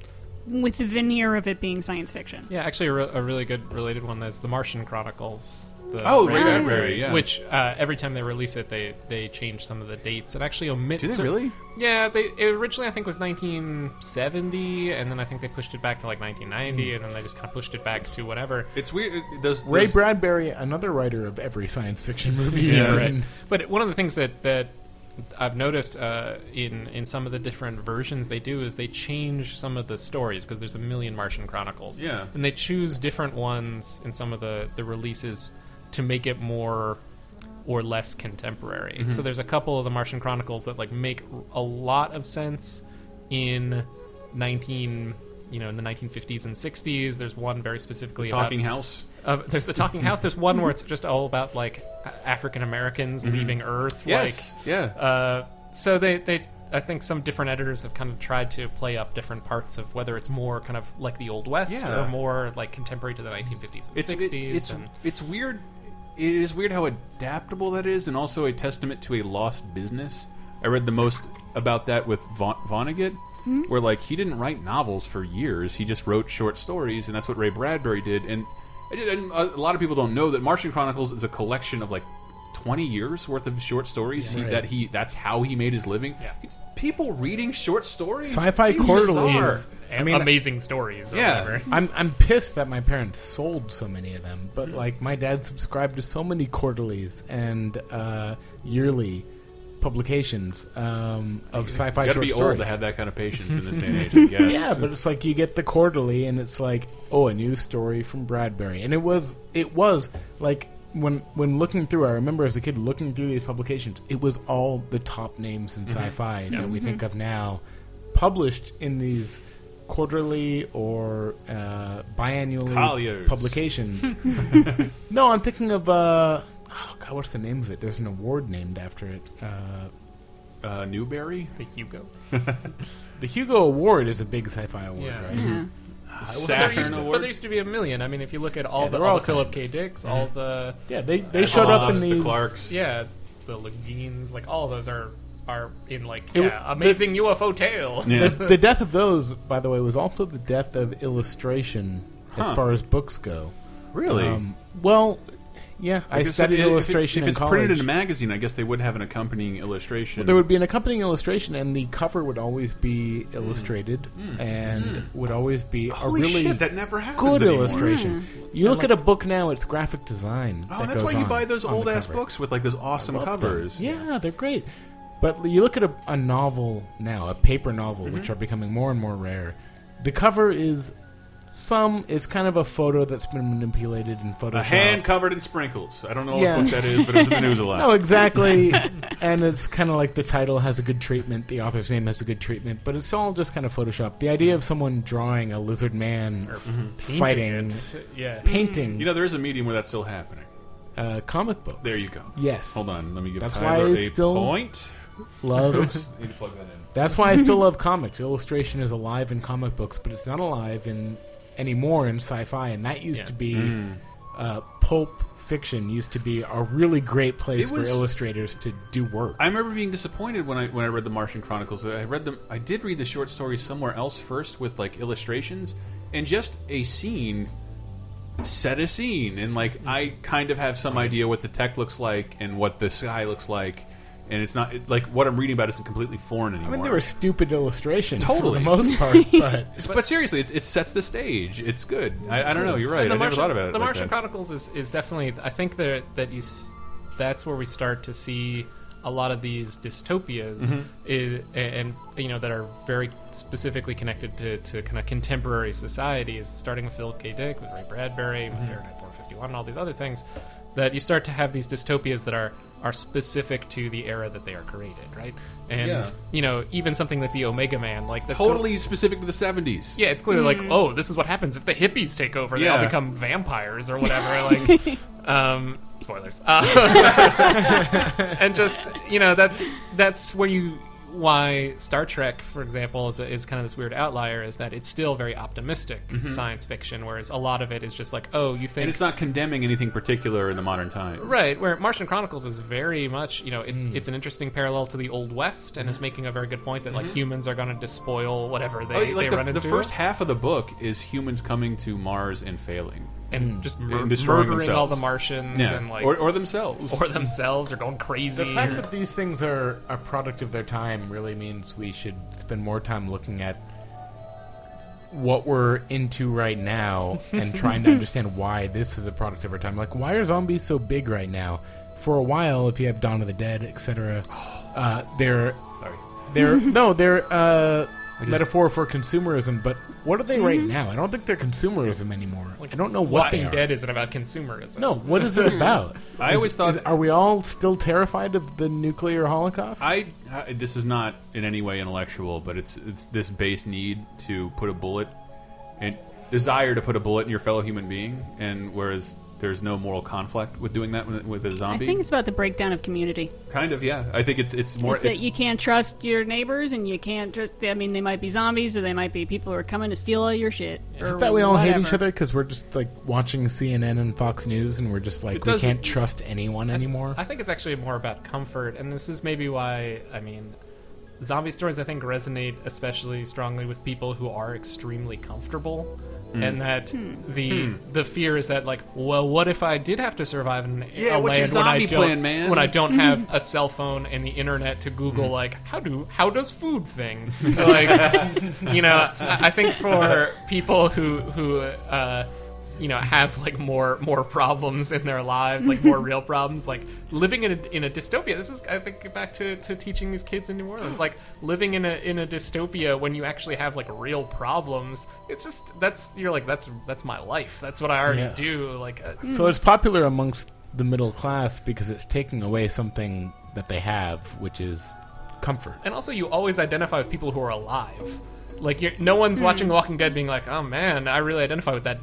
Speaker 3: with the veneer of it being science fiction.
Speaker 4: Yeah, actually, a, re- a really good related one is the Martian Chronicles. The
Speaker 2: Oh, Ray
Speaker 4: Ray
Speaker 2: Bradbury,
Speaker 4: Bradbury,
Speaker 2: yeah.
Speaker 4: Which uh, every time they release it, they they change some of the dates and actually omit.
Speaker 2: Do they
Speaker 4: cer-
Speaker 2: really?
Speaker 4: Yeah, they it originally I think was 1970, and then I think they pushed it back to like
Speaker 2: Hmm.
Speaker 4: 1990, and then they just kind of pushed it back to whatever.
Speaker 2: It's weird. it- Those,
Speaker 1: Ray
Speaker 2: those-
Speaker 1: Bradbury, another writer of every science fiction movie, he's
Speaker 4: Yeah,
Speaker 1: in.
Speaker 4: But one of the things that that I've noticed uh, in in some of the different versions they do is they change some of the stories because there's a million Martian Chronicles.
Speaker 2: Yeah.
Speaker 4: and they choose different ones in some of the the releases to make it more or less contemporary.
Speaker 2: Mm-hmm.
Speaker 4: So there's a couple of the Martian Chronicles that like make a lot of sense in 19 you know in the 1950s and 60s. There's one very specifically
Speaker 2: Talking
Speaker 4: about,
Speaker 2: House.
Speaker 4: uh, there's the Talking House. There's one where it's just all about like A- African Americans leaving Earth.
Speaker 2: Yes.
Speaker 4: Like,
Speaker 2: yeah.
Speaker 4: uh, so they, they I think some different editors have kind of tried to play up different parts of whether it's more kind of like the old west
Speaker 2: Yeah.
Speaker 4: or more like contemporary to the 1950s and
Speaker 2: it's, it-
Speaker 4: 60s.
Speaker 2: it's,
Speaker 4: and,
Speaker 2: it's weird. It is weird how adaptable that is, and also a testament to a lost business. I read the most about that with Von Vonnegut, where like he didn't write novels for years. He just wrote short stories, and that's what Ray Bradbury did. And, and a lot of people don't know that Martian Chronicles is a collection of like twenty years worth of short stories he, that he that's how he made his living. People reading short stories.
Speaker 1: Sci-Fi
Speaker 2: seems
Speaker 1: Quarterly
Speaker 2: bizarre.
Speaker 1: is. I mean,
Speaker 4: amazing stories. Or
Speaker 2: Yeah.
Speaker 4: whatever.
Speaker 1: I'm I'm pissed that my parents sold so many of them, but like my dad subscribed to so many quarterlies and uh, yearly publications um, of sci-fi
Speaker 2: You got to
Speaker 1: short
Speaker 2: be
Speaker 1: stories.
Speaker 2: old to have that kind of patience in this day and age. I guess.
Speaker 1: Yeah, but it's like you get the quarterly, and it's like, oh, a new story from Bradbury, and it was it was like when when looking through, I remember as a kid looking through these publications, it was all the top names in
Speaker 2: Mm-hmm.
Speaker 1: sci-fi that we think of now, published in these quarterly or uh, biannually
Speaker 2: Colliers.
Speaker 1: publications. no, I'm thinking of. Uh, Oh God! What's the name of it? There's an award named after it. Uh,
Speaker 2: uh, Newberry.
Speaker 4: The Hugo.
Speaker 1: the Hugo Award is a big sci-fi award,
Speaker 4: Yeah.
Speaker 1: right?
Speaker 4: But there,
Speaker 2: Saturn
Speaker 4: used to,
Speaker 2: Award.
Speaker 4: but there used to be a million. I mean, if you look at all
Speaker 1: Yeah,
Speaker 4: the
Speaker 1: there were
Speaker 4: all
Speaker 1: all
Speaker 4: the Philip K.
Speaker 1: kinds.
Speaker 4: Dicks, all the
Speaker 1: Yeah, they they showed up in
Speaker 2: the
Speaker 1: these.
Speaker 2: Clarks.
Speaker 4: yeah, the Leguines, like all of those are are in like
Speaker 1: It w-
Speaker 4: yeah, amazing UFO tales.
Speaker 2: Yeah.
Speaker 1: the death of those, by the way, was also the death of illustration as
Speaker 2: Huh.
Speaker 1: far as books go.
Speaker 2: Really?
Speaker 1: Um, well, yeah, I
Speaker 2: Because
Speaker 1: studied
Speaker 2: if it-
Speaker 1: illustration
Speaker 2: If, it, if
Speaker 1: in
Speaker 2: it's
Speaker 1: college.
Speaker 2: printed in a magazine, I guess they would have an accompanying illustration.
Speaker 1: there would be an accompanying illustration, and the cover would always be illustrated, and would always be
Speaker 2: Hmm. Holy
Speaker 1: a really
Speaker 2: shit, that never happens
Speaker 1: good
Speaker 2: anymore.
Speaker 1: illustration. You look at a book now; it's graphic design.
Speaker 2: Oh,
Speaker 1: that
Speaker 2: that's
Speaker 1: goes
Speaker 2: why you
Speaker 1: on-
Speaker 2: buy those
Speaker 1: on the
Speaker 2: old ass
Speaker 1: cover.
Speaker 2: books with like those awesome
Speaker 1: love them.
Speaker 2: covers.
Speaker 1: Yeah, they're great. But you look at a, a novel now, a paper novel,
Speaker 2: Mm-hmm.
Speaker 1: which are becoming more and more rare. The cover is some. It's kind of a photo that's been manipulated in Photoshop.
Speaker 2: A hand covered in sprinkles. I don't know
Speaker 1: Yeah.
Speaker 2: what book that is, but it was in the news a lot.
Speaker 1: no, Oh, exactly. and it's kind of like the title has a good treatment, the author's name has a good treatment, but it's all just kind of Photoshop. The
Speaker 2: Mm-hmm.
Speaker 1: idea of someone drawing a lizard man f- fighting,
Speaker 4: yeah.
Speaker 1: painting
Speaker 2: You know, there is a medium where that's still happening.
Speaker 1: uh, comic books.
Speaker 2: Mm. There you go.
Speaker 1: Yes.
Speaker 2: Hold on, let me give
Speaker 1: That's
Speaker 2: Tyler
Speaker 1: why
Speaker 2: a
Speaker 1: it's still-
Speaker 2: point.
Speaker 1: Love
Speaker 2: Oops, need to plug that in.
Speaker 1: That's why I still love comics. Illustration is alive in comic books, but it's not alive in anymore in sci-fi. And that used
Speaker 4: Yeah.
Speaker 1: to be uh, pulp fiction. Used to be a really great place
Speaker 2: It was-
Speaker 1: for illustrators to do work.
Speaker 2: I remember being disappointed when I when I read the Martian Chronicles. I read them. I did read the short stories somewhere else first with like illustrations and just a scene set a scene and like
Speaker 4: Hmm.
Speaker 2: I kind of have some idea what the tech looks like and what the sky looks like and it's not it, like what I'm reading about isn't completely foreign anymore.
Speaker 1: I mean, they were stupid illustrations for
Speaker 2: Totally.
Speaker 1: the most part, but
Speaker 2: but, seriously, it's, it sets the stage. It's good. I, I don't know. You're right.
Speaker 4: And
Speaker 2: I
Speaker 4: Uh, the
Speaker 2: never
Speaker 4: Martian,
Speaker 2: thought about it.
Speaker 4: The
Speaker 2: like
Speaker 4: Martian
Speaker 2: that.
Speaker 4: Chronicles is, is definitely. I think that that you s- that's where we start to see a lot of these dystopias,
Speaker 2: Mm-hmm.
Speaker 4: i- and you know that are very specifically connected to, to kind of contemporary societies, starting with Philip K. Dick, with Ray Bradbury,
Speaker 2: Mm-hmm.
Speaker 4: with Fahrenheit 451, and all these other things. That you start to have these dystopias that are are specific to the era that they are created, right? And
Speaker 2: Yeah.
Speaker 4: you know, even something like the Omega Man, like that's co-
Speaker 2: Totally specific to the 70s.
Speaker 4: yeah, it's clearly like, oh, this is what happens if the hippies take over. They all
Speaker 2: Yeah.
Speaker 4: become vampires or whatever. like, um, spoilers. Uh, and just you know, that's that's where you why Star Trek, for example, is is kind of this weird outlier. Is that it's still very optimistic science fiction, whereas a lot of it is just like, oh, you think
Speaker 2: Mm-hmm. And it's not condemning anything particular in the modern time.
Speaker 4: Right, where Martian Chronicles is very much, you know, it's
Speaker 2: Mm.
Speaker 4: it's an interesting parallel to the Old West, and is making a very good point that like humans are going to despoil whatever they,
Speaker 2: Mm-hmm. Oh, yeah,
Speaker 4: they
Speaker 2: like the,
Speaker 4: run
Speaker 2: the
Speaker 4: into,
Speaker 2: first half of the book is humans coming to Mars and failing,
Speaker 4: and just mur-
Speaker 2: Hmm. And destroying
Speaker 4: murdering all
Speaker 2: themselves.
Speaker 4: the Martians and like
Speaker 2: or,
Speaker 4: or,
Speaker 2: or themselves.
Speaker 4: themselves or going crazy.
Speaker 1: the fact that these things are a product of their time really means we should spend more time looking at what we're into right now and trying to understand why this is a product of our time. Like, why are zombies so big right now? For a while, if you have Dawn of the Dead, etc., uh, they're
Speaker 2: Sorry.
Speaker 1: they're no, they're uh,
Speaker 2: just-
Speaker 1: metaphor for consumerism. But what are they right now? I don't think they're consumerism anymore. I don't know what
Speaker 4: Walking
Speaker 1: they are.
Speaker 4: Dead isn't about consumerism.
Speaker 1: No, what is it about?
Speaker 2: I
Speaker 1: Is-
Speaker 2: always thought-
Speaker 1: is- are we all still terrified of the nuclear holocaust?
Speaker 2: I, I this is not in any way intellectual, but it's it's this base need to put a bullet and desire to put a bullet in your fellow human being, and whereas there's no moral conflict with doing that with- with a
Speaker 3: I
Speaker 2: zombie.
Speaker 3: think it's about the breakdown of community.
Speaker 2: kind of, yeah. I think it's it's more
Speaker 3: It's that
Speaker 2: it's-
Speaker 3: you can't trust your neighbors, and you can't trust. I mean, they might be zombies, or they might be people who are coming to steal all your shit.
Speaker 1: Is
Speaker 3: or
Speaker 1: it that we all hate each
Speaker 3: whatever.
Speaker 1: other because we're just like watching CNN and Fox News, and we're just like
Speaker 2: It
Speaker 1: we
Speaker 2: doesn't-
Speaker 1: can't trust anyone anymore.
Speaker 4: I think it's actually more about comfort, and this is maybe why I mean, zombie stories I think resonate especially strongly with people who are extremely comfortable, and that the the fear is that like, well, what if I did have to survive in
Speaker 2: Yeah,
Speaker 4: a
Speaker 2: what's your
Speaker 4: land when I
Speaker 2: zombie
Speaker 4: don't
Speaker 2: plan, man?
Speaker 4: when I don't have a cell phone and the internet to Google like how do how does food thing like you know I, I think for people who who. Uh, you know have like more more problems in their lives like more real problems like living in a, in a dystopia this is i think back to, to teaching these kids in new orleans like living in a in a dystopia when you actually have like real problems it's just that's you're like that's that's my life that's what i already
Speaker 1: Yeah.
Speaker 4: do like uh,
Speaker 1: So it's popular amongst the middle class because it's taking away something that they have, which is comfort.
Speaker 4: and also you always identify with people who are alive like you're, no
Speaker 2: Hmm.
Speaker 4: one's watching walking dead being like oh man i really identify with that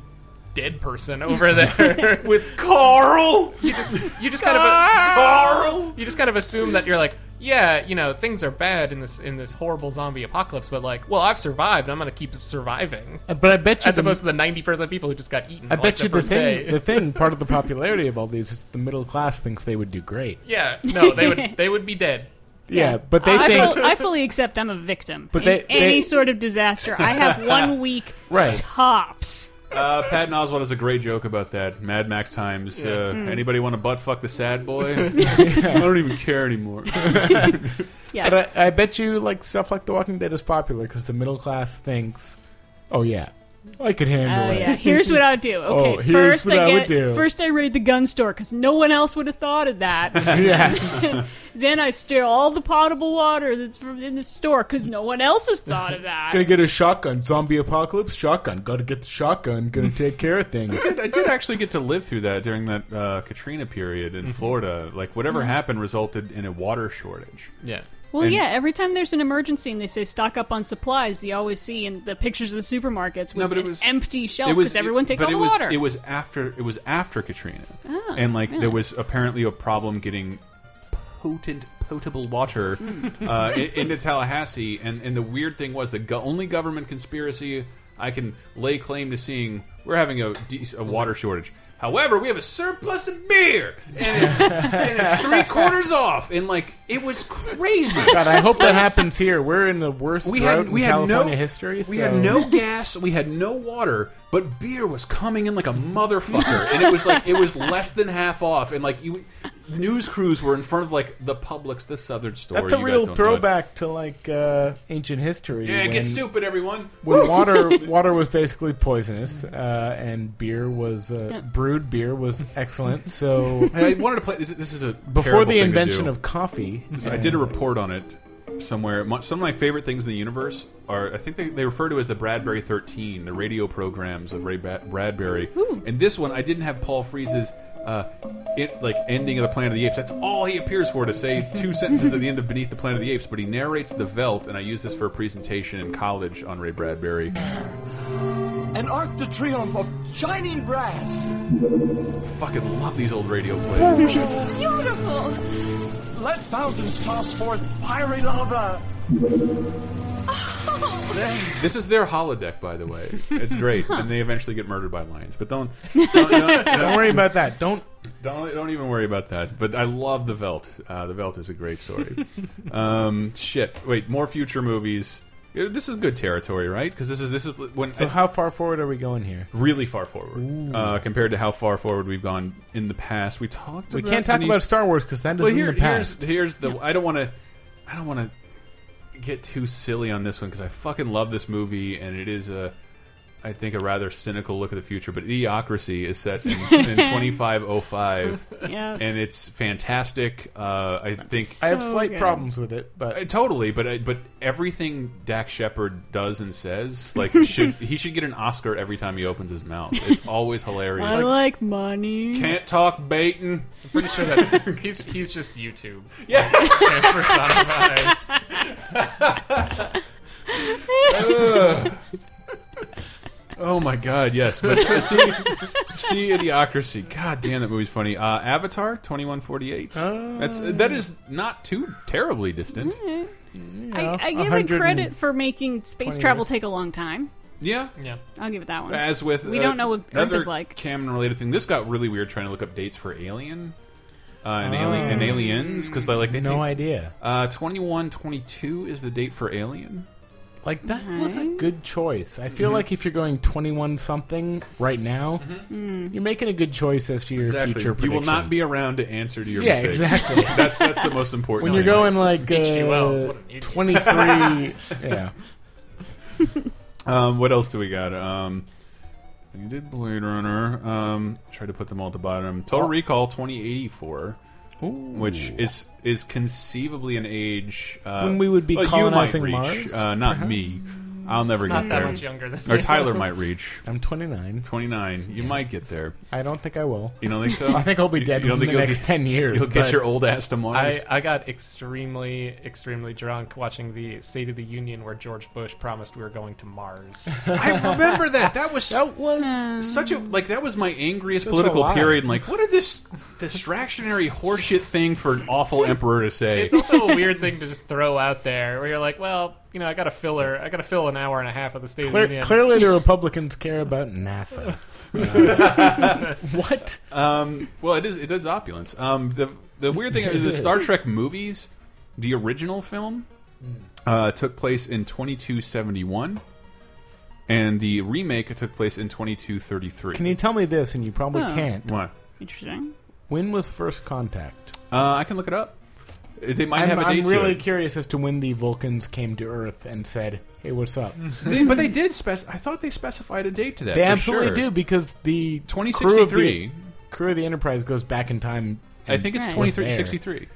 Speaker 4: dead person over there
Speaker 2: with Carl.
Speaker 4: you just you just kind of
Speaker 2: Carl!
Speaker 4: you just kind of assume that you're like yeah you know things are bad in this in this horrible zombie apocalypse but like well i've survived i'm gonna keep surviving
Speaker 1: Uh, But I bet you
Speaker 4: as
Speaker 1: the-
Speaker 4: opposed to the 90% of people who just got eaten
Speaker 1: I
Speaker 4: like,
Speaker 1: bet
Speaker 4: the
Speaker 1: you the
Speaker 4: first
Speaker 1: thing,
Speaker 4: day.
Speaker 1: the thing, part of the popularity of all these is the middle class thinks they would do great.
Speaker 4: yeah no they would they would be dead
Speaker 1: Yeah, but they
Speaker 3: I,
Speaker 1: think
Speaker 3: ful- I fully accept I'm a victim.
Speaker 1: But
Speaker 3: in
Speaker 1: they-
Speaker 3: any
Speaker 1: they-
Speaker 3: sort of disaster, I have one week
Speaker 1: Right.
Speaker 3: tops.
Speaker 2: Uh, Patton Oswalt has a great joke about that. Mad Max times. Uh,
Speaker 3: Hmm.
Speaker 2: Anybody want to butt fuck the sad boy? I don't even care anymore.
Speaker 3: Yeah,
Speaker 1: But I, I bet you like stuff like The Walking Dead is popular because the middle class thinks, "Oh yeah, I could handle
Speaker 3: Oh
Speaker 1: it."
Speaker 3: yeah. Here's what I would do. Okay,
Speaker 1: Oh, here's
Speaker 3: first
Speaker 1: what
Speaker 3: I
Speaker 1: I would
Speaker 3: get
Speaker 1: do.
Speaker 3: first I raid the gun store because no one else would have thought of that.
Speaker 1: yeah.
Speaker 3: then I steal all the potable water that's from in the store because no one else has thought of that.
Speaker 1: Gonna get a shotgun. Zombie apocalypse. Shotgun. Gotta get the shotgun. Gonna take care of things.
Speaker 2: I did- I did actually get to live through that during that uh, Katrina period in Florida. Like whatever happened resulted in a water shortage.
Speaker 4: yeah
Speaker 3: well,
Speaker 2: and-
Speaker 3: yeah. Every time there's an emergency and they say stock up on supplies, you always see in the pictures of the supermarkets with
Speaker 2: No, but it
Speaker 3: an
Speaker 2: was-
Speaker 3: empty shelf
Speaker 2: It was-
Speaker 3: because everyone
Speaker 2: it-
Speaker 3: takes
Speaker 2: but
Speaker 3: all
Speaker 2: it
Speaker 3: the
Speaker 2: was,
Speaker 3: water. Ah,
Speaker 2: It was after it was after Katrina, and like there was apparently a problem getting potent potable water
Speaker 3: Hmm.
Speaker 2: uh, in, into Tallahassee. And and the weird thing was the go only government conspiracy I can lay claim to seeing we're having a, de- a water shortage. However, we have a surplus of beer, and it's, and it's three quarters off, and like it was crazy.
Speaker 1: God, I hope that happens here. We're in the worst
Speaker 2: we
Speaker 1: drought
Speaker 2: had we
Speaker 1: in
Speaker 2: had no
Speaker 1: California history.
Speaker 2: We
Speaker 1: so-
Speaker 2: had no gas. We had no water. But beer was coming in like a motherfucker, and it was like it was less than half off, and like you. News crews were in front of like the Publix, the Southern store.
Speaker 1: That's a
Speaker 2: You guys
Speaker 1: real
Speaker 2: don't know it.
Speaker 1: throwback to like uh, ancient history.
Speaker 2: Yeah,
Speaker 1: when-
Speaker 2: get stupid, everyone.
Speaker 1: when water water was basically poisonous, uh, and beer was uh, brewed beer was excellent. So
Speaker 2: And I wanted to play. This is a
Speaker 1: before
Speaker 2: terrible thing
Speaker 1: the
Speaker 2: to
Speaker 1: invention
Speaker 2: do.
Speaker 1: of coffee,
Speaker 2: So I did a report on it somewhere. Mo- Some of my favorite things in the universe are, I think they, they refer to as the Bradbury 13, the radio programs of Ray Ba- Bradbury. And this one, I didn't have Paul Frees's uh, it like ending of the Planet of the Apes. That's all he appears for to say two sentences at the end of Beneath the Planet of the Apes. But he narrates the Veld, and I used this for a presentation in college on Ray Bradbury.
Speaker 9: An arc de triomphe of shining brass.
Speaker 2: Fucking love these old radio plays.
Speaker 10: Beautiful!
Speaker 9: Let fountains toss forth fiery lava.
Speaker 2: This is their holodeck, by the way. It's great, and they eventually get murdered by lions. But don't don't, don't, don't
Speaker 1: don't worry about that. Don't
Speaker 2: Don't don't even worry about that. But I love the Velt. Uh, the Velt is a great story. um, shit. Wait, more future movies. Yeah, This is good territory, right? Because this is this is when uh,
Speaker 1: So how far forward are we going here?
Speaker 2: really far forward uh, compared to how far forward we've gone in the past. We talked.
Speaker 1: We
Speaker 2: about
Speaker 1: can't talk
Speaker 2: the-
Speaker 1: about Star Wars because that is
Speaker 2: Well,
Speaker 1: in
Speaker 2: here,
Speaker 1: the past.
Speaker 2: here's here's the. I don't want to. I don't want to get too silly on this one because I fucking love this movie and it is a. I think a rather cynical look at the future, but Idiocracy is set in, in 2505
Speaker 3: yeah.
Speaker 2: and it's fantastic. Uh, I think
Speaker 1: I have
Speaker 3: So
Speaker 1: slight
Speaker 3: good.
Speaker 1: problems with it,
Speaker 2: I,
Speaker 1: but
Speaker 2: totally, but I, but everything Dak Shepard does and says, like, should he should get an Oscar every time he opens his mouth. It's always hilarious.
Speaker 3: I
Speaker 2: Like,
Speaker 3: like money.
Speaker 2: can't talk baiting.
Speaker 4: pretty sure that's he's he's just youtube
Speaker 2: Yeah.
Speaker 4: Like, personified.
Speaker 2: Ugh. Oh my God, yes. But but see, see Idiocracy. God damn, that movie's funny. Uh, Avatar, twenty one forty eight. That's that is not too terribly distant.
Speaker 3: I, I give it credit for making space travel take a long time.
Speaker 2: Yeah.
Speaker 4: Yeah.
Speaker 3: I'll give it that one.
Speaker 2: As with
Speaker 3: We don't know what Earth
Speaker 2: another
Speaker 3: is like.
Speaker 2: Cameron related thing. This got really weird trying to look up dates for Alien. Uh, and,
Speaker 3: Oh.
Speaker 2: alien, and aliens because like they
Speaker 1: No
Speaker 2: take-
Speaker 1: idea.
Speaker 2: uh, 21 22 is the date for Alien
Speaker 1: Like that was a good choice. I
Speaker 2: Mm-hmm.
Speaker 1: feel like if you're going 21 something right now,
Speaker 3: Mm.
Speaker 1: you're making a good choice as to your future.
Speaker 2: Mm-hmm. you
Speaker 1: Prediction.
Speaker 2: will not be around to answer to your
Speaker 1: Yeah,
Speaker 2: mistakes
Speaker 1: exactly.
Speaker 2: that's that's the most important
Speaker 1: when you're
Speaker 2: thing.
Speaker 1: going like
Speaker 4: H.G.
Speaker 1: uh,
Speaker 4: Wells, what an idiot.
Speaker 1: 23. yeah,
Speaker 2: Um, what else do we got? Um, you did Blade Runner. Um, try to put them all at the bottom. Total Recall 2084, which is is conceivably an age uh,
Speaker 1: When we would be
Speaker 2: well, you
Speaker 1: colonizing
Speaker 2: might reach,
Speaker 1: Mars,
Speaker 2: Uh, not me. I'll never
Speaker 4: Not
Speaker 2: get
Speaker 4: that
Speaker 2: there.
Speaker 4: much younger than
Speaker 2: Or
Speaker 4: you.
Speaker 2: Tyler might reach.
Speaker 1: I'm 29.
Speaker 2: 29. You might get there.
Speaker 1: I don't think I will.
Speaker 2: You don't think so?
Speaker 1: I think I'll be
Speaker 2: You-
Speaker 1: dead
Speaker 2: you don't
Speaker 1: within
Speaker 2: think
Speaker 1: the
Speaker 2: you'll
Speaker 1: next
Speaker 2: get-
Speaker 1: 10 years.
Speaker 2: You'll get
Speaker 1: but
Speaker 2: your old ass to Mars.
Speaker 4: I, I got extremely, extremely drunk watching the State of the Union where George Bush promised we were going to Mars.
Speaker 2: I remember that. That was
Speaker 1: that was
Speaker 2: such a like that was my angriest
Speaker 1: Such a
Speaker 2: political
Speaker 1: lie.
Speaker 2: period. And like, what is this distractionary horseshit thing for an awful emperor to say?
Speaker 4: It's also a weird thing to just throw out there where you're like, well, you know, I got to filler. I got to fill an hour and a half of the State of the
Speaker 1: clear,
Speaker 4: Union.
Speaker 1: clearly the Republicans care about NASA. what?
Speaker 2: Um, well, it is it is opulence. Um, the the weird thing is the Star Trek movies, the original film, uh, took place in 2271, and the remake took place in 2233.
Speaker 1: Can you tell me this? And you probably
Speaker 3: Huh.
Speaker 1: can't.
Speaker 2: What?
Speaker 3: Interesting.
Speaker 1: When was first contact?
Speaker 2: Uh, I can look it up. Uh, They might
Speaker 1: I'm,
Speaker 2: have a
Speaker 1: I'm
Speaker 2: date to
Speaker 1: really
Speaker 2: it.
Speaker 1: curious as to when the Vulcans came to Earth and said, "Hey, what's up?"
Speaker 2: They- but they did spec. I thought they specified a date to that.
Speaker 1: They
Speaker 2: Mm. for
Speaker 1: absolutely
Speaker 2: sure.
Speaker 1: do because the crew of the
Speaker 2: 2063.
Speaker 1: crew of the Enterprise goes back in time.
Speaker 2: I think it's
Speaker 3: Right.
Speaker 2: twenty three sixty three,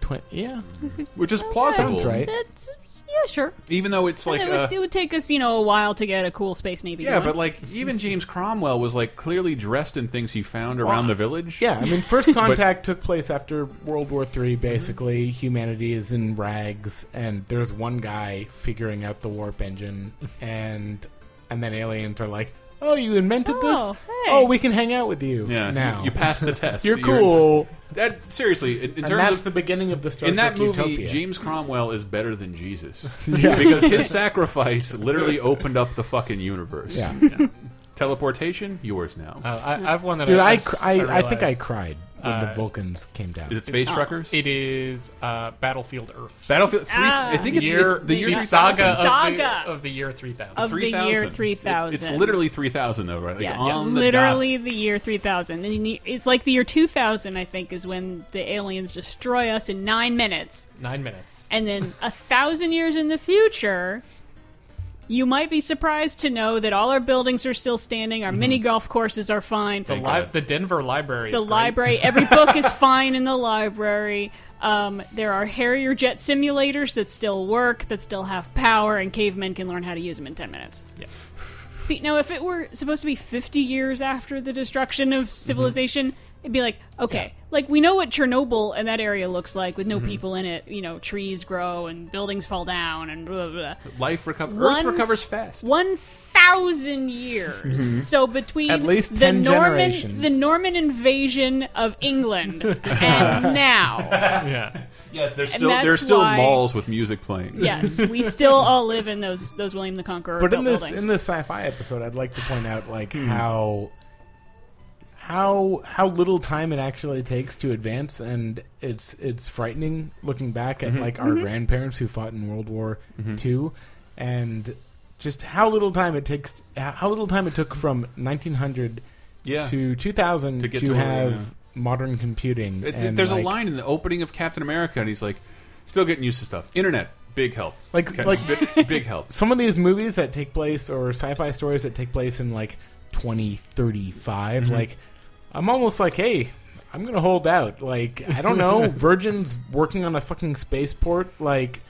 Speaker 1: Twen- yeah,
Speaker 3: Hmm.
Speaker 2: which is plausible,
Speaker 1: Sounds right.
Speaker 3: That's yeah, sure.
Speaker 2: Even though it's like
Speaker 3: it,
Speaker 2: uh,
Speaker 3: would, it would take us, you know, a while to get a cool space navy.
Speaker 2: yeah,
Speaker 3: going.
Speaker 2: but like even James Cromwell was like clearly dressed in things he found around the village.
Speaker 1: yeah. I mean, first contact took place after World War Three.
Speaker 2: Mhm.
Speaker 1: Basically, humanity is in rags, and there's one guy figuring out the warp engine, and and then aliens are like, "Oh, you invented
Speaker 3: Oh,
Speaker 1: this?
Speaker 3: hey."
Speaker 1: Oh, we can hang out with you
Speaker 2: yeah.
Speaker 1: now.
Speaker 2: you, you passed the test.
Speaker 1: You're cool."
Speaker 2: that seriously, in, in
Speaker 1: and that's
Speaker 2: terms
Speaker 1: the
Speaker 2: of.
Speaker 1: beginning of the Star
Speaker 2: In that
Speaker 1: Trek
Speaker 2: movie,
Speaker 1: Utopia.
Speaker 2: James Cromwell is better than Jesus
Speaker 1: Yeah.
Speaker 2: because his sacrifice literally opened up the fucking universe.
Speaker 1: Yeah.
Speaker 2: Teleportation, yours now.
Speaker 4: Uh, I, I've one that
Speaker 1: Dude, I,
Speaker 4: I, I've-
Speaker 1: cr- I, I think I
Speaker 4: realized.
Speaker 1: cried when the
Speaker 4: Uh,
Speaker 1: Vulcans came down.
Speaker 2: is it
Speaker 3: Oh.
Speaker 2: Space Truckers?
Speaker 4: It is uh, Battlefield Earth.
Speaker 2: Battlefield Three.
Speaker 3: Ah.
Speaker 2: I think it's,
Speaker 4: year,
Speaker 2: it's the year
Speaker 3: the
Speaker 4: the
Speaker 2: 3000.
Speaker 4: saga,
Speaker 3: Saga.
Speaker 4: Of, the, of the year 3000.
Speaker 3: Of the year 3000.
Speaker 2: It's literally 3000 though, right? Like
Speaker 3: yes,
Speaker 2: on the
Speaker 3: literally
Speaker 2: dot.
Speaker 3: the year 3000. And you- it's like the year 2000, I think, is when the aliens destroy us in nine minutes.
Speaker 4: Nine minutes.
Speaker 3: And then a thousand years in the future, you might be surprised to know that all our buildings are still standing,
Speaker 2: Mm-hmm.
Speaker 3: our mini golf courses are fine, the,
Speaker 4: The, li-
Speaker 2: God.
Speaker 4: the Denver Library. is great.
Speaker 3: library, every book is fine in the library. Um, there are Harrier jet simulators that still work, that still have power, and cavemen can learn how to use them in 10 minutes.
Speaker 4: Yeah.
Speaker 3: See, now if it were supposed to be 50 years after the destruction of
Speaker 4: Mm-hmm.
Speaker 3: civilization, it'd be like, okay, like we know what Chernobyl and that area looks like with
Speaker 4: Mm-hmm.
Speaker 3: no people in it, you know, trees grow and buildings fall down and blah, blah, blah.
Speaker 2: Life recovers. Earth
Speaker 3: One-
Speaker 2: recovers fast.
Speaker 3: 1,000 years. So between
Speaker 1: Mm-hmm. At least
Speaker 3: the
Speaker 1: 10
Speaker 3: Norman
Speaker 1: generations.
Speaker 3: the Norman invasion of England and now.
Speaker 4: Yeah.
Speaker 2: Yes, there's still
Speaker 3: that's
Speaker 2: there's still
Speaker 3: why-
Speaker 2: malls with music playing.
Speaker 3: Yes, we still all live in those those William the Conqueror
Speaker 1: but in
Speaker 3: built
Speaker 1: this
Speaker 3: buildings.
Speaker 1: in this sci-fi episode, I'd like to point out like
Speaker 2: Hmm.
Speaker 1: how how how little time it actually takes to advance, and it's it's frightening looking back
Speaker 2: Mm-hmm.
Speaker 1: at like
Speaker 3: Mm-hmm.
Speaker 1: our grandparents who fought in World War Two, and just how little time it takes how little time it took from 1900
Speaker 2: Yeah.
Speaker 1: to 2000
Speaker 2: To
Speaker 1: to,
Speaker 2: get to where we are
Speaker 1: have
Speaker 2: now.
Speaker 1: modern computing.
Speaker 2: It-
Speaker 1: and,
Speaker 2: there's
Speaker 1: like-
Speaker 2: a line in the opening of Captain America, and he's like, "Still getting used to stuff. Internet, big help.
Speaker 1: Like-
Speaker 2: Okay,
Speaker 1: like-
Speaker 2: bi- big help.
Speaker 1: some of these movies that take place or sci-fi stories that take place in like 2035 like i'm almost like hey i'm gonna hold out like i don't know virgin's working on a fucking spaceport like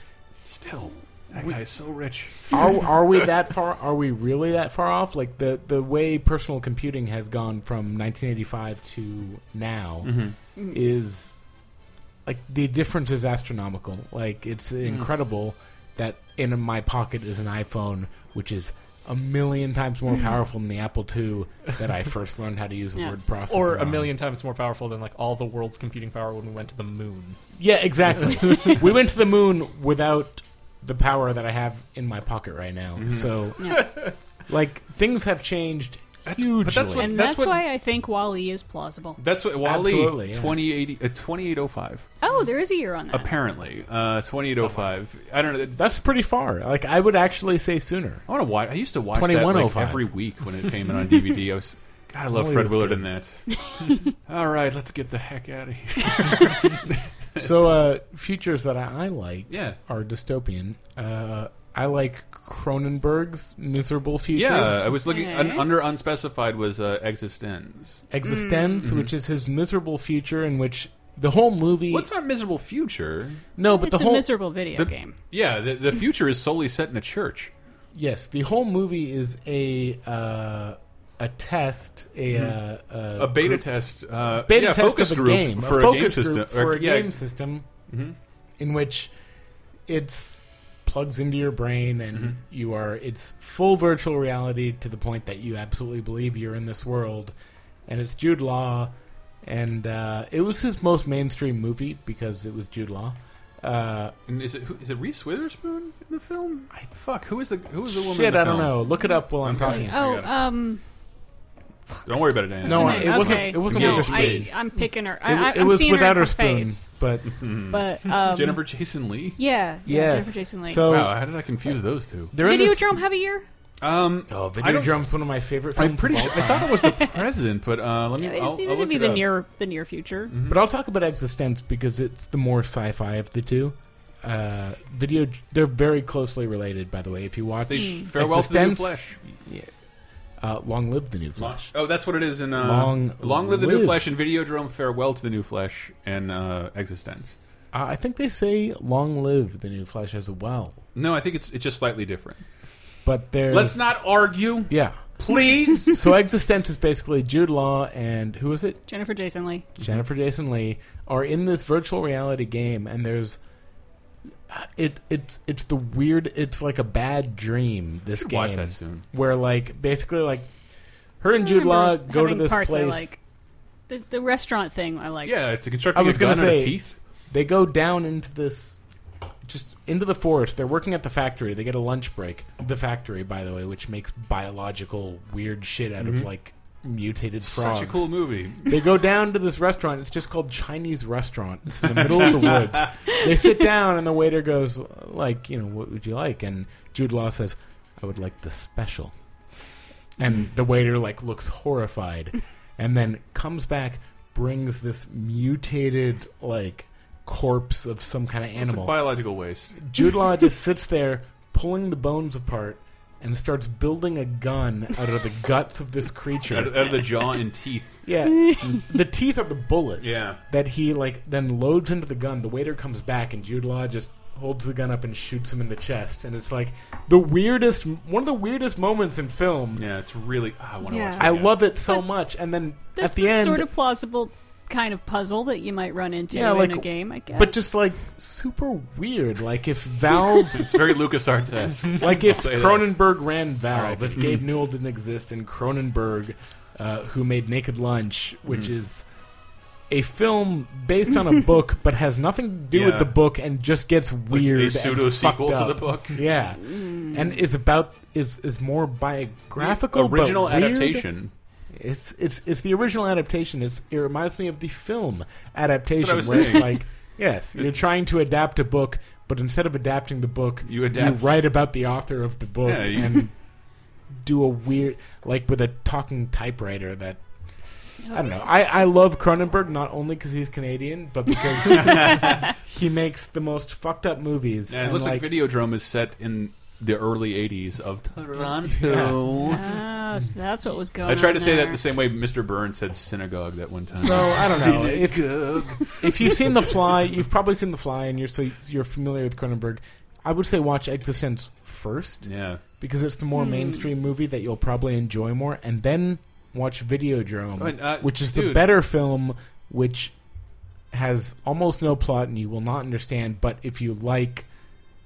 Speaker 2: Still, that guy is so rich.
Speaker 1: are, are we that far are we really that far off like the the way personal computing has gone from 1985 to now
Speaker 4: Mm-hmm.
Speaker 1: is like the difference is
Speaker 4: Mm-hmm.
Speaker 1: astronomical like it's incredible that in my pocket is an iphone which is a million times more powerful than the Apple II that I first learned how to use a
Speaker 3: Yeah.
Speaker 1: word processor.
Speaker 4: Or a
Speaker 1: on.
Speaker 4: million times more powerful than like all the world's computing power when we went to the moon.
Speaker 1: Yeah, exactly. we went to the moon without the power that I have in my pocket right now. So,
Speaker 3: Yeah.
Speaker 1: like, things have changed hugely.
Speaker 4: but that's what-
Speaker 3: And
Speaker 4: That's
Speaker 3: that's, why I think Wally is plausible.
Speaker 2: That's what Wally
Speaker 1: Absolutely, yeah.
Speaker 2: 2080 uh, 2805
Speaker 3: Oh, there is a year on that.
Speaker 2: apparently uh 2805. I don't know. it's-
Speaker 1: that's pretty far. Like, I would actually say sooner.
Speaker 2: I want to watch. I used to watch that like
Speaker 1: 2105.
Speaker 2: every week when it came in on DVD. I was God, I love
Speaker 1: Wally
Speaker 2: Fred
Speaker 1: was
Speaker 2: Willard
Speaker 1: good.
Speaker 2: in that. All right, let's get the heck out of here.
Speaker 1: So, uh, futures that I, I like
Speaker 2: Yeah.
Speaker 1: are dystopian. Uh, I like Cronenberg's miserable futures.
Speaker 2: Yeah, Mm. I was looking un-
Speaker 3: Okay.
Speaker 2: under unspecified was uh, existence.
Speaker 1: Existence, which is his miserable future in which the whole movie.
Speaker 2: What's not miserable future?
Speaker 1: no, but
Speaker 3: it's
Speaker 1: the
Speaker 3: a
Speaker 1: whole
Speaker 3: miserable video game.
Speaker 2: Yeah, the, the future is solely set in a church.
Speaker 1: yes, the whole movie is a uh, a test, a uh,
Speaker 2: Mm-hmm. A beta
Speaker 1: group-
Speaker 2: test, uh,
Speaker 1: beta
Speaker 2: yeah,
Speaker 1: test
Speaker 2: focus
Speaker 1: of a
Speaker 2: group
Speaker 1: game
Speaker 2: for
Speaker 1: a
Speaker 2: a,
Speaker 1: focus
Speaker 2: game system.
Speaker 1: group
Speaker 2: or-
Speaker 1: for a
Speaker 2: yeah, Mm-hmm.
Speaker 1: game system in which it's plugs into your brain and
Speaker 2: Mm-hmm.
Speaker 1: you are it's full virtual reality to the point that you absolutely believe you're in this world and it's Jude Law and uh, it was his most mainstream movie because it was Jude Law uh,
Speaker 2: And is it who, is it Reese Witherspoon in the film? Fuck, who is the who is the woman? in
Speaker 1: shit
Speaker 2: the
Speaker 1: I don't
Speaker 2: film?
Speaker 1: know look it up while I'm
Speaker 2: Okay.
Speaker 1: talking
Speaker 2: I
Speaker 3: Oh,
Speaker 2: got it.
Speaker 3: um,
Speaker 2: Don't worry about it, Anna.
Speaker 1: No,
Speaker 2: It's
Speaker 1: I- it
Speaker 3: okay.
Speaker 1: wasn't- it wasn't
Speaker 3: no,
Speaker 1: with her spoon.
Speaker 3: I, I'm picking her.
Speaker 1: it,
Speaker 3: I, I,
Speaker 1: it
Speaker 3: I'm
Speaker 1: was
Speaker 3: seeing
Speaker 1: without
Speaker 3: her,
Speaker 1: her
Speaker 3: in
Speaker 1: spoon
Speaker 3: Face.
Speaker 1: but
Speaker 3: But um,
Speaker 2: Jennifer Jason Lee.
Speaker 3: Yeah. yeah,
Speaker 1: yes
Speaker 3: Jennifer Jason Leigh.
Speaker 1: so
Speaker 2: Wow, how did I confuse those two?
Speaker 1: they're in this,
Speaker 3: Videodrome have a year.
Speaker 2: Um,
Speaker 1: oh
Speaker 2: I don't-
Speaker 1: Videodrome's one of my favorite films
Speaker 2: I'm pretty
Speaker 1: of all
Speaker 2: sure. I
Speaker 1: time.
Speaker 2: thought it was the president, but uh, let me.
Speaker 3: It
Speaker 2: I'll,
Speaker 3: seems
Speaker 2: I'll
Speaker 3: to be
Speaker 2: look it
Speaker 3: the
Speaker 2: up.
Speaker 3: near the near future.
Speaker 1: But I'll talk about Existence because it's the more sci-fi of the two. Uh, video, they're very closely related, by the way. If you watch
Speaker 3: Hmm.
Speaker 2: They- Farewell to the New Flesh.
Speaker 1: yeah, uh, long live the new flesh.
Speaker 2: Oh, that's what it is in uh,
Speaker 1: Long
Speaker 2: live the new
Speaker 1: live.
Speaker 2: flesh and Videodrome. Farewell to the new flesh and uh, existence.
Speaker 1: Uh, I think they say long live the new flesh as well,
Speaker 2: No, I think it's it's just slightly different.
Speaker 1: but there's
Speaker 2: Let's not argue,
Speaker 1: Yeah.
Speaker 2: please.
Speaker 1: So Existence is basically Jude Law and who is it?
Speaker 3: Jennifer Jason Lee.
Speaker 1: Jennifer Jason Lee are in this virtual reality game, and there's it it's it's the weird. It's like a bad dream. This
Speaker 2: should
Speaker 1: game
Speaker 2: watch that soon.
Speaker 1: where like basically like her and
Speaker 3: I
Speaker 1: Jude Law
Speaker 3: remember
Speaker 1: go to
Speaker 3: having
Speaker 1: this
Speaker 3: parts I
Speaker 1: place.
Speaker 3: like. The, the restaurant thing I like.
Speaker 2: yeah, it's a constructing
Speaker 1: I was
Speaker 2: a
Speaker 1: gonna
Speaker 2: gun out of
Speaker 1: say-
Speaker 2: teeth.
Speaker 1: They go down into this just into the forest. They're working at the factory. They get a lunch break. The factory, by the way, which makes biological weird shit out of like mutated frogs.
Speaker 2: Mm-hmm. Such a cool movie.
Speaker 1: They go down to this restaurant. It's just called Chinese restaurant. It's in the middle of the woods. They sit down, and the waiter goes, "Like, you know, what would you like?" And Jude Law says, "I would like the special." And the waiter like looks horrified, and then comes back, brings this mutated like corpse of some kind of
Speaker 2: It's a
Speaker 1: animal.
Speaker 2: biological waste.
Speaker 1: Jude Law just sits there pulling the bones apart and starts building a gun out of the guts of this creature.
Speaker 2: Out, out of the jaw and teeth.
Speaker 1: Yeah, the teeth are the bullets.
Speaker 2: Yeah.
Speaker 1: that he like then loads into the gun. The waiter comes back, and Jude Law just holds the gun up and shoots him in the chest. And it's like the weirdest, one of the weirdest moments in film.
Speaker 2: Yeah, it's really. ah, I want to
Speaker 3: Yeah.
Speaker 2: watch it.
Speaker 1: I
Speaker 2: again.
Speaker 1: love it so much. And then
Speaker 3: That's
Speaker 1: at the end,
Speaker 3: sort of plausible kind of puzzle that you might run into
Speaker 1: Yeah, like-
Speaker 3: in a game, I guess.
Speaker 1: but just like super weird. Like if Valve.
Speaker 2: It's very LucasArts esque.
Speaker 1: Like if
Speaker 2: say that. Mm.
Speaker 1: Cronenberg ran Valve,
Speaker 2: Alright.
Speaker 1: if Gabe Newell didn't exist, and Cronenberg, uh, who made Naked Lunch, which
Speaker 2: Mm.
Speaker 1: is a film based on a book but has nothing to do
Speaker 2: Yeah.
Speaker 1: with the book and just gets weird.
Speaker 2: a pseudo
Speaker 1: and fucked
Speaker 2: sequel to
Speaker 1: up.
Speaker 2: the book.
Speaker 1: Yeah, and it's about is is more biographical, but
Speaker 2: original
Speaker 1: weird.
Speaker 2: adaptation.
Speaker 1: It's it's it's the original adaptation. It's it reminds me of the film adaptation
Speaker 2: was
Speaker 1: where it's
Speaker 2: saying.
Speaker 1: like yes, you're trying to adapt a book, but instead of adapting the book,
Speaker 2: You adapt-
Speaker 1: write about the author of the book
Speaker 2: Yeah, you-
Speaker 1: and do a weird like with a talking typewriter that I don't know. I, I love Cronenberg not only because he's Canadian, but because he makes the most fucked up movies.
Speaker 2: And it
Speaker 1: and,
Speaker 2: looks like,
Speaker 1: like
Speaker 2: Videodrome is set in the early 80s of Toronto.
Speaker 3: Oh, so that's what was going
Speaker 2: I tried
Speaker 3: on
Speaker 2: to say that
Speaker 3: there.
Speaker 2: the same way Mr. Burns said synagogue that one time.
Speaker 1: So I don't know if
Speaker 2: Synagogue.
Speaker 1: if you've seen The Fly, you've probably seen The Fly, and you're so you're familiar with Cronenberg. I would say watch Existence first
Speaker 2: yeah.
Speaker 1: because it's the more
Speaker 3: Hmm.
Speaker 1: mainstream movie that you'll probably enjoy more, and then watch Videodrome,
Speaker 2: I mean, uh,
Speaker 1: which is the
Speaker 2: dude.
Speaker 1: better film, which has almost no plot and you will not understand. But if you like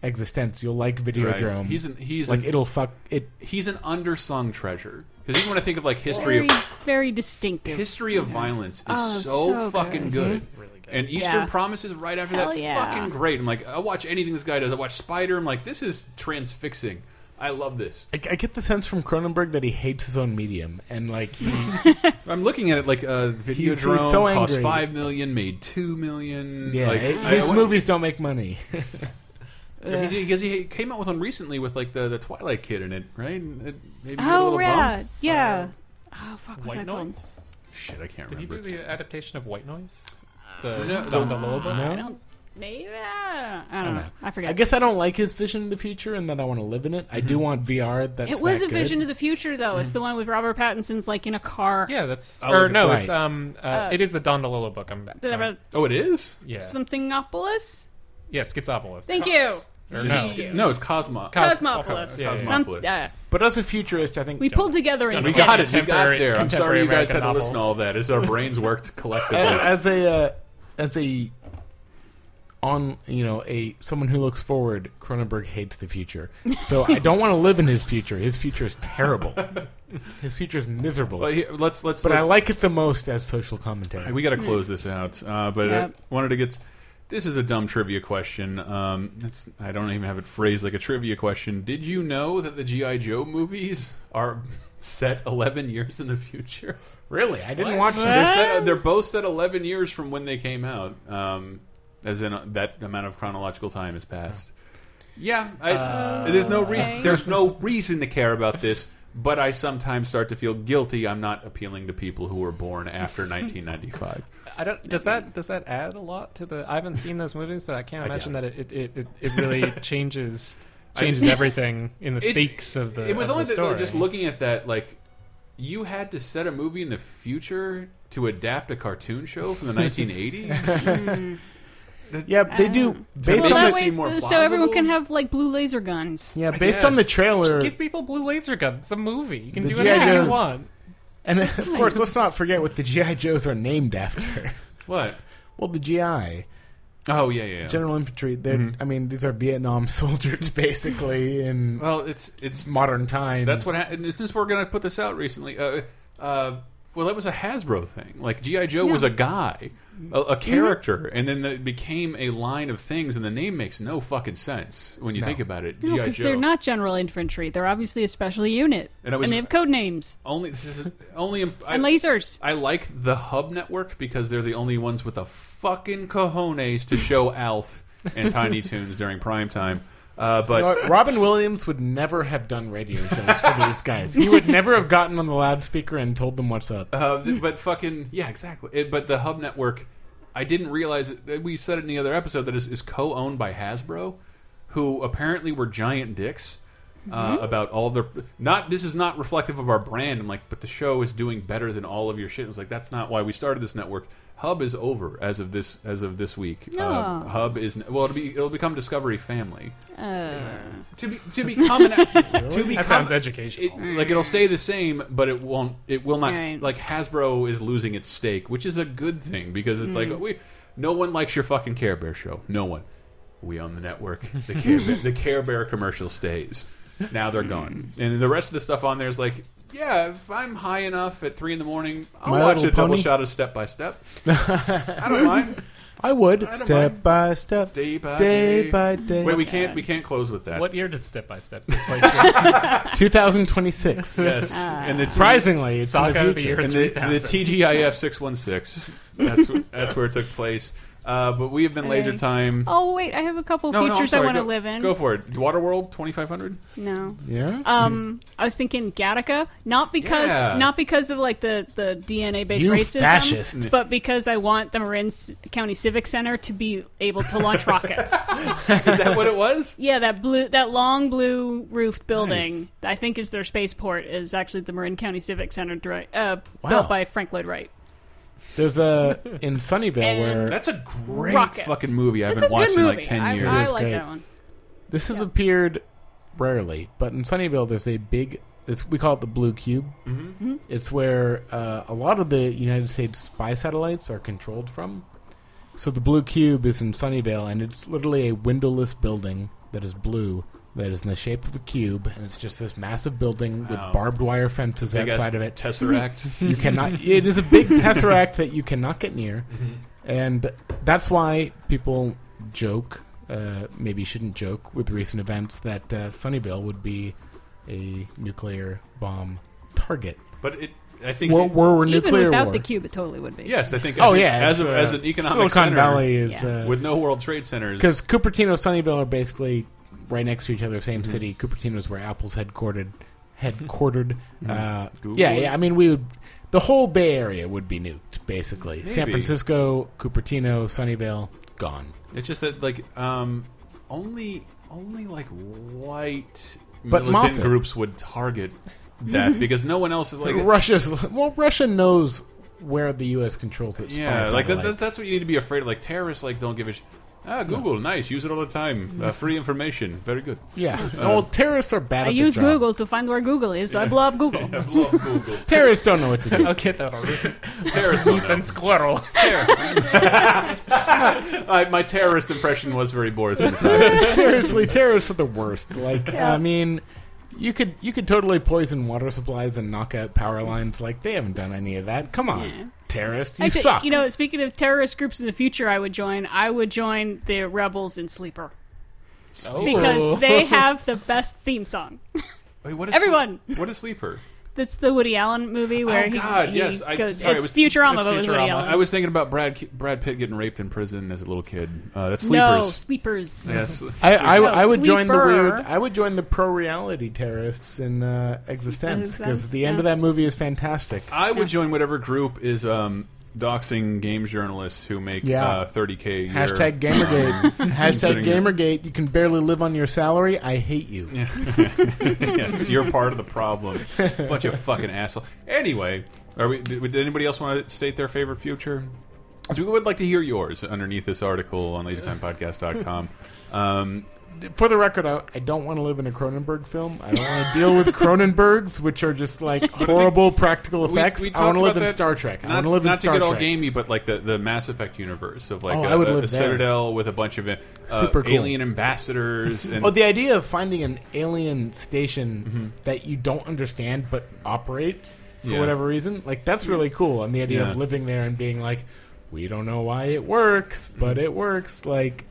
Speaker 1: Existence. You'll like Videodrome.
Speaker 2: Right. He's an- he's
Speaker 1: like
Speaker 2: an-
Speaker 1: it'll fuck it.
Speaker 2: He's an undersung treasure because even when I think of like history
Speaker 3: very,
Speaker 2: of
Speaker 3: very distinctive.
Speaker 2: History of Violence is
Speaker 3: Oh,
Speaker 2: so,
Speaker 3: so
Speaker 2: fucking good.
Speaker 1: Mm-hmm.
Speaker 2: And Eastern
Speaker 3: Yeah.
Speaker 2: Promises right after
Speaker 3: Hell
Speaker 2: that,
Speaker 3: yeah.
Speaker 2: fucking great. I'm like, I watch anything this guy does. I watch Spider. I'm like, this is transfixing. I love this.
Speaker 1: I, I get the sense from Cronenberg that he hates his own medium, and like he,
Speaker 2: I'm looking at it like uh, video
Speaker 1: He's- he's
Speaker 2: drone
Speaker 1: so
Speaker 2: cost
Speaker 1: angry.
Speaker 2: five million, made two million.
Speaker 1: yeah,
Speaker 2: like,
Speaker 1: it-
Speaker 2: I- I
Speaker 1: his
Speaker 2: want-
Speaker 1: movies don't make money.
Speaker 2: He did- Because he came out with one recently with like the, the Twilight Kid in it, right? And it maybe got a
Speaker 3: Oh
Speaker 2: little
Speaker 3: yeah,
Speaker 2: bump.
Speaker 3: yeah.
Speaker 1: Uh,
Speaker 3: oh fuck, what's
Speaker 4: White
Speaker 3: that called?
Speaker 4: Noise.
Speaker 2: Shit, I can't
Speaker 4: Did he
Speaker 2: remember.
Speaker 4: do the adaptation of White Noise? The
Speaker 2: No,
Speaker 4: Don
Speaker 2: the-
Speaker 4: DeLobo?
Speaker 3: I don't. Maybe I don't, know. I forget.
Speaker 1: I guess I don't like his vision of the future, and that I want to live in it. I do want VR. That's
Speaker 3: Mm-hmm. it was
Speaker 1: that
Speaker 3: a
Speaker 1: good. Mm.
Speaker 3: vision of the future though. It's the one with Robert Pattinson's like in a car.
Speaker 4: Yeah, that's
Speaker 2: Oh,
Speaker 4: or no,
Speaker 1: right.
Speaker 4: it's um, uh, it is the Don DeLobo book. I'm, I'm
Speaker 2: oh, it is.
Speaker 4: yeah,
Speaker 3: Somethingopolis.
Speaker 4: yeah, Schizopolis.
Speaker 3: Thank you,
Speaker 4: Or no.
Speaker 2: No, it's Cosmo.
Speaker 4: Cos-
Speaker 3: Cosmopolis.
Speaker 4: yeah, yeah.
Speaker 3: Some-
Speaker 2: Cosmopolis.
Speaker 3: uh,
Speaker 1: But as a futurist, I think
Speaker 3: we pulled together in
Speaker 4: We
Speaker 3: the
Speaker 2: Got it.
Speaker 3: end.
Speaker 2: We got
Speaker 4: Contemporary-
Speaker 2: there. I'm sorry you guys had to
Speaker 4: contemporary
Speaker 2: listen to all that. As our brains worked collectively.
Speaker 1: as a uh, as a on you know a someone who looks forward, Cronenberg hates the future. So I don't want to live in his future. His future is terrible. his future is miserable.
Speaker 2: But
Speaker 1: But,
Speaker 2: here, let's let's.
Speaker 1: I
Speaker 2: let's-
Speaker 1: like it the most as social commentary.
Speaker 2: We got to close this out, uh, but I
Speaker 3: Hmm. Yep.
Speaker 2: wanted to get. This is a dumb trivia question. Um, it's, I don't even have it phrased like a trivia question. Did you know that the GI Joe movies are set eleven years in the future?
Speaker 1: really, I didn't watch
Speaker 3: What?
Speaker 2: They're
Speaker 1: it.
Speaker 2: set. uh, They're both set eleven years from when they came out. Um, as in uh, that amount of chronological time has passed. Yeah, I,
Speaker 3: Uh,
Speaker 2: there's no reason. There's no reason to care about this. But I sometimes start to feel guilty. I'm not appealing to people who were born after 1995.
Speaker 4: I don't. Does that does that add a lot to the? I haven't seen those movies, but I can't
Speaker 2: doubt
Speaker 4: imagine
Speaker 2: it.
Speaker 4: that it it, it, it, it really changes changes everything in the
Speaker 2: It's-
Speaker 4: stakes of the.
Speaker 2: It was
Speaker 4: of
Speaker 2: only
Speaker 4: the
Speaker 2: that, like,
Speaker 4: story.
Speaker 2: just looking at that, like you had to set a movie in the future to adapt a cartoon show from the 1980s.
Speaker 1: Yeah, they do based
Speaker 2: Make
Speaker 3: Oh. Well,
Speaker 1: on
Speaker 2: it
Speaker 3: that
Speaker 1: the
Speaker 3: way,
Speaker 2: seem more
Speaker 3: so- so everyone
Speaker 2: plausible.
Speaker 3: can have like blue laser guns.
Speaker 1: yeah based on the
Speaker 2: Yes.
Speaker 1: trailer.
Speaker 4: give people blue laser guns. It's a movie. You can
Speaker 1: The
Speaker 4: do
Speaker 1: G.I.
Speaker 4: anything
Speaker 1: Joes.
Speaker 4: you want.
Speaker 1: And then, of course, let's not forget what the GI Joes are named after.
Speaker 2: what?
Speaker 1: well, the GI
Speaker 2: Oh yeah, yeah. yeah.
Speaker 1: General Infantry. They're
Speaker 2: Mm-hmm.
Speaker 1: I mean, these are Vietnam soldiers basically in
Speaker 2: well, it's it's
Speaker 1: modern times.
Speaker 2: that's what happened. Since we're gonna put this out recently, uh, uh, well, that was a Hasbro thing. Like GI Joe was a guy, a, a
Speaker 3: Mm-hmm.
Speaker 2: character, and then it became a line of things, and the name makes no fucking sense when you think about it.
Speaker 3: No,
Speaker 2: GI
Speaker 3: because
Speaker 2: Joe.
Speaker 3: they're not general infantry. They're obviously a special unit,
Speaker 2: And I was-
Speaker 3: they have code names
Speaker 2: only. This is only. I-
Speaker 3: and lasers.
Speaker 2: I like the Hub Network because they're the only ones with the fucking cojones to show Alf and Tiny Toons during prime time. Uh, but
Speaker 1: You know what? Robin Williams would never have done radio shows for these guys. He would never have gotten on the loudspeaker and told them what's up.
Speaker 2: uh, th- but fucking yeah, exactly. It, but the Hub Network, I didn't realize it, we said it in the other episode that is, is co-owned by Hasbro, who apparently were giant dicks. Uh, about all their not this is not reflective of our brand i'm like but the show is doing better than all of your shit it's like that's not why we started this network hub is over as of this as of this week uh,
Speaker 3: Aw.
Speaker 2: hub is well it'll be it'll become discovery family to be to become an, to become
Speaker 4: That sounds educational.
Speaker 2: it, like it'll stay the same, but it won't. It will not.
Speaker 3: Right.
Speaker 2: Like Hasbro is losing its stake, which is a good thing because it's like we. No one likes your fucking Care Bear show. No one. We own the network. The Care Bear, the Care Bear commercial stays. Now they're gone, and the rest of the stuff on there is like, yeah, if I'm high enough at three in the morning, I'll
Speaker 1: My
Speaker 2: watch
Speaker 1: Little
Speaker 2: a double
Speaker 1: Pony?
Speaker 2: shot of Step by Step. I don't mind.
Speaker 1: I would
Speaker 2: don't
Speaker 1: step
Speaker 2: mind.
Speaker 1: by step,
Speaker 2: Day by day.
Speaker 1: by day.
Speaker 2: Wait, we can't. We can't close with that.
Speaker 4: What year does Step by Step take place? in?
Speaker 1: 2026.
Speaker 2: Yes, and it's
Speaker 1: Surprisingly, it's in
Speaker 4: Saga
Speaker 1: the
Speaker 4: of the
Speaker 1: future.
Speaker 4: year
Speaker 2: and the, the
Speaker 4: 3000.
Speaker 2: TGIF 616. That's wh- that's where it took place. Uh, but we have been laser
Speaker 3: Okay.
Speaker 2: time.
Speaker 3: Oh wait, I have a couple
Speaker 2: No, no, I'm
Speaker 3: futures
Speaker 2: sorry,
Speaker 3: I want to
Speaker 2: go-
Speaker 3: live in.
Speaker 2: Go for Hmm. it. Waterworld 2500.
Speaker 3: No.
Speaker 1: yeah.
Speaker 3: Um, I was thinking Gattaca, not because
Speaker 2: Yeah.
Speaker 3: not because of like the, the DNA based
Speaker 1: You
Speaker 3: racism,
Speaker 1: fascist.
Speaker 3: but because I want the Marin S- County Civic Center to be able to launch rockets.
Speaker 2: Is that what it was?
Speaker 3: Yeah, that blue that long blue roofed building I think is their spaceport is actually the Marin County Civic Center dri- uh, built by Frank Lloyd Wright.
Speaker 1: There's a in Sunnyvale
Speaker 3: And-
Speaker 1: where
Speaker 2: That's a great
Speaker 3: Rockets.
Speaker 2: fucking movie. I
Speaker 3: It's
Speaker 2: haven't
Speaker 3: a
Speaker 2: watched
Speaker 3: good
Speaker 2: in
Speaker 3: movie.
Speaker 2: like 10
Speaker 3: I,
Speaker 2: years.
Speaker 3: I
Speaker 1: It is
Speaker 3: like
Speaker 1: great.
Speaker 3: that one.
Speaker 1: This has appeared rarely, but in Sunnyvale, there's a big. It's, we call it the Blue Cube. Mm-hmm. It's where uh, a lot of the United States spy satellites are controlled from. So the Blue Cube is in Sunnyvale, and it's literally a windowless building that is blue that is in the shape of a cube, and it's just this massive building with barbed wire fences
Speaker 2: Big-ass
Speaker 1: outside of it.
Speaker 2: Tesseract.
Speaker 1: You cannot. It is a big tesseract that you cannot get near,
Speaker 2: Mm-hmm.
Speaker 1: and that's why people joke. Uh, maybe shouldn't joke with recent events that uh, Sunnyvale would be a nuclear bomb target.
Speaker 2: but it, I think.
Speaker 1: War, war or
Speaker 3: Even
Speaker 1: nuclear
Speaker 3: without
Speaker 1: war.
Speaker 3: the cube, it totally would be.
Speaker 2: yes, I think. I
Speaker 1: Oh
Speaker 2: think
Speaker 1: yeah,
Speaker 2: as,
Speaker 1: it's,
Speaker 2: a,
Speaker 1: uh,
Speaker 2: as an economic
Speaker 1: Silicon
Speaker 2: center
Speaker 1: Valley is
Speaker 3: Yeah.
Speaker 1: uh,
Speaker 2: with no World Trade Centers.
Speaker 1: Because Cupertino and Sunnyvale are basically right next to each other, same city.
Speaker 2: Hmm.
Speaker 1: Cupertino is where Apple's headquartered. Headquartered. Uh,
Speaker 2: Hmm. Google
Speaker 1: yeah,
Speaker 2: it.
Speaker 1: yeah. I mean, we would. The whole Bay Area would be nuked, basically. San
Speaker 2: Maybe.
Speaker 1: Francisco, Cupertino, Sunnyvale, gone.
Speaker 2: It's just that like um, only only like white
Speaker 1: But
Speaker 2: militant
Speaker 1: Moffat-
Speaker 2: groups would target that because no one else is like
Speaker 1: Russia's well, Russia knows where the U.S. controls its.
Speaker 2: yeah
Speaker 1: spy
Speaker 2: like that, that's,
Speaker 1: satellites.
Speaker 2: that's what you need to be afraid of. Like terrorists like don't give a sh ah Google nice use it all the time uh, free information very good
Speaker 1: yeah. well, terrorists are bad.
Speaker 3: I
Speaker 1: at
Speaker 3: use
Speaker 1: the job.
Speaker 3: Google to find where Google is, so I blow up Google.
Speaker 2: I love Google
Speaker 1: Terrorists don't know what to do.
Speaker 4: I'll get that over.
Speaker 2: terrorists don't know.
Speaker 4: and squirrel.
Speaker 2: I, my terrorist impression was very Boris at the time.
Speaker 1: seriously, terrorists are the worst. Like, I mean, you could you could totally poison water supplies and knock out power lines. Like, they haven't done any of that. Come on, terrorists, you
Speaker 3: Actually,
Speaker 1: suck.
Speaker 3: You know, speaking of terrorist groups in the future, I would join. I would join the rebels in Sleeper
Speaker 2: Oh.
Speaker 3: because they have the best theme song.
Speaker 2: Wait, what is
Speaker 3: Everyone.
Speaker 2: What is sleeper?
Speaker 3: That's the Woody Allen movie where
Speaker 2: Oh,
Speaker 3: he,
Speaker 2: God,
Speaker 3: he
Speaker 2: yes, I-
Speaker 3: goes.
Speaker 2: sorry, it
Speaker 3: it's
Speaker 2: was-
Speaker 3: Futurama,
Speaker 4: it's
Speaker 3: but it was Woody
Speaker 4: Futurama.
Speaker 3: Allen.
Speaker 2: I was thinking about Brad Brad Pitt getting raped in prison as a little kid. Uh, that's
Speaker 3: no
Speaker 2: sleepers.
Speaker 3: sleepers.
Speaker 2: Yes.
Speaker 1: I, I,
Speaker 3: No,
Speaker 1: I would join the
Speaker 3: sleeper.
Speaker 1: weird. I would join the pro reality terrorists in uh, Existence because
Speaker 3: Existence,
Speaker 1: the end
Speaker 3: yeah.
Speaker 1: of that movie is fantastic.
Speaker 2: I would join whatever group is um, doxing games journalists who make
Speaker 1: Yeah.
Speaker 2: uh, 30k a year.
Speaker 1: Hashtag Gamergate. Hashtag
Speaker 2: Considering-
Speaker 1: Gamergate. You can barely live on your salary. I hate you.
Speaker 2: yes, you're part of the problem. Bunch of fucking asshole. Anyway, are we? Did, did anybody else want to state their favorite future? So we would like to hear yours underneath this article on LaserTimePodcast.com. Um,
Speaker 1: For the record, I, I don't want to live in a Cronenberg film. I don't want to deal with Cronenbergs, which are just like horrible practical
Speaker 2: we-
Speaker 1: effects.
Speaker 2: we
Speaker 1: I want
Speaker 2: talked
Speaker 1: to live
Speaker 2: about
Speaker 1: in
Speaker 2: that-
Speaker 1: Star Trek.
Speaker 2: Not,
Speaker 1: I want to live in
Speaker 2: not
Speaker 1: Star
Speaker 2: to get all
Speaker 1: Trek.
Speaker 2: gamey, but like the, the Mass Effect universe of like
Speaker 1: Oh,
Speaker 2: a,
Speaker 1: I would
Speaker 2: a
Speaker 1: live there.
Speaker 2: citadel with a bunch of uh,
Speaker 1: Super cool.
Speaker 2: alien ambassadors. And
Speaker 1: Oh, the idea of finding an alien station that you don't understand but operates for
Speaker 2: Mm-hmm. Yeah.
Speaker 1: whatever reason, like that's really cool. And the idea
Speaker 2: Yeah.
Speaker 1: of living there and being like, we don't know why it works, but
Speaker 2: Mm-hmm.
Speaker 1: it works. Like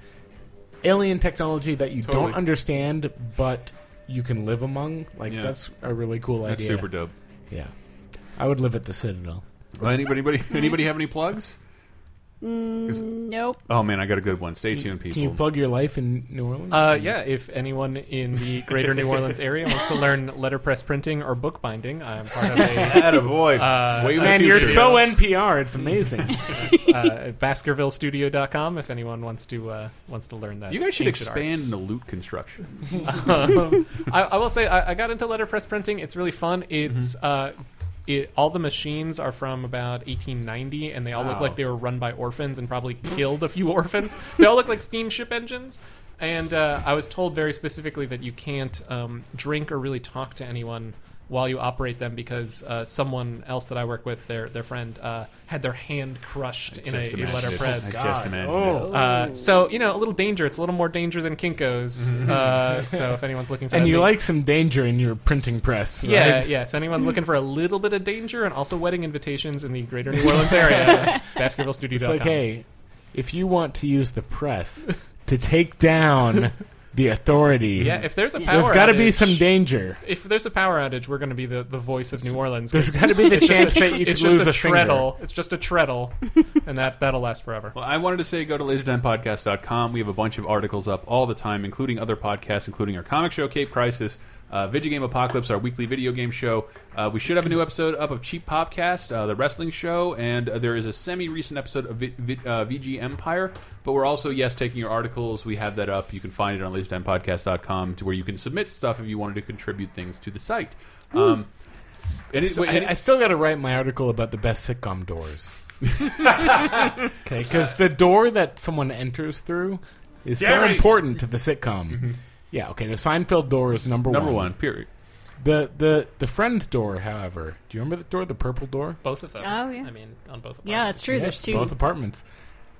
Speaker 1: alien technology that you
Speaker 2: Totally.
Speaker 1: don't understand but you can live among. Like
Speaker 2: Yeah.
Speaker 1: that's a really cool
Speaker 2: that's
Speaker 1: idea.
Speaker 2: super dope.
Speaker 1: Yeah. I would live at the Citadel.
Speaker 2: Well, anybody, anybody, anybody have any plugs?
Speaker 3: Nope.
Speaker 2: Oh man, I got a good one. Stay tuned, people.
Speaker 1: Can you plug your life in New Orleans?
Speaker 4: Uh, yeah, if anyone in the greater New Orleans area wants to learn letterpress printing or bookbinding, I am part of a
Speaker 2: Attaboy. Wave of the
Speaker 1: Uh, Man, you're
Speaker 2: future.
Speaker 1: so NPR. It's amazing.
Speaker 4: uh, baskervillestudio.com if anyone wants to uh, wants to learn that.
Speaker 2: You guys should
Speaker 4: ancient
Speaker 2: expand
Speaker 4: arts.
Speaker 2: into loot construction.
Speaker 4: Um, I, I will say I, I got into letterpress printing. It's really fun. It's
Speaker 2: Mm-hmm.
Speaker 4: uh, it, all the machines are from about 1890, and they all look
Speaker 2: Wow.
Speaker 4: like they were run by orphans and probably killed a few orphans. They all look like steamship engines. And uh, I was told very specifically that you can't um, drink or really talk to anyone while you operate them because uh, someone else that I work with, their their friend, uh, had their hand crushed in a,
Speaker 2: Just
Speaker 4: a
Speaker 2: imagine it.
Speaker 4: letterpress.
Speaker 2: I just imagine it.
Speaker 1: Oh.
Speaker 4: Uh, so you know, a little danger. It's a little more danger than Kinkos. Uh, so if anyone's looking for,
Speaker 1: and
Speaker 4: that
Speaker 1: you
Speaker 4: thing-
Speaker 1: like some danger in your printing press, right?
Speaker 4: yeah, yeah. So anyone looking for a little bit of danger and also wedding invitations in the Greater New Orleans area, BaskervilleStudio.com.
Speaker 1: It's like, hey, if you want to use the press to take down the authority,
Speaker 4: yeah. If there's a power,
Speaker 1: there's got to be
Speaker 4: outage-
Speaker 1: some danger.
Speaker 4: If there's a power outage, we're going to be the, the voice of New Orleans. 'cause
Speaker 1: There's got to be the chance that you could
Speaker 4: it's just
Speaker 1: lose
Speaker 4: a,
Speaker 1: a, finger.
Speaker 4: treadle. It's just a treadle, and that that'll last forever.
Speaker 2: Well, I wanted to say go to lasertimepodcast.com. We have a bunch of articles up all the time, including other podcasts, including our comic show, Cape Crisis, uh, Video Game Apocalypse, our weekly video game show. Uh, we should have a new episode up of Cheap Popcast, uh, the wrestling show, and uh, there is a semi recent episode of v- v- uh, VG Empire. But we're also, yes, taking your articles. We have that up. You can find it on lasertimepodcast.com to where you can submit stuff if you wanted to contribute things to the site. Um, and it-
Speaker 1: Hmm. So
Speaker 2: and it-
Speaker 1: I, I still got to write my article about the best sitcom doors. okay, because the door that someone enters through is
Speaker 2: Jerry!
Speaker 1: so important to the sitcom. Yeah, okay. The Seinfeld door is number,
Speaker 2: number one, period.
Speaker 1: The the the Friends door, however, do you remember the door, the purple door?
Speaker 4: Both of them.
Speaker 3: Oh, yeah.
Speaker 4: I mean, on both of them.
Speaker 3: Yeah, that's true. There's two.
Speaker 1: Both apartments.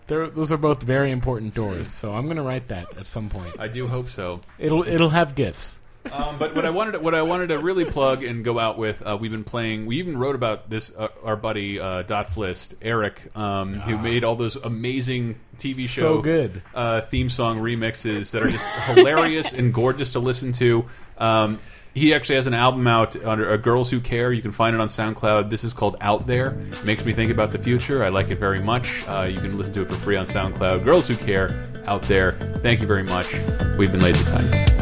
Speaker 1: They're, those are both very important doors, so I'm going to write that at some point.
Speaker 2: I do hope so.
Speaker 1: It'll it'll have gifts.
Speaker 2: Um, but what I wanted, to, what I wanted to really plug and go out with, uh, we've been playing. We even wrote about this. Uh, our buddy uh, Dot Flist, Eric, um, who made all those amazing TV show
Speaker 1: good.
Speaker 2: uh, theme song remixes that are just hilarious and gorgeous to listen to. Um, he actually has an album out under uh, Girls Who Care. You can find it on SoundCloud. This is called Out There. Makes me think about the future. I like it very much. Uh, you can listen to it for free on SoundCloud. Girls Who Care, Out There. Thank you very much. We've been lazy time.